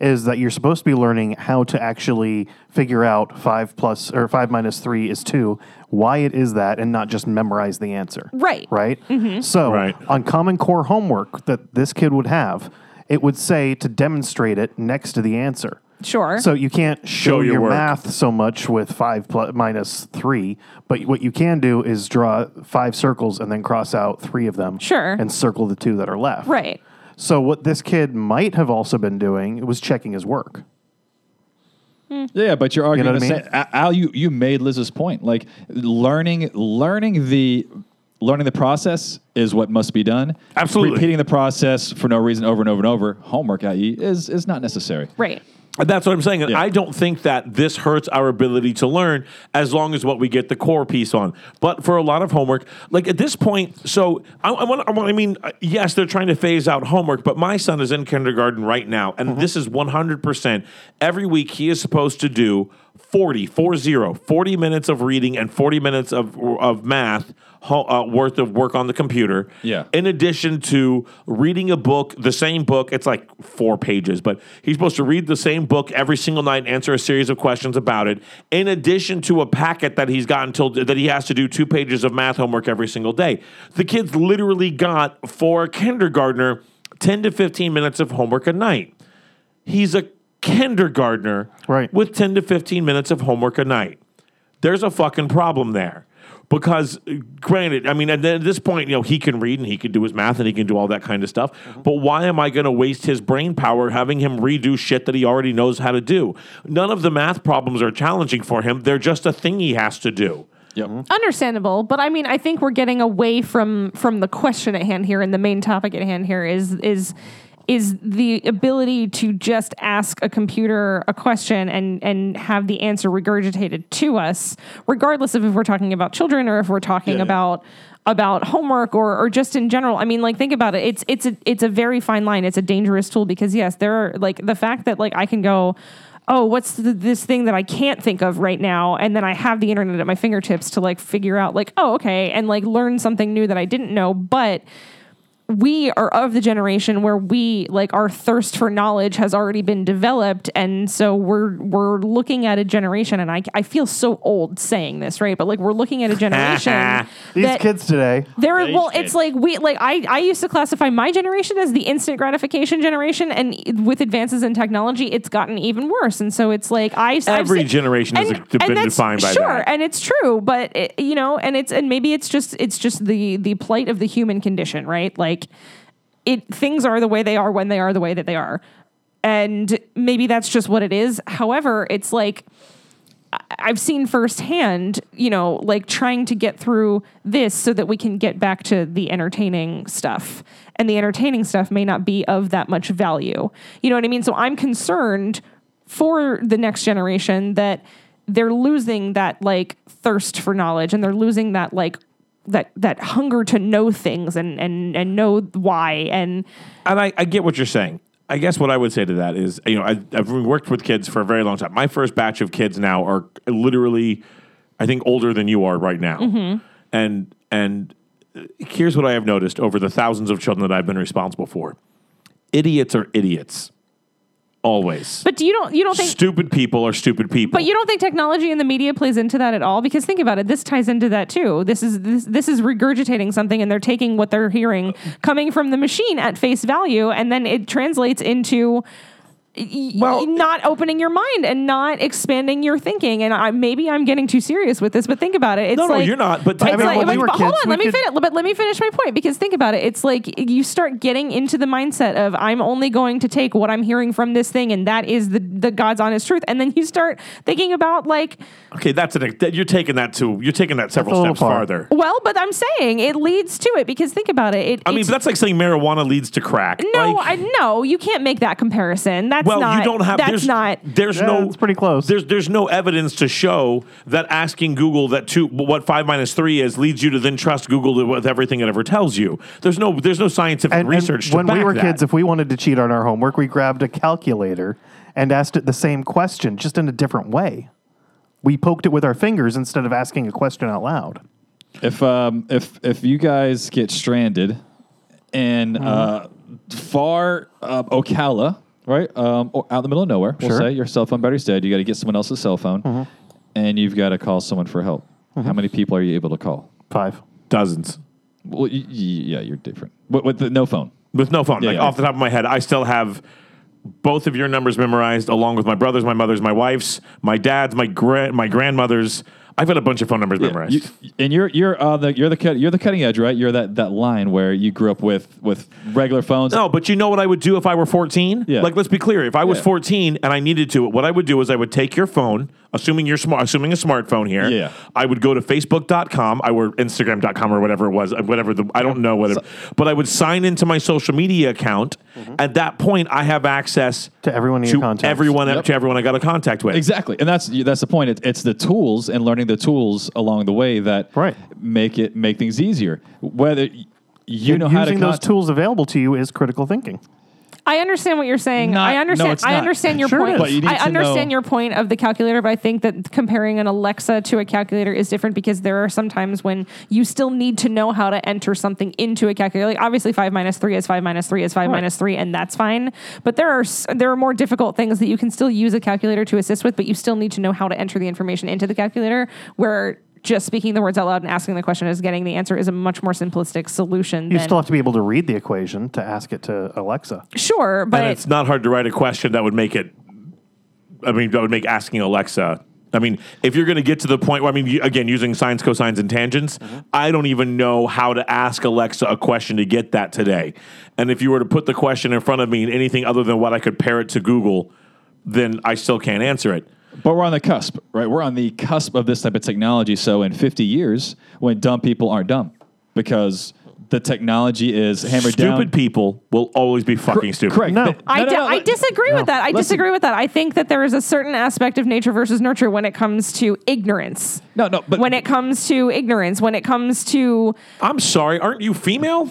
Speaker 2: is that you're supposed to be learning how to actually figure out five plus or five minus three is two, why it is that, and not just memorize the answer.
Speaker 4: Right. Mm-hmm.
Speaker 2: Right. So
Speaker 1: Right.
Speaker 2: on Common Core homework that this kid would have, it would say to demonstrate it next to the answer.
Speaker 4: Sure.
Speaker 2: So you can't show,
Speaker 1: your
Speaker 2: your,
Speaker 1: work.
Speaker 2: math so much with five plus minus three, but what you can do is draw five circles and then cross out three of them.
Speaker 4: Sure.
Speaker 2: And circle the two that are left.
Speaker 4: Right.
Speaker 2: So what this kid might have also been doing was checking his work.
Speaker 3: Yeah, but you're arguing.
Speaker 2: what I
Speaker 3: the
Speaker 2: mean?
Speaker 3: same- Al, Al, you you made Liz's point. Like learning, learning the learning the process is what must be done.
Speaker 1: Absolutely.
Speaker 3: repeating the process for no reason over and over and over. Homework, i.e., is is not necessary.
Speaker 4: Right.
Speaker 1: That's what I'm saying. And
Speaker 3: Yeah.
Speaker 1: I don't think that this hurts our ability to learn as long as what we get the core piece on. But for a lot of homework, like at this point, so I, I want to, I mean, uh, yes, they're trying to phase out homework, but my son is in kindergarten right now.
Speaker 3: Mm-hmm.
Speaker 1: And this is 100%. Every week he is supposed to do 40, 40, 40 minutes of reading and 40 minutes of, of math ho- uh, worth of work on the computer.
Speaker 3: Yeah.
Speaker 1: In addition to reading a book, the same book, it's like four pages, but he's supposed to read the same book every single night and answer a series of questions about it. In addition to a packet that he's got until that he has to do two pages of math homework every single day. The kid's literally got for a kindergartner 10 to 15 minutes of homework a night. He's a kindergartner
Speaker 2: Right.
Speaker 1: with 10 to 15 minutes of homework a night. There's a fucking problem there. Because uh, granted, I mean, at th- at this point, you know, he can read and he can do his math and he can do all that kind of stuff. But why am I going to waste his brain power having him redo shit that he already knows how to do? None of the math problems are challenging for him. They're just a thing he has to do.
Speaker 3: Yep.
Speaker 4: understandable but i mean i think we're getting away from from the question at hand here and the main topic at hand here is is is the ability to just ask a computer a question and and have the answer regurgitated to us regardless of if we're talking about children or if we're talking
Speaker 3: Yeah.
Speaker 4: about about homework or or just in general i mean like think about it it's it's a it's a very fine line it's a dangerous tool because yes there are like the fact that like i can go oh, what's th this thing that I can't think of right now? And then I have the internet at my fingertips to like figure out, like, oh, okay, and like learn something new that I didn't know. But we are of the generation where we like our thirst for knowledge has already been developed and so we're we're looking at a generation and I, I feel so old saying this right but like we're looking at a generation
Speaker 2: These
Speaker 4: that-
Speaker 2: kids today,
Speaker 4: there,
Speaker 3: They
Speaker 4: well,
Speaker 3: did.
Speaker 4: it's like we like I I used to classify my generation as the instant gratification generation, and i- with advances in technology, it's gotten even worse. And so it's like I I've
Speaker 1: Every
Speaker 4: seen-
Speaker 1: generation has been
Speaker 4: that's-
Speaker 1: defined by
Speaker 4: sure,
Speaker 1: that.
Speaker 4: and it's true, but it, you know, and it's and maybe it's just it's just the the plight of the human condition, right? Like it things are the way they are when they are the way that they are. And maybe that's just what it is. However, it's like I've seen firsthand, you know, like trying to get through this so that we can get back to the entertaining stuff. And the entertaining stuff may not be of that much value. You know what I mean? So I'm concerned for the next generation that they're losing that like thirst for knowledge and they're losing that like that that hunger to know things and and and know why and
Speaker 1: and I, I get what you're saying. I guess what I would say to that is, you know, I, I've worked with kids for a very long time. My first batch of kids now are literally, I think, older than you are right now.
Speaker 4: Mm-hmm.
Speaker 1: And and uh, here's what I have noticed over the thousands of children that I've been responsible for: idiots are idiots, always.
Speaker 4: but do you don't you don't think
Speaker 1: stupid people are stupid people.
Speaker 4: But you don't think technology and the media plays into that at all? Because think about it, this ties into that too. This is this this is regurgitating something, and they're taking what they're hearing coming from the machine at face value, and then it translates into y-
Speaker 1: Well-
Speaker 4: not opening your mind and not expanding your thinking. And I, maybe I'm getting too serious with this, but think about it. It's
Speaker 1: no, no,
Speaker 4: like,
Speaker 1: you're not. But
Speaker 4: it's
Speaker 1: I mean,
Speaker 4: like-
Speaker 2: when
Speaker 4: but-
Speaker 2: we were
Speaker 4: but hold
Speaker 2: kids,
Speaker 4: on,
Speaker 2: we
Speaker 4: let me
Speaker 2: could-
Speaker 4: finish. But let me finish my point because think about it. It's like you start getting into the mindset of I'm only going to take what I'm hearing from this thing, and that is the the God's honest truth. And then you start thinking about like,
Speaker 1: okay, that's an. that- You're taking that to. You're taking that
Speaker 2: a
Speaker 1: several
Speaker 2: little
Speaker 1: steps
Speaker 2: far.
Speaker 1: farther.
Speaker 4: well, but I'm saying it leads to it because think about it. it
Speaker 1: I mean,
Speaker 4: it's-
Speaker 1: but that's like saying marijuana leads to crack.
Speaker 4: no,
Speaker 1: Like-
Speaker 4: I no, you can't make that comparison. That's
Speaker 1: Well,
Speaker 4: not.
Speaker 1: you don't have.
Speaker 4: That's
Speaker 1: there's,
Speaker 4: not.
Speaker 1: There's
Speaker 2: Yeah,
Speaker 1: no.
Speaker 2: eh, it's pretty close.
Speaker 1: There's there's no evidence to show that asking Google that two what five minus three is leads you to then trust Google to- with everything it ever tells you. There's no there's no scientific
Speaker 2: and, and
Speaker 1: research. to
Speaker 2: when we
Speaker 1: back
Speaker 2: were
Speaker 1: that.
Speaker 2: kids, if we wanted to cheat on our homework, we grabbed a calculator and asked it the same question, just in a different way. We poked it with our fingers instead of asking a question out loud.
Speaker 3: If um if if you guys get stranded in
Speaker 2: Hmm.
Speaker 3: uh, far uh, Ocala, right, um, or out in the middle of nowhere, we'll
Speaker 2: Sure. Mm-hmm.
Speaker 3: say your cell phone battery's dead. You got to get someone else's cell phone, and you've got to call someone for help. How many people are you able to call?
Speaker 2: Five.
Speaker 1: dozens
Speaker 3: Well, y- y- yeah, you're different. With, with the, no phone.
Speaker 1: with no phone, like
Speaker 3: yeah.
Speaker 1: off the top of my head, I still have both of your numbers memorized, along with my brother's, my mother's, my wife's, my dad's, my gra- my grandmother's. I've got a bunch of phone numbers memorized.
Speaker 3: You- and you're you're uh, the you're the cut, you're the cutting edge, right? You're that, that line where you grew up with with regular phones.
Speaker 1: No, but you know what I would do if I were 14?
Speaker 3: Yeah.
Speaker 1: Like, let's be clear. If I was
Speaker 3: Yeah.
Speaker 1: 14 and I needed to, what I would do is I would take your phone, assuming you're smart, assuming a smartphone here.
Speaker 3: Yeah.
Speaker 1: I would go to Facebook.com, I were Instagram.com or whatever it was, uh, whatever the, I don't know what, it, but I would sign into my social media account.
Speaker 3: Mm-hmm.
Speaker 1: At that point, I have access
Speaker 2: To everyone in your
Speaker 1: to
Speaker 2: contacts.
Speaker 1: everyone,
Speaker 3: Yep.
Speaker 1: to everyone I got a contact with.
Speaker 3: Exactly, and that's that's the point. It, it's the tools and learning the tools along the way that
Speaker 2: Right.
Speaker 3: make it make things easier. Whether y- you
Speaker 2: And
Speaker 3: know how to
Speaker 2: using those
Speaker 3: contact-
Speaker 2: tools available to you is critical thinking.
Speaker 4: I understand what you're saying.
Speaker 3: Not-
Speaker 4: I
Speaker 3: no,
Speaker 4: understand.
Speaker 3: it's
Speaker 4: I
Speaker 3: not.
Speaker 4: understand your
Speaker 2: Sure it
Speaker 4: point.
Speaker 2: is. But
Speaker 3: you need
Speaker 4: I
Speaker 3: to
Speaker 4: understand
Speaker 3: know-
Speaker 4: your point of the calculator, but I think that comparing an Alexa to a calculator is different because there are some times when you still need to know how to enter something into a calculator. Like obviously, five minus three is five minus three is five minus three, and that's fine. But there are s- there are more difficult things that you can still use a calculator to assist with, but you still need to know how to enter the information into the calculator. Where just speaking the words out loud and asking the question is getting the answer is a much more simplistic solution.
Speaker 2: You
Speaker 4: than,
Speaker 2: still have to be able to read the equation to ask it to Alexa.
Speaker 4: sure, but
Speaker 1: and it's not hard to write a question that would make it. I mean, that would make asking Alexa. I mean, if you're going to get to the point where I mean, you, again, using sines, cosines, and tangents,
Speaker 3: Mm-hmm.
Speaker 1: I don't even know how to ask Alexa a question to get that today. And if you were to put the question in front of me in anything other than what I could pair it to Google, then I still can't answer it.
Speaker 3: But we're on the cusp, right? We're on the cusp of this type of technology. So in 50 years, when dumb people aren't dumb, because the technology is hammered
Speaker 1: stupid
Speaker 3: down.
Speaker 1: people will always be fucking stupid.
Speaker 3: Correct.
Speaker 2: No.
Speaker 3: Th-
Speaker 4: I, di- I
Speaker 3: let-
Speaker 4: disagree with that. I
Speaker 3: Listen.
Speaker 4: disagree with that. I think that there is a certain aspect of nature versus nurture when it comes to ignorance.
Speaker 3: No, no, but
Speaker 4: when it comes to ignorance, when it comes to
Speaker 1: I'm sorry, aren't you female?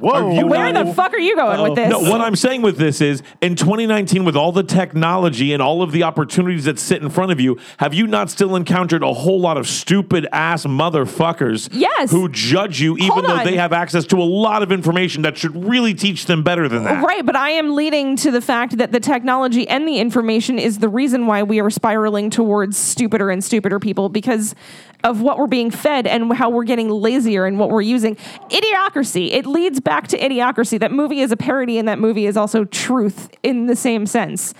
Speaker 2: Whoa.
Speaker 1: you
Speaker 4: where
Speaker 1: No.
Speaker 4: the fuck are you going with this?
Speaker 1: No, what I'm saying with this is in 2019, with all the technology and all of the opportunities that sit in front of you, have you not still encountered a whole lot of stupid ass motherfuckers
Speaker 4: Yes.
Speaker 1: who judge you even
Speaker 4: Hold
Speaker 1: though
Speaker 4: on.
Speaker 1: they have access to a lot of information that should really teach them better than that?
Speaker 4: Right, but I am leading to the fact that the technology and the information is the reason why we are spiraling towards stupider and stupider people because of what we're being fed and how we're getting lazier and what we're using. Idiocracy. It leads back to idiocracy. That movie is a parody and that movie is also truth in the same sense.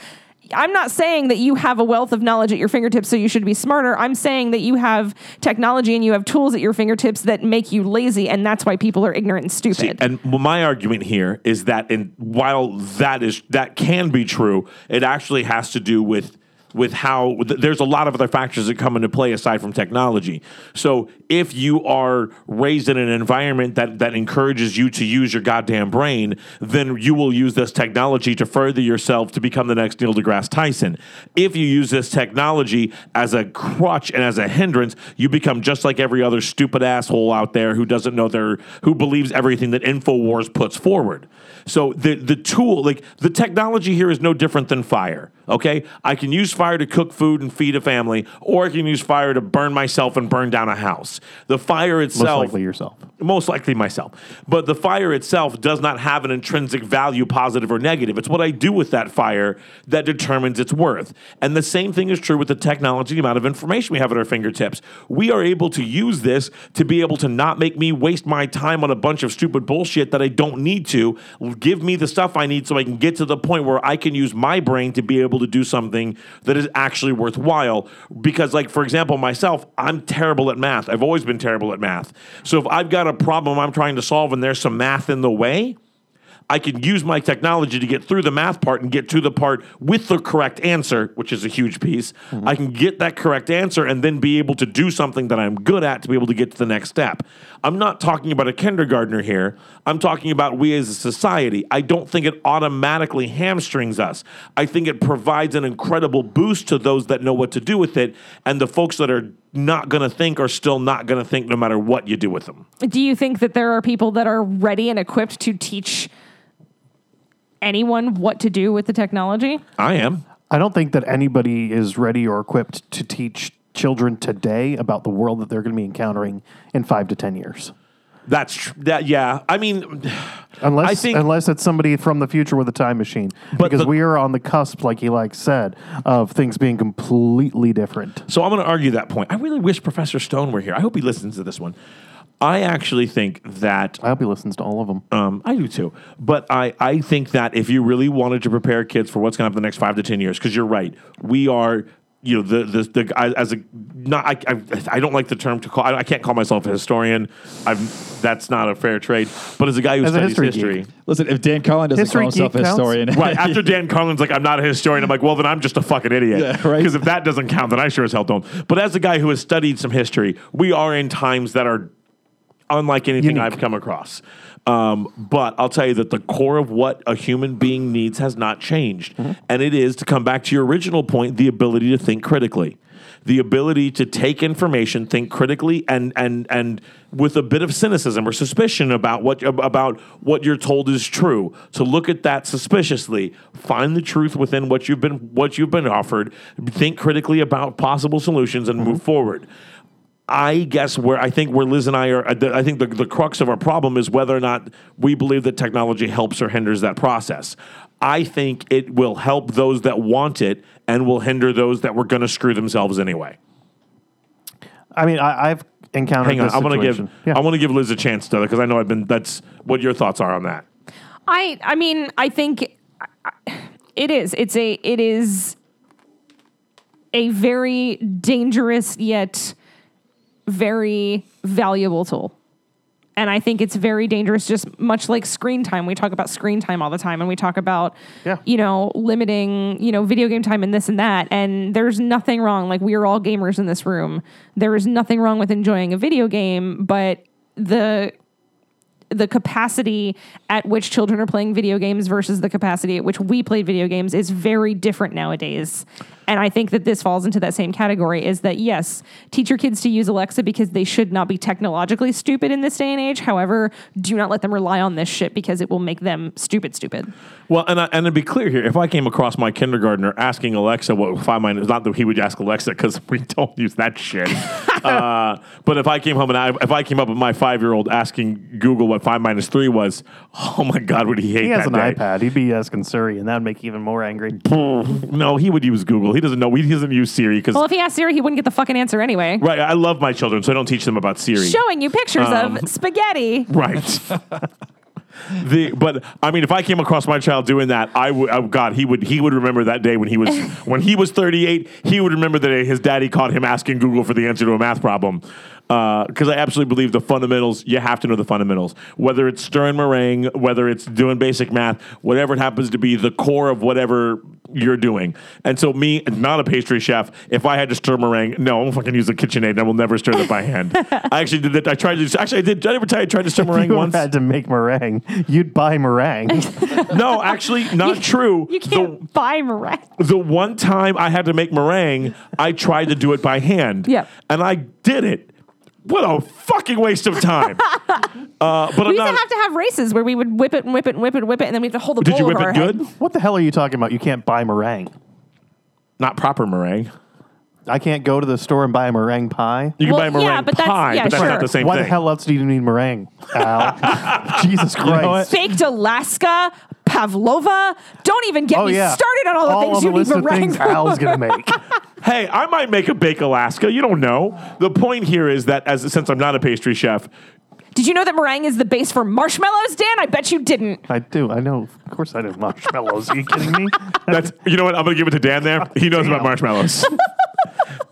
Speaker 4: I'm not saying that you have a wealth of knowledge at your fingertips, so you should be smarter. I'm saying that you have technology and you have tools at your fingertips that make you lazy, and that's why people are ignorant and stupid.
Speaker 1: And my argument here is that, in while that is that can be true, it actually has to do with with how th- there's a lot of other factors that come into play aside from technology. So if you are raised in an environment that that encourages you to use your goddamn brain, then you will use this technology to further yourself to become the next Neil deGrasse Tyson. If you use this technology as a crutch and as a hindrance, you become just like every other stupid asshole out there who doesn't know their who believes everything that InfoWars puts forward. So the the tool, like the technology here is no different than fire. Okay? I can use fire to cook food and feed a family, or I can use fire to burn myself and burn down a house. The fire
Speaker 2: Most
Speaker 1: itself
Speaker 2: likely yourself.
Speaker 1: most likely myself. But the fire itself does not have an intrinsic value, positive or negative. It's what I do with that fire that determines its worth. And the same thing is true with the technology, the amount of information we have at our fingertips. We are able to use this to be able to not make me waste my time on a bunch of stupid bullshit that I don't need to. Give me the stuff I need so I can get to the point where I can use my brain to be able to do something that is actually worthwhile. Because, like, for example, myself, I'm terrible at math. I've always been terrible at math. So if I've got a problem I'm trying to solve and there's some math in the way, I can use my technology to get through the math part and get to the part with the correct answer, which is a huge piece. I can get that correct answer and then be able to do something that I'm good at to be able to get to the next step. I'm not talking about a kindergartner here. I'm talking about we as a society. I don't think it automatically hamstrings us. I think it provides an incredible boost to those that know what to do with it. And the folks that are not going to think are still not going to think no matter what you do with them.
Speaker 4: do you think that there are people that are ready and equipped to teach anyone what to do with the technology?
Speaker 1: I am.
Speaker 2: I don't think that anybody is ready or equipped to teach children today about the world that they're going to be encountering in five to 10 years.
Speaker 1: That's tr- that. Yeah. I mean, <sighs>
Speaker 2: Unless,
Speaker 1: I think-
Speaker 2: unless it's somebody from the future with a time machine, because
Speaker 1: the-
Speaker 2: we are on the cusp, like Eli said, of things being completely different.
Speaker 1: So I'm going to argue that point. I really wish Professor Stone were here. I hope he listens to this one. I actually think that
Speaker 2: I hope he listens to all of them.
Speaker 1: um, I do too, but I, I think that if you really wanted to prepare kids for what's going to happen the next five to ten years, because you're right, we are you know the the, the I, as a not I, I I don't like the term to call I, I can't call myself a historian. I'm that's not a fair trade. But as a guy who
Speaker 2: As a
Speaker 1: studies
Speaker 2: history
Speaker 1: history
Speaker 2: geek.
Speaker 3: Listen, if Dan Carlin doesn't
Speaker 2: History
Speaker 3: call himself
Speaker 2: geek
Speaker 3: a
Speaker 2: counts?
Speaker 1: <laughs>
Speaker 3: historian,
Speaker 1: Right
Speaker 3: <laughs>
Speaker 1: after Dan Carlin's like, I'm not a historian. I'm like, well, then I'm just a fucking idiot.
Speaker 3: Yeah, right.
Speaker 1: Because if that doesn't count, then I sure as hell don't. But as a guy who has studied some history, we are in times that are unlike anything
Speaker 2: Unique.
Speaker 1: I've come across. Um, but I'll tell you that the core of what a human being needs has not changed, and it is to come back to your original point: the ability to think critically, the ability to take information, think critically, and and and with a bit of cynicism or suspicion about what ab- about what you're told is true, to look at that suspiciously, find the truth within what you've been what you've been offered, think critically about possible solutions, and move forward. I guess where I think where Liz and I are, I think the, the crux of our problem is whether or not we believe that technology helps or hinders that process. I think it will help those that want it and will hinder those that were going to screw themselves anyway.
Speaker 2: I mean, I, I've encountered.
Speaker 1: Hang on,
Speaker 2: this
Speaker 1: I want to give
Speaker 2: situation. Yeah.
Speaker 1: I want to give Liz a chance to because I know I've been. That's what your thoughts are on that.
Speaker 4: I I mean I think it is it's a it is a very dangerous yet very valuable tool. And I think it's very dangerous just much like screen time. We talk about screen time all the time and we talk about
Speaker 2: Yeah.
Speaker 4: you know limiting, you know, video game time and this and that and there's nothing wrong like we are all gamers in this room. There is nothing wrong with enjoying a video game, but the the capacity at which children are playing video games versus the capacity at which we played video games is very different nowadays. And I think that this falls into that same category is that yes, teach your kids to use Alexa because they should not be technologically stupid in this day and age. However, do not let them rely on this shit because it will make them stupid stupid.
Speaker 1: Well, and I, and to be clear here, if I came across my kindergartner asking Alexa what five mine is, not that he would ask Alexa because <laughs> we don't use that
Speaker 2: <laughs>
Speaker 1: shit. uh, but if I came home and I, if I came up with my five year old asking Google what five minus three was, oh my god, would he hate
Speaker 2: He has
Speaker 1: that
Speaker 2: an
Speaker 1: day?
Speaker 2: iPad. He'd be asking Siri, and that would make you even more angry.
Speaker 1: <laughs> No, he would use Google. He doesn't know. He doesn't use Siri because
Speaker 4: Well, if he asked Siri, he wouldn't get the fucking answer anyway.
Speaker 1: right. I love my children, so I don't teach them about Siri.
Speaker 4: Showing you pictures
Speaker 1: Um,
Speaker 4: of spaghetti.
Speaker 1: Right. <laughs> the but I mean, if I came across my child doing that, I would. Oh God, he would. He would remember that day when he was when he was 38. He would remember the day his daddy caught him asking Google for the answer to a math problem. Because I absolutely believe the fundamentals. You have to know the fundamentals. Whether it's stirring meringue, whether it's doing basic math, whatever it happens to be, the core of whatever you're doing. And so, me, not a pastry chef, if I had to stir meringue, no, I'm fucking use a KitchenAid. I will never stir that by hand. I actually did that. I tried to. Actually, I did. Did I ever tell you I tried to stir meringue
Speaker 2: <laughs> you
Speaker 1: once?
Speaker 2: had to make meringue. You'd buy <laughs> meringue.
Speaker 4: <laughs>
Speaker 1: No, actually, not true.
Speaker 4: You can't buy Miranda.
Speaker 1: The, the one time I had to make meringue, I tried to do it by hand.
Speaker 4: Yeah.
Speaker 1: And I did it. What a fucking waste of
Speaker 4: <laughs>
Speaker 1: time. uh, but I'm
Speaker 4: We used
Speaker 1: not.
Speaker 4: to have to have races where we would whip it and whip it and whip it and whip it, and then we have to hold the
Speaker 1: did
Speaker 4: bowl
Speaker 1: you whip
Speaker 4: over our
Speaker 1: it
Speaker 4: head.
Speaker 1: good?
Speaker 2: what the hell are you talking about? You can't buy meringue.
Speaker 1: Not proper meringue.
Speaker 2: I can't go to the store and buy a meringue pie.
Speaker 1: You can
Speaker 4: Well,
Speaker 1: buy meringue
Speaker 4: yeah, but that's-
Speaker 1: pie,
Speaker 4: yeah,
Speaker 1: but that's
Speaker 4: sure.
Speaker 1: not the same
Speaker 2: Why
Speaker 1: thing.
Speaker 2: the hell else do you need meringue? Al? Jesus Christ.
Speaker 1: what?
Speaker 4: Baked Alaska, Pavlova. Don't even get
Speaker 2: Oh
Speaker 4: me
Speaker 2: yeah.
Speaker 4: started on all the things
Speaker 2: on
Speaker 4: you
Speaker 2: the
Speaker 4: need
Speaker 2: list
Speaker 4: to
Speaker 2: of
Speaker 4: rank
Speaker 2: things
Speaker 4: for.
Speaker 2: Al's gonna make.
Speaker 1: Hey, I might make a bake Alaska. You don't know. The point here is that as since I'm not a pastry chef,
Speaker 4: <laughs> Did you know that meringue is the base for marshmallows, Dan? I bet you didn't.
Speaker 2: I do. I know. Of course, I know marshmallows. Are you kidding
Speaker 4: <laughs>
Speaker 2: me?
Speaker 1: That's you know what I'm gonna give it to Dan there. He knows about marshmallows.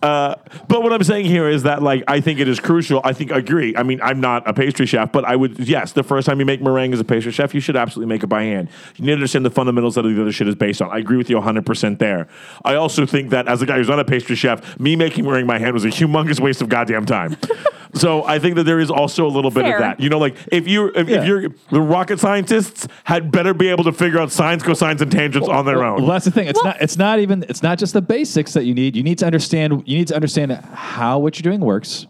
Speaker 1: Uh, but what I'm saying here is that, like, I think it is crucial. I think I agree. I mean, I'm not a pastry chef, but I would, yes, the first time you make meringue as a pastry chef, you should absolutely make it by hand. You need to understand the fundamentals that the other shit is based on. I agree with you 100% there. I also think that as a guy who's not a pastry chef, me making meringue by hand was a humongous waste of goddamn time. so I think that there is also a little bit
Speaker 4: Fair.
Speaker 1: of that. You know, like, if you if,
Speaker 3: Yeah.
Speaker 1: if you're the rocket scientists had better be able to figure out sines, cosines, and tangents on their own.
Speaker 3: Well, that's the thing. It's
Speaker 4: Well-
Speaker 3: not. It's not even. It's not just the basics that you need. You need to understand. You need to understand how what you're doing works,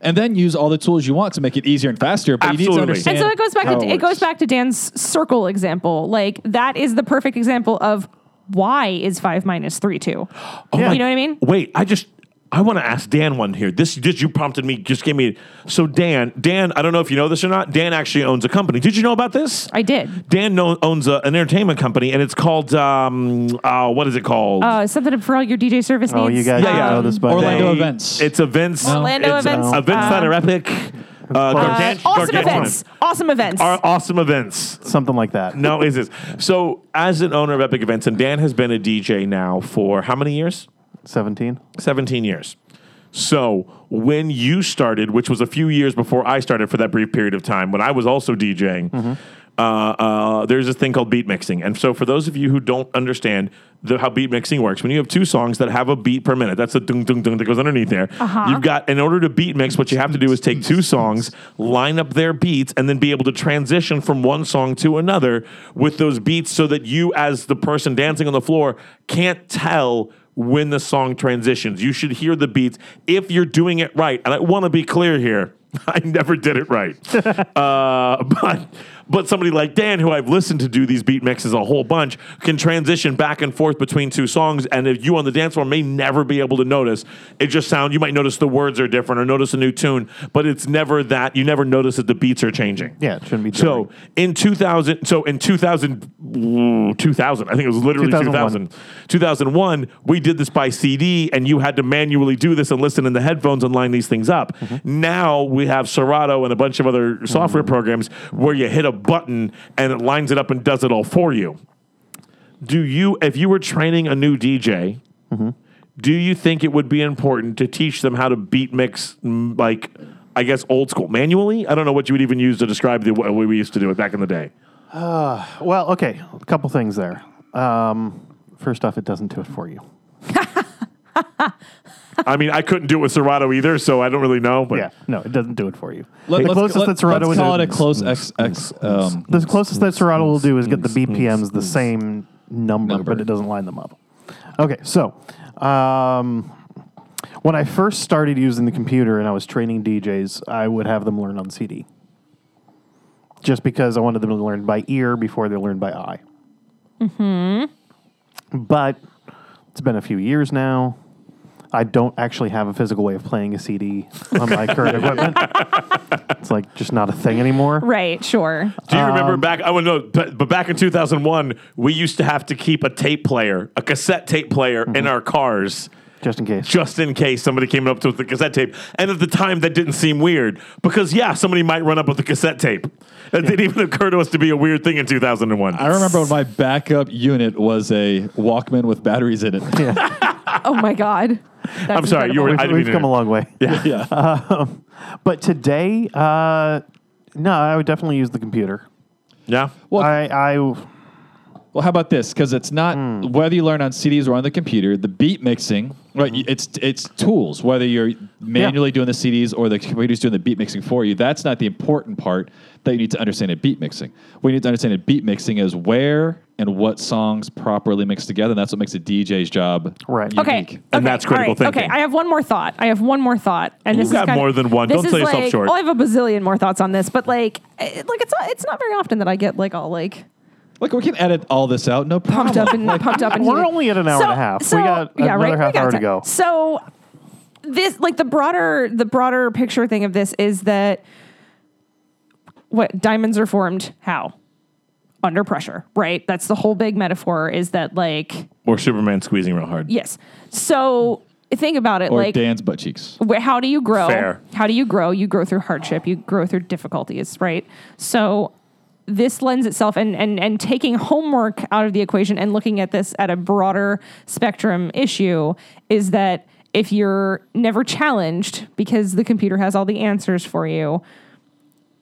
Speaker 3: and then use all the tools you want to make it easier and faster. But you need to
Speaker 1: Absolutely.
Speaker 3: understand.
Speaker 4: And so it goes back
Speaker 3: how
Speaker 4: to it
Speaker 3: works.
Speaker 4: goes back to Dan's circle example. Like that is the perfect example of why is five minus three two.
Speaker 1: my-
Speaker 2: Oh,
Speaker 4: You know what I mean?
Speaker 1: Wait, I just I want to ask Dan one here. This just you prompted me. Just gave me so Dan. Dan, I don't know if you know this or not. Dan actually owns a company. Did you know about this?
Speaker 4: I did.
Speaker 1: Dan no, owns a, an entertainment company, and it's called um, uh, what is it called?
Speaker 4: Uh, something for all your DJ service needs. Um,
Speaker 2: Oh, you guys
Speaker 1: Yeah, yeah.
Speaker 2: know this by
Speaker 3: Orlando
Speaker 2: now.
Speaker 1: They-
Speaker 3: events.
Speaker 1: It's events.
Speaker 4: Orlando
Speaker 1: it's
Speaker 4: events, Um,
Speaker 1: Events that are epic. Uh,
Speaker 4: Uh,
Speaker 1: gargan-
Speaker 4: awesome
Speaker 1: gargantuan.
Speaker 4: events. Awesome events.
Speaker 1: Are awesome events.
Speaker 2: Something like that.
Speaker 1: No, is this so? As an owner of Epic Events, and Dan has been a DJ now for how many years?
Speaker 2: Seventeen.
Speaker 1: 17 years. So when you started, which was a few years before I started for that brief period of time, when I was also DJing, uh, uh, there's this thing called beat mixing. And so for those of you who don't understand the, how beat mixing works, when you have two songs that have a beat per minute, that's the dung dung dung that goes underneath there. You've got in order to beat mix, what you have to do is take two songs, line up their beats, and then be able to transition from one song to another with those beats, so that you, as the person dancing on the floor, can't tell when the song transitions. You should hear the beats if you're doing it right. And I want to be clear here. <laughs> I never did it right. uh, but but somebody like Dan, who I've listened to do these beat mixes a whole bunch, can transition back and forth between two songs. And if you on the dance floor may never be able to notice, it just sound you might notice the words are different or notice a new tune, but it's never that you never notice that the beats are changing.
Speaker 2: Yeah, it shouldn't be.
Speaker 1: So
Speaker 2: different.
Speaker 1: in 2000, so in 2000, ooh, 2000, I think it was literally 2000,
Speaker 2: 2001.
Speaker 1: 2001, we did this by CD and you had to manually do this and listen in the headphones and line these things up. Now we have Serato and a bunch of other software programs where you hit a button and it lines it up and does it all for you. Do you, if you were training a new DJ, do you think it would be important to teach them how to beat mix mm, like I guess old school manually? I don't know what you would even use to describe the way we used to do it back in the day.
Speaker 2: well, okay, a couple things there. Um, first off, it doesn't do it for you.
Speaker 1: I mean, I couldn't do it with Serato either, so I don't really know. But
Speaker 2: Yeah, no, it doesn't do it for you.
Speaker 3: Let,
Speaker 2: the
Speaker 3: let's-
Speaker 2: closest
Speaker 3: let-
Speaker 2: that Serato
Speaker 3: let's
Speaker 2: would
Speaker 3: call
Speaker 2: do-
Speaker 3: it a close X X. Um,
Speaker 2: The closest that Serato will do is get the BPMs the same number,
Speaker 3: Number.
Speaker 2: but it doesn't line them up. Okay, so um, when I first started using the computer and I was training DJs, I would have them learn on CD. Just because I wanted them to learn by ear before they learned by eye. Mm-hmm. But it's been a few years now. I don't actually have a physical way of playing a CD on my current equipment. It's like just not a thing anymore.
Speaker 4: Right, sure.
Speaker 1: do you remember back? I would know, but, but back in two thousand one, we used to have to keep a tape player, a cassette tape player, in our cars.
Speaker 2: Just in case.
Speaker 1: just in case somebody came up to us with the cassette tape. And at the time, that didn't seem weird because, yeah, somebody might run up with a cassette tape. That didn't even occur to us to be a weird thing in 2001.
Speaker 3: I remember when my backup unit was a Walkman with batteries in it. <laughs>
Speaker 4: Oh my god. That's
Speaker 1: I'm sorry, you
Speaker 4: incredible.
Speaker 1: were-
Speaker 2: We've,
Speaker 1: I didn't
Speaker 2: we've
Speaker 1: mean to
Speaker 2: come a long way.
Speaker 3: yeah.
Speaker 2: But today, uh, no, I would definitely use the computer.
Speaker 1: yeah.
Speaker 3: Well,
Speaker 2: I, I
Speaker 3: Well, how about this? Because it's not whether you learn on CDs or on the computer. The beat mixing, right? you- It's it's tools. Whether you're manually doing the CDs or the computer's doing the beat mixing for you, that's not the important part that you need to understand at beat mixing. What you need to understand at beat mixing is where and what songs properly mix together. And that's what makes a DJ's job
Speaker 2: Right.
Speaker 3: Unique.
Speaker 4: Okay.
Speaker 1: And
Speaker 4: okay,
Speaker 1: that's critical
Speaker 4: all right,
Speaker 1: thinking.
Speaker 4: Okay, I have one more thought. I have one more thought, and this
Speaker 1: You've got
Speaker 4: is kinda-
Speaker 1: more than one.
Speaker 4: this
Speaker 1: Don't
Speaker 4: is
Speaker 1: sell yourself
Speaker 4: like-
Speaker 1: short.
Speaker 4: Oh, I have a bazillion more thoughts on this, but like, it, like it's not, it's not very often that I get like all like
Speaker 3: Look, we can edit all this out. No problem.
Speaker 4: pumped up and pumped up. And
Speaker 2: we're
Speaker 4: heated.
Speaker 2: only at an hour and a half. we got
Speaker 4: yeah,
Speaker 2: another
Speaker 4: right, we
Speaker 2: half
Speaker 4: got
Speaker 2: hour to
Speaker 4: time.
Speaker 2: go.
Speaker 4: So this, like the broader, the broader picture thing of this is that what diamonds are formed how under pressure, right? That's the whole big metaphor. Is that like
Speaker 1: Or Superman squeezing real hard.
Speaker 4: yes? So think about it,
Speaker 3: Or
Speaker 4: like
Speaker 3: Dan's butt cheeks.
Speaker 4: wh- how do you grow?
Speaker 1: Fair.
Speaker 4: How do you grow? You grow through hardship. You grow through difficulties, right? So this lends itself and and and taking homework out of the equation and looking at this at a broader spectrum issue is that if you're never challenged because the computer has all the answers for you,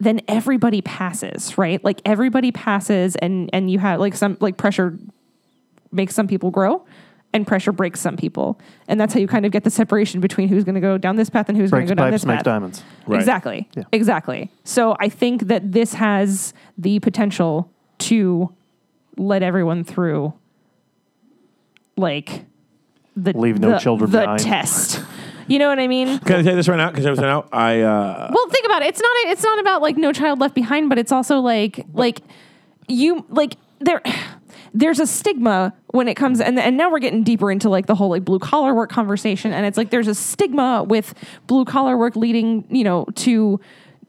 Speaker 4: then everybody passes, right? Like everybody passes and and you have like some like pressure makes some people grow and pressure breaks some people. And that's how you kind of get the separation between who's going to go down this path and who's going
Speaker 2: breaks
Speaker 4: to go down
Speaker 2: pipes,
Speaker 4: this
Speaker 2: makes
Speaker 4: path.
Speaker 2: diamonds.
Speaker 1: Right.
Speaker 4: Exactly. Exactly. So I think that this has the potential to let everyone through like the
Speaker 2: Leave no
Speaker 4: the-
Speaker 2: children
Speaker 4: the
Speaker 2: behind.
Speaker 4: test. You know what I mean?
Speaker 1: Can I say this right now? Can I say this right now? I, uh,
Speaker 4: Well, think about it. It's not. It's not about like no child left behind, but it's also like like you like there. <sighs> There's a stigma when it comes, and and now we're getting deeper into like the whole like blue collar work conversation, and it's like there's a stigma with blue collar work leading you know to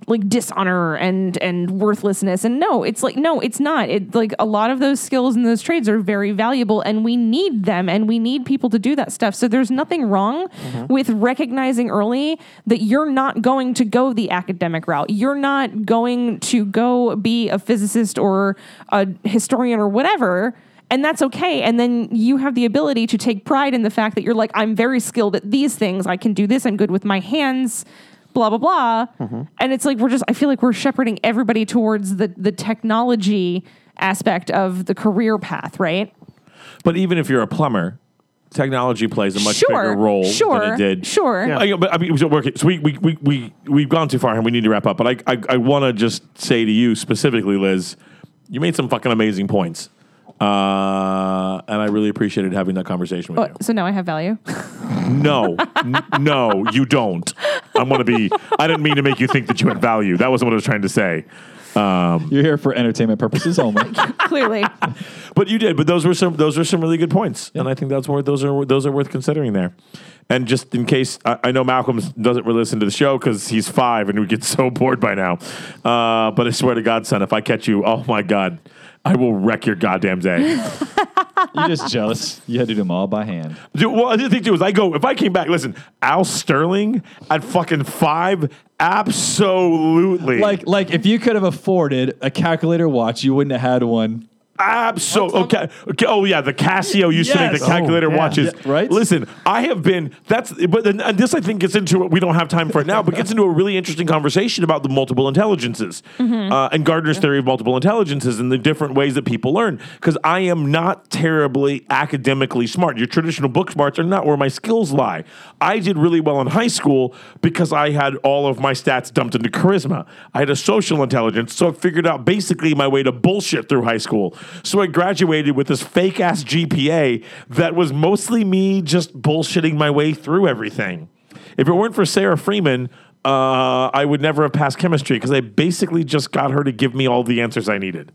Speaker 4: like dishonor and and worthlessness and no it's like no it's not it like a lot of those skills and those trades are very valuable and we need them and we need people to do that stuff so there's nothing wrong with recognizing early that you're not going to go the academic route you're not going to go be a physicist or a historian or whatever And that's okay. And then you have the ability to take pride in the fact that you're like, I'm very skilled at these things. I can do this. I'm good with my hands, blah, blah, blah. And it's like, we're just, I feel like we're shepherding everybody towards the, the technology aspect of the career path, right?
Speaker 1: But even if you're a plumber, technology plays a much
Speaker 4: sure.
Speaker 1: bigger role
Speaker 4: sure.
Speaker 1: than it did.
Speaker 4: Sure.
Speaker 1: I, you know, but I mean, so, okay, so we, we, we, we, we've gone too far and we need to wrap up. But I, I, I want to just say to you specifically, Liz, you made some fucking amazing points. Uh, and I really appreciated having that conversation with you.
Speaker 4: But- so now I have value. <laughs>
Speaker 1: No, N- no, you don't. I'm going to be, I didn't mean to make you think that you had value. That wasn't what I was trying to say.
Speaker 3: You're here for entertainment purposes
Speaker 4: <laughs> Oh
Speaker 3: only.
Speaker 4: Clearly.
Speaker 1: But you did. But those were some. Those are some really good points, and I think that's worth. Those are those are worth considering there. And just in case, I, I know Malcolm doesn't really listen to the show because he's five and we get <laughs> so bored by now. Uh, but I swear to God, son, if I catch you, oh my God, I will wreck your goddamn day.
Speaker 3: You're just jealous. You had to do them all by hand.
Speaker 1: Dude, well, the thing too is, I go if I came back. Listen, Al Sterling at fucking five, absolutely,
Speaker 3: Like, like if you could have afforded a calculator watch, you wouldn't have had one.
Speaker 1: Absolutely. Okay. okay. Oh yeah, the Casio used to make
Speaker 3: Yes.
Speaker 1: the calculator
Speaker 2: Oh, yeah.
Speaker 1: watches.
Speaker 3: Yeah, right?
Speaker 1: Listen, I have been. That's. But then, and this I think gets into. We don't have time for it now, but gets into a really interesting conversation about the multiple intelligences
Speaker 3: Mm-hmm.
Speaker 1: uh, and Gardner's theory of multiple intelligences and the different ways that people learn. Because I am not terribly academically smart. Your traditional book smarts are not where my skills lie. I did really well in high school because I had all of my stats dumped into charisma. I had a social intelligence, so I figured out basically my way to bullshit through high school. So I graduated with this fake ass GPA that was mostly me just bullshitting my way through everything. If it weren't for Sarah Freeman, uh, I would never have passed chemistry because I basically just got her to give me all the answers I needed.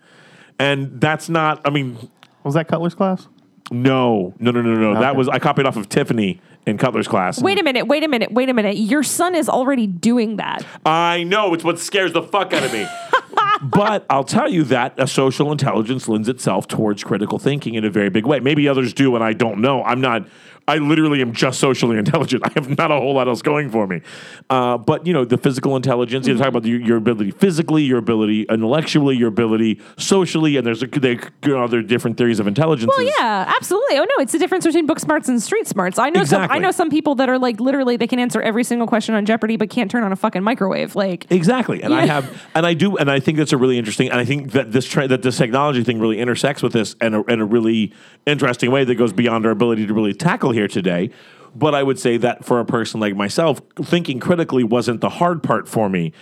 Speaker 1: And that's not, I mean,
Speaker 2: Was that Cutler's class?
Speaker 1: no, no, no, no, no. That
Speaker 2: Okay.
Speaker 1: was, I copied off of Tiffany in Cutler's class.
Speaker 4: Wait a minute, wait a minute, wait a minute. Your son is already doing that.
Speaker 1: I know it's what scares the fuck out of me. <laughs> but I'll tell you that a social intelligence lends itself towards critical thinking in a very big way. Maybe others do, and I don't know. I'm not. I literally am just socially <laughs> intelligent. I have not a whole lot else going for me. Uh, but you know, the physical intelligence. You talk about your, your ability physically, your ability intellectually, your ability socially, and there's a, they, you know, there are different theories of intelligence.
Speaker 4: Well, yeah, absolutely. Oh no, it's the difference between book smarts and street smarts. I know some
Speaker 1: Exactly.
Speaker 4: I know some people that are like literally they can answer every single question on Jeopardy but can't turn on a fucking microwave. Like
Speaker 1: Exactly, and I
Speaker 4: Yeah.
Speaker 1: have, and I do, and I think that's a really interesting, and I think that this tra- that this technology thing really intersects with this in a, in a really interesting way that goes beyond our ability to really tackle here today. But I would say that for a person like myself, thinking critically wasn't the hard part for me.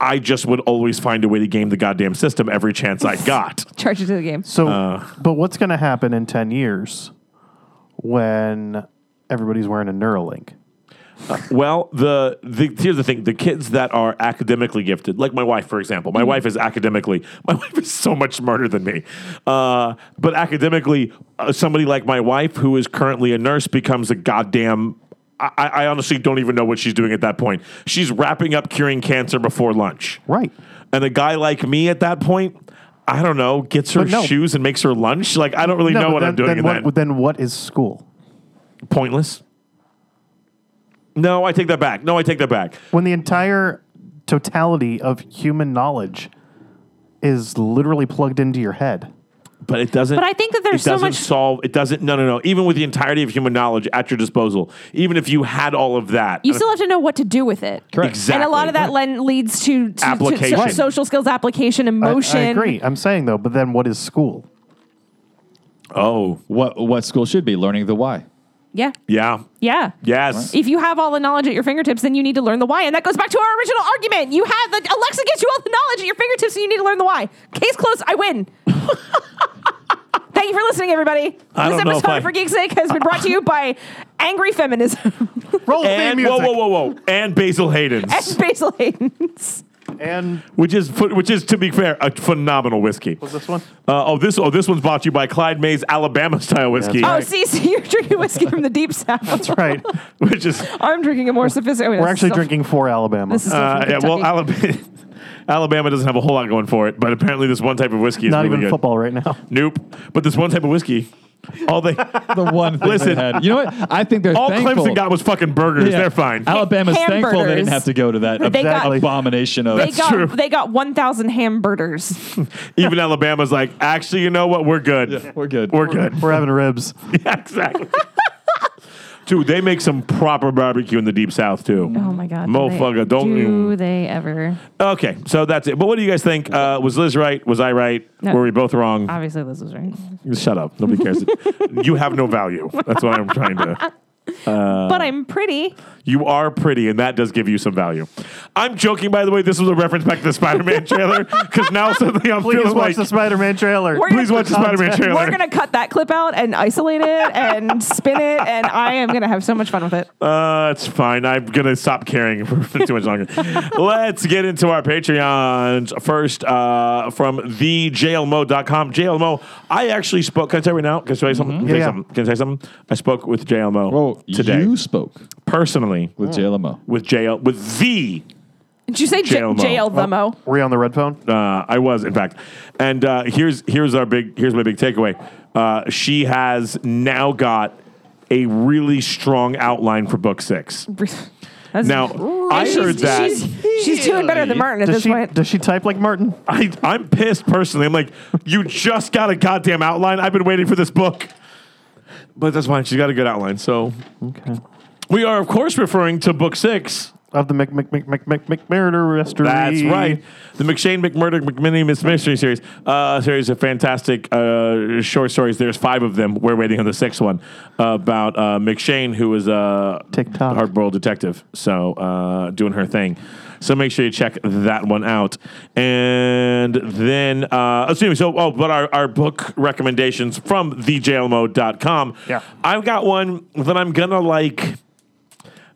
Speaker 1: I just would always find a way to game the goddamn system every chance I got.
Speaker 4: charge it to the game.
Speaker 2: So,
Speaker 1: Uh.
Speaker 2: but what's going to happen in 10 years when everybody's wearing a Neuralink?
Speaker 1: Well, the, the here's the thing: the kids that are academically gifted, like my wife, for example,
Speaker 2: Mm-hmm.
Speaker 1: my wife is academically. <laughs> My wife is so much smarter than me, uh, but academically, uh, somebody like my wife, who is currently a nurse, becomes a goddamn. I, I I honestly don't even know what she's doing at that point. She's wrapping up curing cancer before lunch,
Speaker 2: Right.
Speaker 1: and a guy like me at that point. I don't know. Gets her
Speaker 2: But no.
Speaker 1: shoes and makes her lunch. Like I don't really know
Speaker 2: but
Speaker 1: what
Speaker 2: then,
Speaker 1: I'm doing.
Speaker 2: Then,
Speaker 1: in
Speaker 2: what,
Speaker 1: that
Speaker 2: then what is school?
Speaker 1: pointless. No, I take that back. No, I take that back.
Speaker 2: When the entire totality of human knowledge is literally plugged into your head.
Speaker 1: but it doesn't.
Speaker 4: But I think that there's
Speaker 1: it
Speaker 4: so
Speaker 1: doesn't
Speaker 4: much-
Speaker 1: solve. It doesn't. No, no, no. Even with the entirety of human knowledge at your disposal, even if you had all of that,
Speaker 4: You still have to know what to do with it.
Speaker 1: exactly.
Speaker 4: And a lot of that len- leads to, to- to, to
Speaker 1: Application.
Speaker 4: social skills,
Speaker 2: I-
Speaker 4: application, emotion.
Speaker 2: I agree. I'm saying though, but then what is school?
Speaker 1: Oh,
Speaker 3: What what school should be learning the why.
Speaker 4: Yeah.
Speaker 1: yeah.
Speaker 4: Yeah.
Speaker 1: Yes.
Speaker 4: If you have all the knowledge at your fingertips, then you need to learn the why. And that goes back to our original argument. You have the Alexa gives you all the knowledge at your fingertips, and you need to learn the why. Case closed.
Speaker 1: <laughs>
Speaker 4: I win. Thank you for listening, everybody.
Speaker 1: I
Speaker 4: this
Speaker 1: don't know if
Speaker 4: episode
Speaker 1: I-
Speaker 4: of For Geek's Sake has been brought to you by
Speaker 1: <laughs>
Speaker 4: Angry Feminism
Speaker 2: Roll theme
Speaker 1: And
Speaker 2: music.
Speaker 1: whoa, whoa, whoa, whoa, and Basil
Speaker 4: and
Speaker 1: Hayden's,
Speaker 4: Basil Hayden's.
Speaker 2: And
Speaker 1: which is ph- which is to be fair, a phenomenal whiskey.
Speaker 2: was this
Speaker 4: <laughs>
Speaker 2: one?
Speaker 1: Uh, oh, this oh this one's brought to you by Clyde Mays Alabama style whiskey,
Speaker 4: Oh, see, see, you're drinking whiskey from the deep south.
Speaker 2: That's right.
Speaker 1: <laughs> which is
Speaker 4: <laughs>
Speaker 1: uh,
Speaker 4: I'm drinking a more sophisticated.
Speaker 2: We're actually drinking for Alabama.
Speaker 4: This is still
Speaker 1: uh,
Speaker 4: from
Speaker 1: yeah. Well,
Speaker 4: Kentucky.
Speaker 1: Alabama. <laughs> Alabama doesn't have a whole lot going for it, but apparently this one type of whiskey is
Speaker 2: Not
Speaker 1: really
Speaker 2: even
Speaker 1: good.
Speaker 2: football right now.
Speaker 1: Nope. But this one type of whiskey All
Speaker 4: <laughs>
Speaker 1: they
Speaker 3: The one thing
Speaker 1: Listen.
Speaker 3: they had. You know what? I think they're
Speaker 1: all
Speaker 3: thankful.
Speaker 1: Clemson got was fucking burgers.
Speaker 3: Yeah.
Speaker 1: They're fine.
Speaker 3: Alabama's thankful they
Speaker 4: Hamburgers.
Speaker 3: didn't have to go to that
Speaker 4: They got-
Speaker 3: ab- abomination of.
Speaker 4: They got
Speaker 1: true.
Speaker 4: they got 1,000 hamburgers.
Speaker 1: Even Alabama's like, actually, you know what? We're good.
Speaker 3: we're good.
Speaker 1: We're good. <laughs>
Speaker 2: We're having ribs.
Speaker 1: Yeah, exactly. Dude, they make some proper barbecue in the deep south too.
Speaker 4: Oh my god,
Speaker 1: Motherfucker,
Speaker 4: do
Speaker 1: don't
Speaker 4: they,
Speaker 1: you-
Speaker 4: do they ever?
Speaker 1: Okay, so that's it. But what do you guys think? Uh, was Liz right? Was I right?
Speaker 4: No. Uh,
Speaker 1: Were we both wrong?
Speaker 4: Obviously, this was right,
Speaker 1: Shut up. Nobody cares. you have no value. That's what I'm trying to. Uh.
Speaker 4: but I'm pretty.
Speaker 1: You are pretty, and that does give you some value. I'm joking, by the way. This was a reference back to the Spider-Man trailer because now suddenly I'm
Speaker 2: Please
Speaker 1: feeling
Speaker 2: watch
Speaker 1: like.
Speaker 2: the Spider Man trailer.
Speaker 4: We're
Speaker 1: Please watch the Spider-Man trailer.
Speaker 4: We're gonna cut that clip out and isolate it and spin it, and I am gonna have so much fun with it.
Speaker 1: Uh, it's fine. I'm gonna stop caring <laughs> for too much longer. Let's get into our Patreons first. Uh, from thejlmo.com. JLMO. I actually spoke. Can I tell you right now? Can I tell you something? Can I tell you
Speaker 2: Mm-hmm. Yeah, yeah.
Speaker 1: something? Can I tell you something? I spoke with JLMO
Speaker 3: Oh,
Speaker 1: today Hmm.
Speaker 3: you spoke
Speaker 1: personally
Speaker 3: with JLMO.
Speaker 1: with JL with the.
Speaker 4: Did you say jail,
Speaker 1: JLMO.
Speaker 4: jail themo?
Speaker 2: Were you on the red phone?
Speaker 1: Uh, I was, in fact. And uh, here's here's our big here's my big takeaway. Uh, she has now got a really strong outline for book six.
Speaker 4: Oh. That's-
Speaker 1: Now,
Speaker 4: And
Speaker 1: I
Speaker 4: she's-
Speaker 1: heard that.
Speaker 4: she's, she's doing better than Martin at
Speaker 2: Does
Speaker 4: this
Speaker 2: she,
Speaker 4: point.
Speaker 2: does she type like Martin?
Speaker 1: I, I'm pissed personally. I'm like, you just got a goddamn outline. I've been waiting for this book. But that's fine. She's got a good outline. So
Speaker 2: Okay.
Speaker 1: we are, of course, referring to book six.
Speaker 2: Of the Mc, Mc, Mc, Mc, Mc, McMurder Restory.
Speaker 1: That's right. The McShane McMurdo McMinnie Miss Mystery series. Uh, series of fantastic uh, short stories. There's five of them. We're waiting on the sixth one about uh, McShane, who is a
Speaker 2: TikTok.
Speaker 1: hardboiled detective. So uh, doing her thing. So make sure you check that one out. And then, uh, assuming so, oh, but our, our book recommendations from thejlmo.com.
Speaker 2: Yeah.
Speaker 1: I've got one that I'm going to like.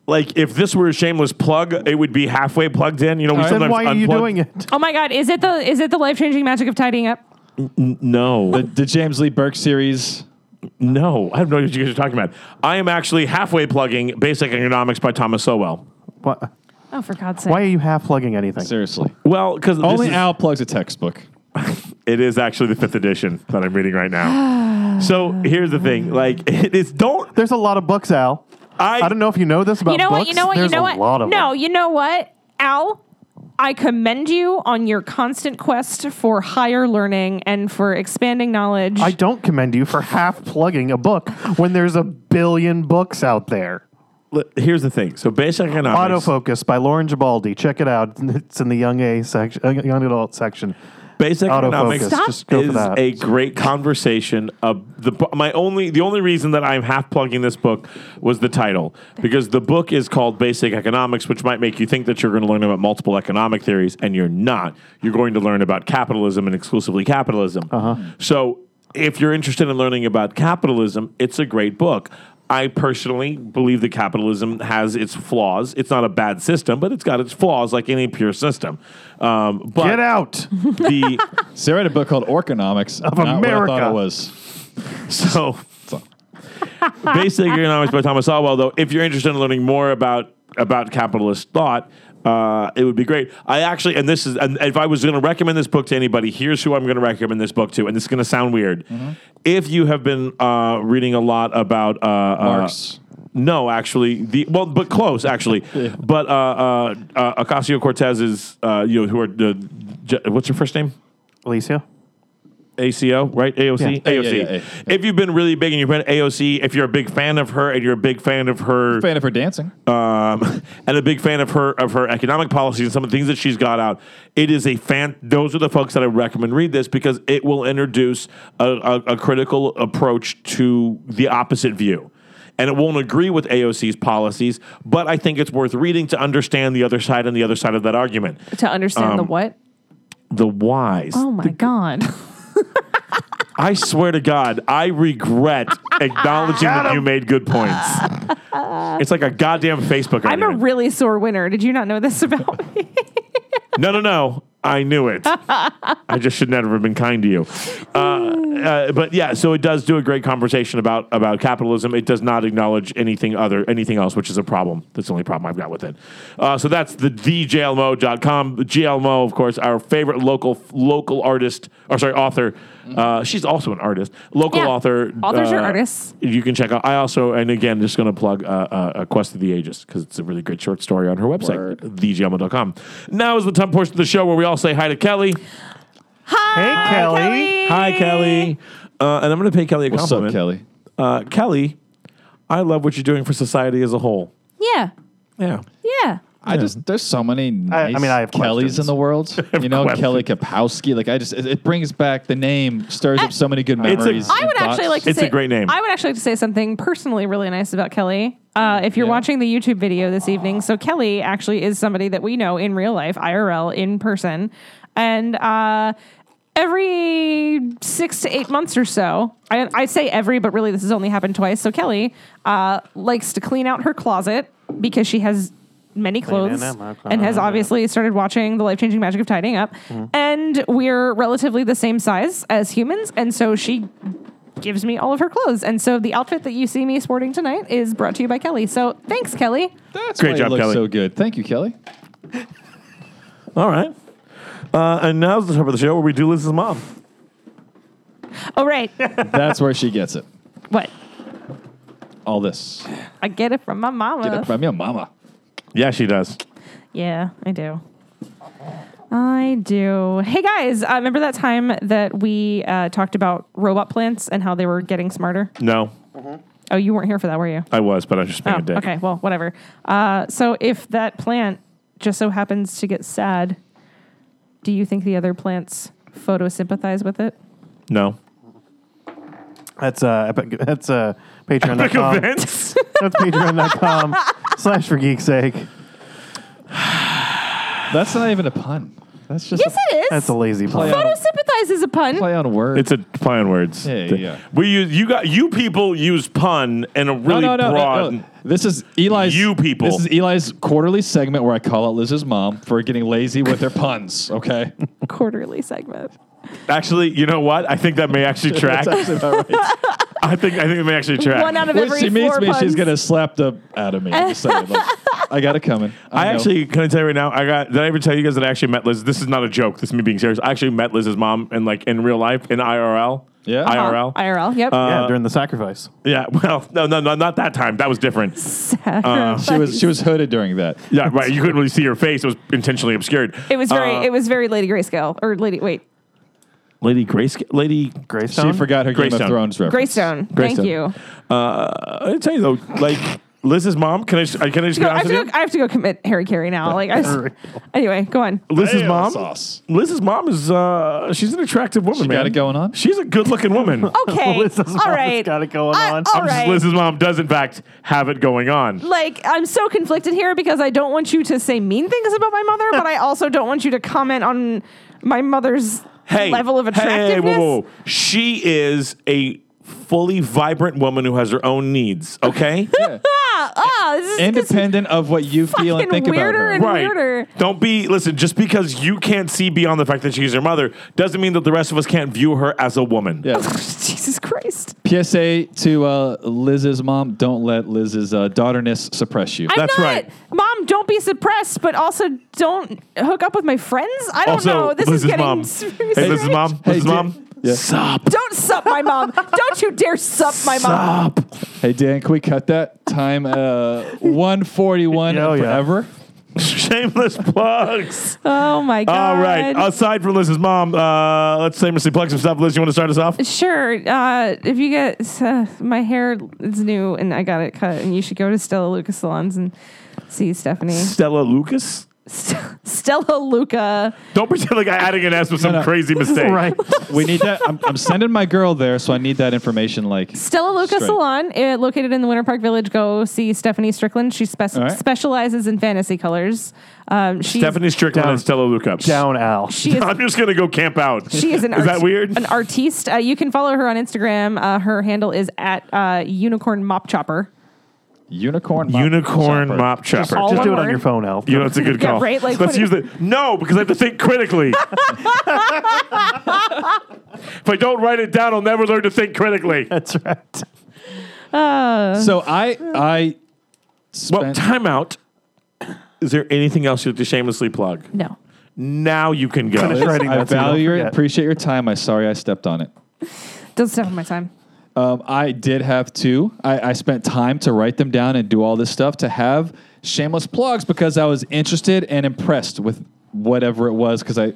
Speaker 1: Like if this were a shameless plug, it would be halfway plugged in. You know, we
Speaker 3: right.
Speaker 2: Then
Speaker 1: sometimes
Speaker 2: why are you
Speaker 1: unplug-
Speaker 2: doing it?
Speaker 4: Oh my god, is it the is it the life changing magic of tidying up?
Speaker 1: No,
Speaker 3: The, the James Lee Burke series.
Speaker 1: no, I have no idea what you guys are talking about. I am actually halfway plugging Basic Economics by Thomas Sowell.
Speaker 2: Why,
Speaker 4: Oh, for God's sake!
Speaker 2: why are you half plugging anything?
Speaker 3: Seriously.
Speaker 1: Well, because
Speaker 3: Only Al plugs a textbook.
Speaker 1: it is actually the fifth edition that I'm reading right now. so here's the thing: like, <laughs> it is don't
Speaker 2: There's a lot of books, Al.
Speaker 1: I?
Speaker 2: I don't know if you know this about
Speaker 4: you know
Speaker 2: books.
Speaker 4: what? You know what?
Speaker 2: There's
Speaker 4: you know
Speaker 2: a
Speaker 4: what?
Speaker 2: lot of
Speaker 4: no,
Speaker 2: them.
Speaker 4: you know what, Al. I commend you on your constant quest for higher learning and for expanding knowledge.
Speaker 2: I don't commend you for half plugging a book when there's a billion books out there.
Speaker 1: L- Here's the thing: so Basic Economics,
Speaker 2: Autofocus by Lauren Gibaldi. Check it out. <laughs> It's in the young A section, uh, young adult section.
Speaker 1: Basic
Speaker 2: Autofocus.
Speaker 1: Economics
Speaker 4: Stop.
Speaker 2: Just go for
Speaker 1: is
Speaker 2: that.
Speaker 1: a great conversation. Of the bu- my only the only reason that I'm half plugging this book was the title because the book is called Basic Economics, which might make you think that you're going to learn about multiple economic theories, and you're not. You're going to learn about capitalism and exclusively capitalism.
Speaker 2: Uh-huh.
Speaker 1: So if you're interested in learning about capitalism, it's a great book. I personally believe that capitalism has its flaws. It's not a bad system, but it's got its flaws, like any pure system. Um, but
Speaker 2: Get out.
Speaker 1: the
Speaker 3: So I read a book called Orconomics of What I thought
Speaker 2: America.
Speaker 3: it was.
Speaker 1: So, basic economics by Thomas Alwell. Though, if you're interested in learning more about about capitalist thought, uh, it would be great. I actually, and this is, and if I was going to recommend this book to anybody, here's who I'm going to recommend this book to. And this is going to sound weird. If you have been uh, reading a lot about uh,
Speaker 3: Marx.
Speaker 1: uh, no, actually, the well, but close actually. But uh, uh, uh, Ocasio Cortez's, uh, you know, who are the, Je- what's your first name?
Speaker 2: Alicia.
Speaker 1: ACO, right? AOC?
Speaker 3: Yeah. Yeah,
Speaker 1: AOC.
Speaker 3: yeah, yeah, yeah.
Speaker 1: If you've been really big and you've been AOC, if you're a big fan of her and you're a big fan of her
Speaker 3: Fan of her dancing.
Speaker 1: um, <laughs> and a big fan of her of her economic policies and some of the things that she's got out, it is a fan those are the folks that I recommend read this because it will introduce a, a, a critical approach to the opposite view. And it won't agree with AOC's policies, but I think it's worth reading to understand the other side and the other side of that argument.
Speaker 4: to understand
Speaker 2: Um,
Speaker 4: the what?
Speaker 1: The whys,
Speaker 4: Oh my god!
Speaker 1: I swear to God, I
Speaker 4: <laughs>
Speaker 1: regret acknowledging that you made good points. It's like a goddamn Facebook.
Speaker 4: I'm a
Speaker 1: argument.
Speaker 4: really sore winner. Did you not know this about me? <laughs>
Speaker 1: no, no, no. I knew it. I just should never have been kind to you. Uh, uh, but yeah, so it does do a great conversation about about capitalism. It does not acknowledge anything other anything else, which is a problem. That's the only problem I've got with it. Uh, so that's the djlmo.com. GLMO, of course, our favorite local local artist or sorry author. Uh, she's also an artist, local
Speaker 4: Yeah.
Speaker 1: author.
Speaker 4: Authors
Speaker 1: uh,
Speaker 4: are artists.
Speaker 1: You can check out. I also and again just going to plug uh, uh, a Quest of the Ages because it's a really great short story on her website,
Speaker 3: Word.
Speaker 1: djlmo.com. Now is the time portion of the show where we all say hi to Kelly.
Speaker 2: Hey, Kelly.
Speaker 1: Hi, Kelly. Uh, and I'm going to pay Kelly a
Speaker 3: What's up,
Speaker 1: compliment.
Speaker 3: Kelly?
Speaker 1: Uh, Kelly, I love what you're doing for society as a whole.
Speaker 4: Yeah.
Speaker 1: Yeah.
Speaker 4: Yeah.
Speaker 3: I just there's so many
Speaker 2: I- I
Speaker 3: nice
Speaker 2: mean, I have
Speaker 3: Kellys
Speaker 2: questions.
Speaker 3: in the
Speaker 1: <laughs>
Speaker 3: world. You know,
Speaker 1: questions.
Speaker 3: Kelly Kapowski. Like I just it, it brings back the name, stirs up so many good
Speaker 1: It's a-
Speaker 3: memories.
Speaker 4: Uh, I would
Speaker 3: and
Speaker 4: actually
Speaker 3: thoughts.
Speaker 4: like to
Speaker 1: It's
Speaker 4: say
Speaker 1: a great name.
Speaker 4: I would actually like to say something personally really nice about Kelly. Uh, if you're
Speaker 3: Yeah.
Speaker 4: watching the YouTube video this evening, so Kelly actually is somebody that we know in real life, IRL, in person, and uh, every six to eight months or so, I, I say every, but really this has only happened twice. So Kelly uh, likes to clean out her closet because she has many clothes
Speaker 2: out my closet.
Speaker 4: and has obviously started watching the life changing magic of tidying up and we're relatively the same size as humans and so she gives me all of her clothes and so the outfit that you see me sporting tonight is brought to you by kelly so thanks kelly
Speaker 3: That's
Speaker 1: Great
Speaker 3: why
Speaker 1: job,
Speaker 3: it looks
Speaker 1: Kelly.
Speaker 3: So good. Thank you, Kelly.
Speaker 1: All right. Uh, and now's the time of the show where we do Liz's mom.
Speaker 4: oh right
Speaker 3: That's where she gets it.
Speaker 4: what
Speaker 3: All this.
Speaker 4: i get it from my mama
Speaker 3: Get it from your mama.
Speaker 1: Yeah, she does.
Speaker 4: Yeah, I do. I do. Hey guys, uh, remember that time that we uh, talked about robot plants and how they were getting smarter?
Speaker 1: No,
Speaker 4: Oh, you weren't here for that, were you?
Speaker 1: I was, but I was just being
Speaker 4: Oh,
Speaker 1: a dick.
Speaker 4: okay. Well, whatever. Uh, so if that plant just so happens to get sad, do you think the other plants photosympathize with it?
Speaker 1: No.
Speaker 2: That's uh, epic, that's uh, patreon.com.
Speaker 1: Events?
Speaker 2: <laughs> that's patreon.com slash for geek's sake.
Speaker 3: That's not even a pun. That's just
Speaker 4: Yes,
Speaker 3: a
Speaker 4: it is.
Speaker 2: That's a lazy
Speaker 3: play
Speaker 2: play.
Speaker 3: on,
Speaker 4: photosympathize is a pun.
Speaker 3: play on words.
Speaker 1: it's a play on words.
Speaker 3: Yeah, yeah.
Speaker 1: We use you got you people use pun in a really broad.
Speaker 3: This is Eli's.
Speaker 1: You people.
Speaker 3: This is Eli's quarterly segment where I call out Liz's mom for getting lazy with her puns. Okay.
Speaker 4: Quarterly segment.
Speaker 1: Actually, you know what? I think that may actually track.
Speaker 3: <laughs> That's actually about right.
Speaker 1: <laughs> I think I think it may actually track.
Speaker 4: One out of
Speaker 3: When
Speaker 4: every
Speaker 3: she meets
Speaker 4: four
Speaker 3: me, she's
Speaker 4: puns.
Speaker 3: gonna slap the out of me. I'm just saying, like, I got it coming.
Speaker 1: I
Speaker 3: know.
Speaker 1: actually can I tell you right now. I got did I ever tell you guys that I actually met Liz? This is not a joke. This is me being serious. I actually met Liz's mom in like in real life in IRL.
Speaker 3: Yeah. Uh-huh.
Speaker 1: IRL.
Speaker 4: Oh, IRL. Yep.
Speaker 3: Uh,
Speaker 2: yeah, during the sacrifice.
Speaker 1: yeah. <laughs> Well, no, no, no, not that time. That was
Speaker 4: <laughs>
Speaker 1: different.
Speaker 3: uh, She was she was hooded during that.
Speaker 1: Yeah, right. You couldn't really see her face. It was intentionally obscured.
Speaker 4: It was very.
Speaker 1: Uh,
Speaker 4: it was very Lady Grayscale or Lady. Wait,
Speaker 1: Lady Grace. Lady.
Speaker 2: Greystone?
Speaker 3: She forgot her Game
Speaker 1: Greystone.
Speaker 3: of Thrones reference.
Speaker 4: Greystone. Thank
Speaker 1: Greystone.
Speaker 4: you.
Speaker 1: Uh, I tell you though, like Liz's mom. Can I? Just, can I just
Speaker 4: No,
Speaker 1: get
Speaker 4: I,
Speaker 1: honest
Speaker 4: have to
Speaker 1: with
Speaker 4: go, I have to go commit Harry Carey now. Like, I just, anyway, go on.
Speaker 1: you? Liz's
Speaker 3: Damn
Speaker 1: mom.
Speaker 3: sauce.
Speaker 1: Liz's mom is. Uh, she's an attractive woman.
Speaker 3: She
Speaker 1: man.
Speaker 3: got it going on?
Speaker 1: She's a good-looking woman. <laughs>
Speaker 4: Okay,
Speaker 2: Liz's
Speaker 4: <laughs> all
Speaker 2: mom's
Speaker 4: right,
Speaker 2: got it going
Speaker 4: I-
Speaker 2: on.
Speaker 4: all
Speaker 2: I'm
Speaker 4: right.
Speaker 1: Liz's mom does in fact have it going on.
Speaker 4: Like, I'm so conflicted here because I don't want you to say mean things about my mother,
Speaker 1: <laughs>
Speaker 4: but I also don't want you to comment on my mother's
Speaker 1: hey,
Speaker 4: level of
Speaker 1: hey, hey,
Speaker 4: attractiveness.
Speaker 1: Hey, whoa, whoa, whoa. She is a fully vibrant woman who has her own needs,
Speaker 4: <laughs>
Speaker 1: okay?
Speaker 4: Ah, ah, this is this is
Speaker 3: Independent of what you feel and
Speaker 4: fucking
Speaker 3: think about
Speaker 4: weirder
Speaker 3: her.
Speaker 4: and weirder.
Speaker 1: Don't be, listen, just because you can't see beyond the fact that she's your mother doesn't mean that the rest of us can't view her as a woman.
Speaker 4: <laughs>
Speaker 3: yeah.
Speaker 4: Jesus Christ.
Speaker 3: PSA to uh, Liz's mom: Don't let Liz's uh, daughterness suppress you.
Speaker 1: That's
Speaker 4: I'm not,
Speaker 1: right.
Speaker 4: Mom, don't be suppressed, but also don't hook up with my friends. I don't
Speaker 1: Also,
Speaker 4: know. This
Speaker 1: Liz's
Speaker 4: is getting <laughs>
Speaker 1: mom.
Speaker 4: very
Speaker 1: Hey, Liz's
Speaker 4: strange.
Speaker 1: mom.
Speaker 3: Hey,
Speaker 1: Liz's
Speaker 3: Dan-
Speaker 1: mom.
Speaker 3: Yeah.
Speaker 1: Sup. <laughs>
Speaker 4: Don't sup my mom. Don't you dare sup my mom.
Speaker 1: Sup.
Speaker 3: Hey Dan, can we cut that time? Uh, one forty-one
Speaker 2: Yeah, oh, yeah.
Speaker 3: forever.
Speaker 1: Shameless plugs.
Speaker 4: Oh my god.
Speaker 1: All right. Aside from Liz's mom, uh, let's shamelessly plug some stuff. Liz, you want to start us off?
Speaker 4: Sure. Uh, if you get uh, my hair is new and I got it cut, and you should go to Stella Luca salons and see Stephanie
Speaker 1: Stella Lucas.
Speaker 4: St- Stella Luca.
Speaker 1: Don't pretend like I adding an S with some
Speaker 3: No, no.
Speaker 1: crazy mistake.
Speaker 2: <laughs> Right.
Speaker 3: We need that. I'm, I'm sending my girl there, so I need that information. Like,
Speaker 4: Stella Luca
Speaker 3: Straight.
Speaker 4: Salon, uh, located in the Winter Park Village. Go see Stephanie Strickland. She spec-
Speaker 3: All right.
Speaker 4: specializes in fantasy colors. Um, she's,
Speaker 1: Stephanie Strickland
Speaker 2: Down.
Speaker 1: and Stella Luca.
Speaker 2: Down Al.
Speaker 4: She is
Speaker 1: I'm just gonna go camp out.
Speaker 4: She is an
Speaker 1: Is that weird?
Speaker 4: An artiste. Uh, you can follow her on Instagram. Uh, her handle is at uh, unicorn mop chopper.
Speaker 3: unicorn. Mop
Speaker 1: Unicorn
Speaker 3: Chopper.
Speaker 1: mop chopper.
Speaker 4: all
Speaker 2: Just do it
Speaker 4: one
Speaker 2: on your
Speaker 4: word.
Speaker 2: phone, Al.
Speaker 1: you know, it's a good
Speaker 4: Yeah,
Speaker 1: call.
Speaker 4: right? Like,
Speaker 1: Let's
Speaker 4: put
Speaker 1: use
Speaker 4: it- <laughs>
Speaker 1: the no because I have to think critically. If I don't write it down, I'll never learn to think critically.
Speaker 2: <laughs> That's right.
Speaker 3: So I I
Speaker 1: Well,
Speaker 3: spent
Speaker 1: timeout. Is there anything else you have to shamelessly plug?
Speaker 4: No.
Speaker 1: Now you can go.
Speaker 2: Finish writing
Speaker 3: I
Speaker 2: that so you don't
Speaker 3: value your
Speaker 2: forget.
Speaker 3: appreciate your time. I sorry I stepped on it.
Speaker 4: Don't step on my time.
Speaker 3: Um, I did have two. I, I spent time to write them down and do all this stuff to have shameless plugs because I was interested and impressed with whatever it was because I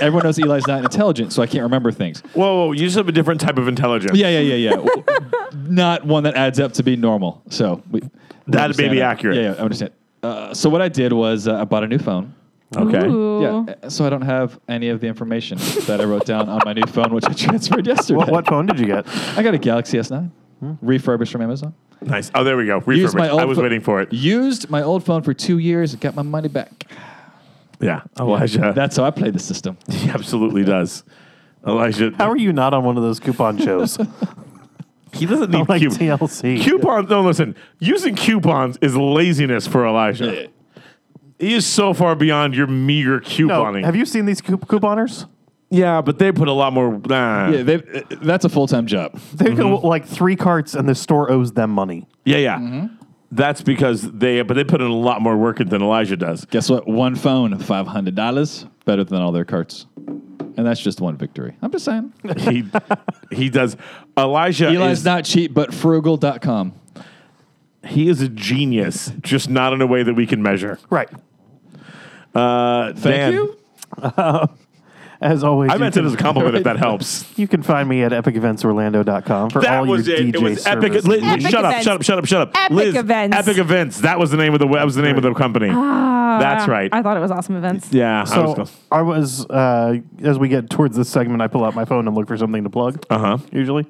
Speaker 3: everyone knows Eli's not intelligent, so I can't remember things.
Speaker 1: Whoa, whoa, you just have a different type of intelligence.
Speaker 3: Yeah, yeah, yeah, yeah. <laughs> Not one that adds up to be normal. So we, we
Speaker 1: That'd be
Speaker 3: understand that.
Speaker 1: accurate.
Speaker 3: Yeah, yeah, I understand. Uh, so what I did was uh, I bought a new phone.
Speaker 1: Okay.
Speaker 4: Ooh.
Speaker 3: Yeah, uh, so I don't have any of the information that I wrote down on my new phone, which I <laughs> transferred yesterday.
Speaker 2: What, what phone did you get?
Speaker 3: I got a Galaxy S9, refurbished from Amazon.
Speaker 1: Nice. Oh, there we go.
Speaker 3: Used
Speaker 1: Hmm?
Speaker 3: my
Speaker 1: Refurbished.
Speaker 3: old
Speaker 1: I was
Speaker 3: pho-
Speaker 1: waiting for it.
Speaker 3: Used my old phone for two years. Got my money back.
Speaker 1: Yeah. Elijah. <laughs>
Speaker 3: That's how I play the system.
Speaker 1: he absolutely does. Elijah.
Speaker 2: How are you not on one of those coupon shows?
Speaker 1: he doesn't need
Speaker 2: like
Speaker 1: coupons.
Speaker 2: TLC.
Speaker 1: Coupons. No, listen. Using coupons is laziness for Elijah. He is so far beyond your meager
Speaker 2: No,
Speaker 1: couponing.
Speaker 2: have you seen these coup- couponers?
Speaker 1: yeah, but they put a lot more. Nah.
Speaker 3: Yeah, they, uh, that's a full time job.
Speaker 2: They go
Speaker 1: Mm-hmm.
Speaker 2: like three carts, and the store owes them money.
Speaker 1: Yeah, yeah. That's because they, but they put in a lot more work than Elijah does.
Speaker 3: Guess what? One phone, five hundred dollars, better than all their carts, and that's just one victory. I'm just saying.
Speaker 1: He, he does. Elijah
Speaker 3: Eli's
Speaker 1: is
Speaker 3: not cheap, but frugal.com.
Speaker 1: he is a genius, just not in a way that we can measure.
Speaker 2: Right.
Speaker 1: Uh,
Speaker 3: Thank you.
Speaker 2: As always,
Speaker 1: I
Speaker 2: you
Speaker 1: meant it
Speaker 2: can-
Speaker 1: as a compliment if that
Speaker 2: <laughs>
Speaker 1: helps.
Speaker 2: You can find me at epiceventsorlando.com for
Speaker 1: That
Speaker 2: all
Speaker 1: was
Speaker 2: your
Speaker 1: it.
Speaker 2: DJ
Speaker 1: It was epic.
Speaker 2: service
Speaker 1: Liz,
Speaker 4: Epic
Speaker 1: shut up!
Speaker 4: events.
Speaker 1: Shut up! Shut up! Shut up!
Speaker 4: Epic
Speaker 1: Liz,
Speaker 4: events.
Speaker 1: Epic events. That was the name of the. That was the name of the company. That's right.
Speaker 4: Ah. I thought it was awesome events.
Speaker 1: yeah. I was
Speaker 2: So I was, uh, as we get towards this segment, I pull out my phone and look for something to plug. Uh
Speaker 1: Uh-huh.
Speaker 2: Usually,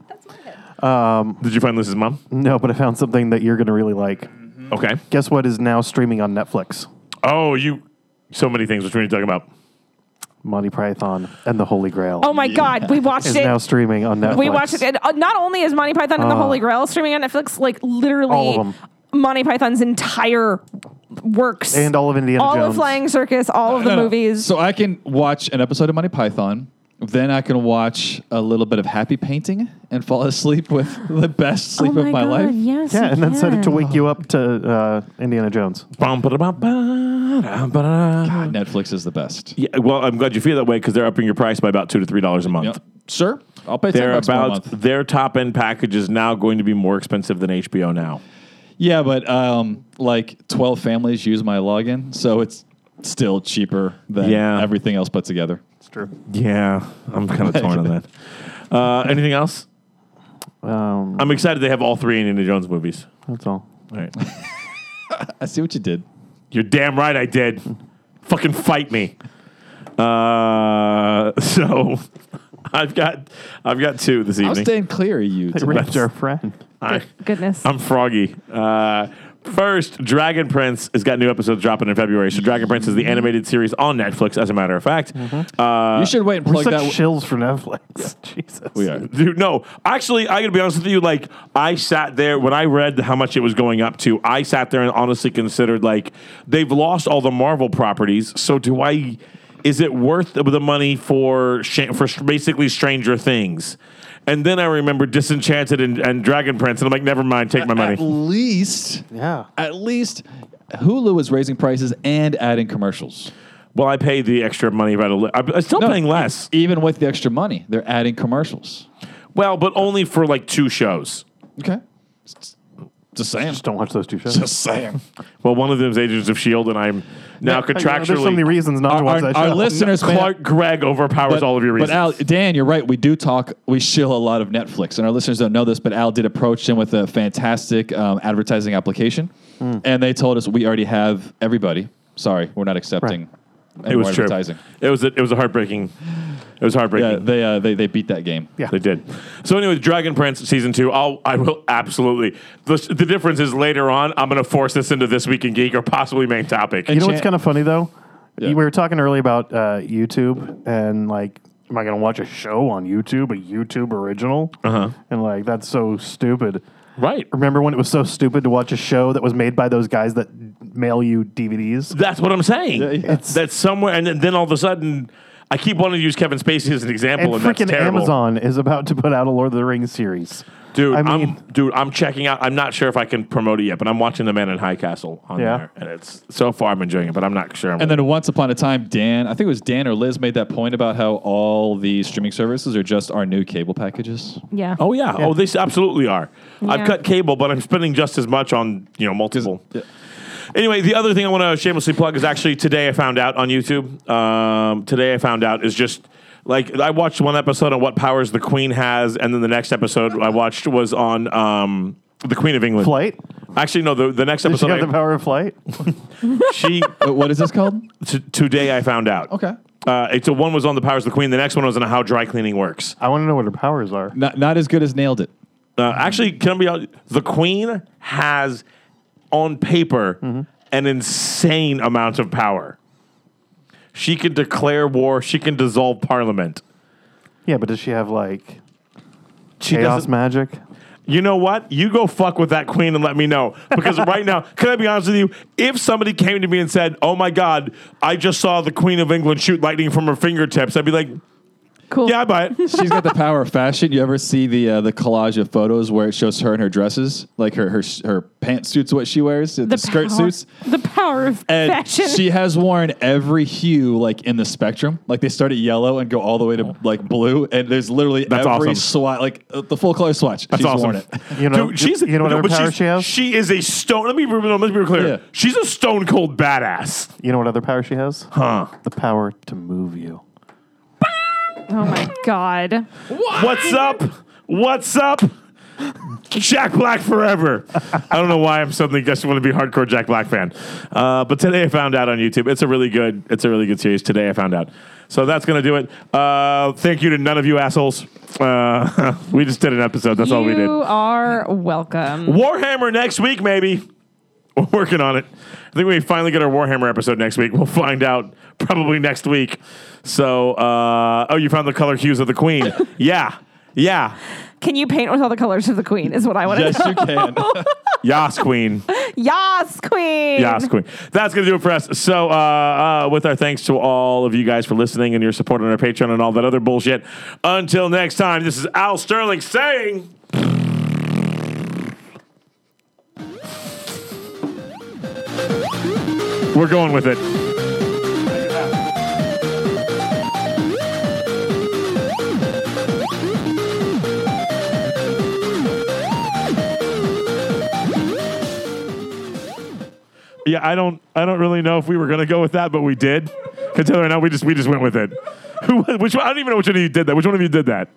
Speaker 1: gonna- did you find Liz's mom?
Speaker 2: no, but I found something that you're going to really like.
Speaker 1: Okay.
Speaker 2: Guess what is now streaming on Netflix?
Speaker 1: Oh, you. So many things. Which one are you talking about?
Speaker 2: Monty Python and the Holy Grail
Speaker 4: Oh my God. We watched
Speaker 2: is
Speaker 4: it.
Speaker 2: now streaming on Netflix.
Speaker 4: We watched it. And, uh, not only is Monty Python and the Holy Grail streaming on Netflix, like literally
Speaker 2: All of 'em.
Speaker 4: Monty Python's entire works
Speaker 2: and all of Indiana
Speaker 4: all
Speaker 2: Jones.
Speaker 4: of Flying Circus, all of the
Speaker 3: No, no.
Speaker 4: movies.
Speaker 3: So I can watch an episode of Monty Python, then I can watch a little bit of happy painting and fall asleep with <laughs> the best sleep of my life.
Speaker 4: Oh Yes.
Speaker 2: yeah, and then set it to wake you up to uh, Indiana Jones.
Speaker 1: Bum, ba-da-ba, ba-da-ba-da.
Speaker 3: Netflix is the best.
Speaker 1: Yeah, well, I'm glad you feel that way because they're upping your price by about two to three dollars a month.
Speaker 3: Yep. Sure. I'll pay ten
Speaker 1: They're
Speaker 3: bucks about,
Speaker 1: about their top end package is now going to be more expensive than HBO now.
Speaker 3: Yeah, but um, like twelve families use my login, so it's still cheaper than
Speaker 1: Yeah.
Speaker 3: everything else put together.
Speaker 2: It's true.
Speaker 1: Yeah, I'm kind of torn on that. <laughs> Uh, anything else?
Speaker 2: Um,
Speaker 1: I'm excited they have all three Indiana Jones movies.
Speaker 2: that's all.
Speaker 1: All <laughs> right.
Speaker 3: I see what you did.
Speaker 1: You're damn right I did. Fucking fight me. Uh, <laughs> so I've got I've got two this
Speaker 3: I'm
Speaker 1: evening.
Speaker 3: staying clear of you.
Speaker 2: It
Speaker 3: tonight.
Speaker 2: raped our friend.
Speaker 1: I,
Speaker 4: Goodness.
Speaker 1: am froggy. Uh, first, Dragon Prince has got new episodes dropping in February. So Dragon Prince is the animated series on Netflix, as a matter of fact. Uh,
Speaker 3: you should wait and
Speaker 2: We're
Speaker 3: plug
Speaker 2: such
Speaker 3: that.
Speaker 2: shills for <laughs> Netflix. Jesus.
Speaker 3: we are.
Speaker 1: Dude, no. Actually, I gotta be honest with you. Like, I sat there when I read how much it was going up to. I sat there and honestly considered like they've lost all the Marvel properties. So do I? Is it worth the money for sh- for sh- basically Stranger Things? And then I remember Disenchanted and, and Dragon Prince, and I'm like, never mind, take my
Speaker 3: At
Speaker 2: Uh,
Speaker 1: money.
Speaker 3: least,
Speaker 2: Yeah.
Speaker 3: at least, Hulu is raising prices and adding commercials.
Speaker 1: Well, I paid the extra money about a li- I'm I'm still
Speaker 3: No,
Speaker 1: paying less.
Speaker 3: Even with the extra money, they're adding commercials.
Speaker 1: Well, but only for like two shows.
Speaker 3: Okay. Just saying.
Speaker 2: Just don't watch those two shows.
Speaker 3: Just saying.
Speaker 1: Well, one of them is Agents of Shield, E and I'm now
Speaker 2: <laughs> I- you know, There's so many
Speaker 1: contractually.
Speaker 2: reasons not to
Speaker 3: Our,
Speaker 2: watch
Speaker 3: our,
Speaker 2: that
Speaker 3: our
Speaker 2: show.
Speaker 3: listeners, may-
Speaker 1: Clark Gregg overpowers all of your reasons.
Speaker 3: But Al, Dan, you're right. We do talk, we shill a lot of Netflix, and our listeners don't know this, but Al did approach them with a fantastic um, advertising application, and they told us we already have everybody. Sorry, we're not accepting. any
Speaker 1: It was
Speaker 3: more
Speaker 1: true. Hmm.
Speaker 3: advertising.
Speaker 1: It was a, it was a heartbreaking. It was
Speaker 3: Yeah,
Speaker 1: heartbreaking.
Speaker 3: they, uh, they they beat that game.
Speaker 2: Yeah.
Speaker 1: They did. So anyway, Dragon Prince season two. I'll I will absolutely. The, the difference is later on. I'm going to force this into this week in geek or possibly main topic.
Speaker 2: You know
Speaker 3: Chan-
Speaker 2: what's kind of funny though?
Speaker 3: Yeah.
Speaker 2: We were talking earlier about uh, YouTube and like, am I going to watch a show on YouTube, a YouTube original? Uh-huh. And like, that's so stupid.
Speaker 1: right.
Speaker 2: Remember when it was so stupid to watch a show that was made by those guys that mail you DVDs?
Speaker 1: That's what I'm saying.
Speaker 3: yeah.
Speaker 1: That's somewhere, and then, then all of a sudden. I keep wanting to use Kevin Spacey as an
Speaker 2: And
Speaker 1: example, and, that's
Speaker 2: freaking
Speaker 1: terrible.
Speaker 2: Amazon is about to put out a Lord of the Rings series.
Speaker 1: Dude,
Speaker 2: I
Speaker 1: I
Speaker 2: mean-
Speaker 1: am dude, I'm checking out. I'm not sure if I can promote it yet, but I'm watching The Man in High Castle on
Speaker 2: Yeah.
Speaker 1: there, and it's so far I'm enjoying it, but I'm not sure. I'm
Speaker 3: And then once upon a time, Dan, I think it was Dan or Liz made that point about how all the streaming services are just our new cable packages.
Speaker 4: Yeah.
Speaker 1: oh yeah, oh they s- absolutely are.
Speaker 4: Yeah.
Speaker 1: I've cut cable, but I'm spending just as much on you know multiple. Anyway, the other thing I want to shamelessly plug is actually today I found out on YouTube. Um, today I found out is just like I watched one episode on what powers the Queen has, and then the next episode I watched was on um, the Queen of England.
Speaker 2: Flight?
Speaker 1: Actually, no, the, the next
Speaker 2: Did she
Speaker 1: episode
Speaker 2: got
Speaker 1: I-
Speaker 2: the power of flight?
Speaker 1: she
Speaker 3: Uh, what is this called?
Speaker 1: t- today I found out.
Speaker 3: Okay.
Speaker 1: Uh, it's a one was on the powers of the queen. The next one was on how dry cleaning works.
Speaker 2: I want to know what her powers are.
Speaker 3: Not, not as good as nailed it.
Speaker 1: Uh, actually, can I be hon- the queen has on paper an insane amount of power. She can declare war. She can dissolve parliament.
Speaker 2: Yeah, but does she have like
Speaker 1: She
Speaker 2: chaos
Speaker 1: doesn't-
Speaker 2: magic?
Speaker 1: You know what? You go fuck with that queen and let me know. Because right now, <laughs> can I be honest with you? If somebody came to me and said, Oh my God, I just saw the Queen of England shoot lightning from her fingertips, I'd be like,
Speaker 4: Cool.
Speaker 1: Yeah, I buy it.
Speaker 3: She's got the power of fashion. You ever see the uh, the collage of photos where it shows her in her dresses, like her her her pantsuits, what she wears, the,
Speaker 4: The
Speaker 3: skirt
Speaker 4: power-
Speaker 3: suits.
Speaker 4: The power of
Speaker 3: And
Speaker 4: fashion.
Speaker 3: she has worn every hue like in the spectrum. Like they start at yellow and go all the way to like blue, and there's literally
Speaker 1: Oh. That's
Speaker 3: every
Speaker 1: awesome.
Speaker 3: swatch, like uh, the full color swatch.
Speaker 1: That's
Speaker 3: She's
Speaker 1: awesome.
Speaker 3: worn it.
Speaker 2: You know- you know what other
Speaker 1: but
Speaker 2: power
Speaker 1: she's-
Speaker 2: she has?
Speaker 1: She is a stone. Let me be- let me be clear.
Speaker 3: Yeah.
Speaker 1: She's a stone cold badass.
Speaker 2: You know what other power she has?
Speaker 1: Huh?
Speaker 2: The power to move you.
Speaker 4: oh my god.
Speaker 1: What's up? What's up? Jack Black forever. I don't know why I'm suddenly just want to be a hardcore Jack Black fan. Uh, but today I found out on YouTube. It's a really good. It's a really good series. Today I found out. So that's gonna do it. Uh, thank you to none of you assholes. Uh, <laughs> we just did an episode. That's all we did.
Speaker 4: You are welcome.
Speaker 1: Warhammer next week, maybe. We're working on it. I think we finally get our Warhammer episode next week. We'll find out probably next week. So, uh, oh, you found the color hues of the queen. yeah. Yeah.
Speaker 4: Can you paint with all the colors of the queen? Is what I want to
Speaker 3: Yes, you
Speaker 4: <laughs>
Speaker 3: can.
Speaker 1: Yas, queen.
Speaker 4: Yas, queen.
Speaker 1: Yas, queen. That's going to do it for us. So, uh, uh, with our thanks to all of you guys for listening and your support on our Patreon and all that other bullshit. Until next time, this is Al Sterling saying. We're going with it. Yeah, I don't, I don't really know if we were gonna go with that, but we <laughs> did. Because Taylor and I, we just, we just went with it. Who, which one? I don't even know which one of you did that. Which one of you did that?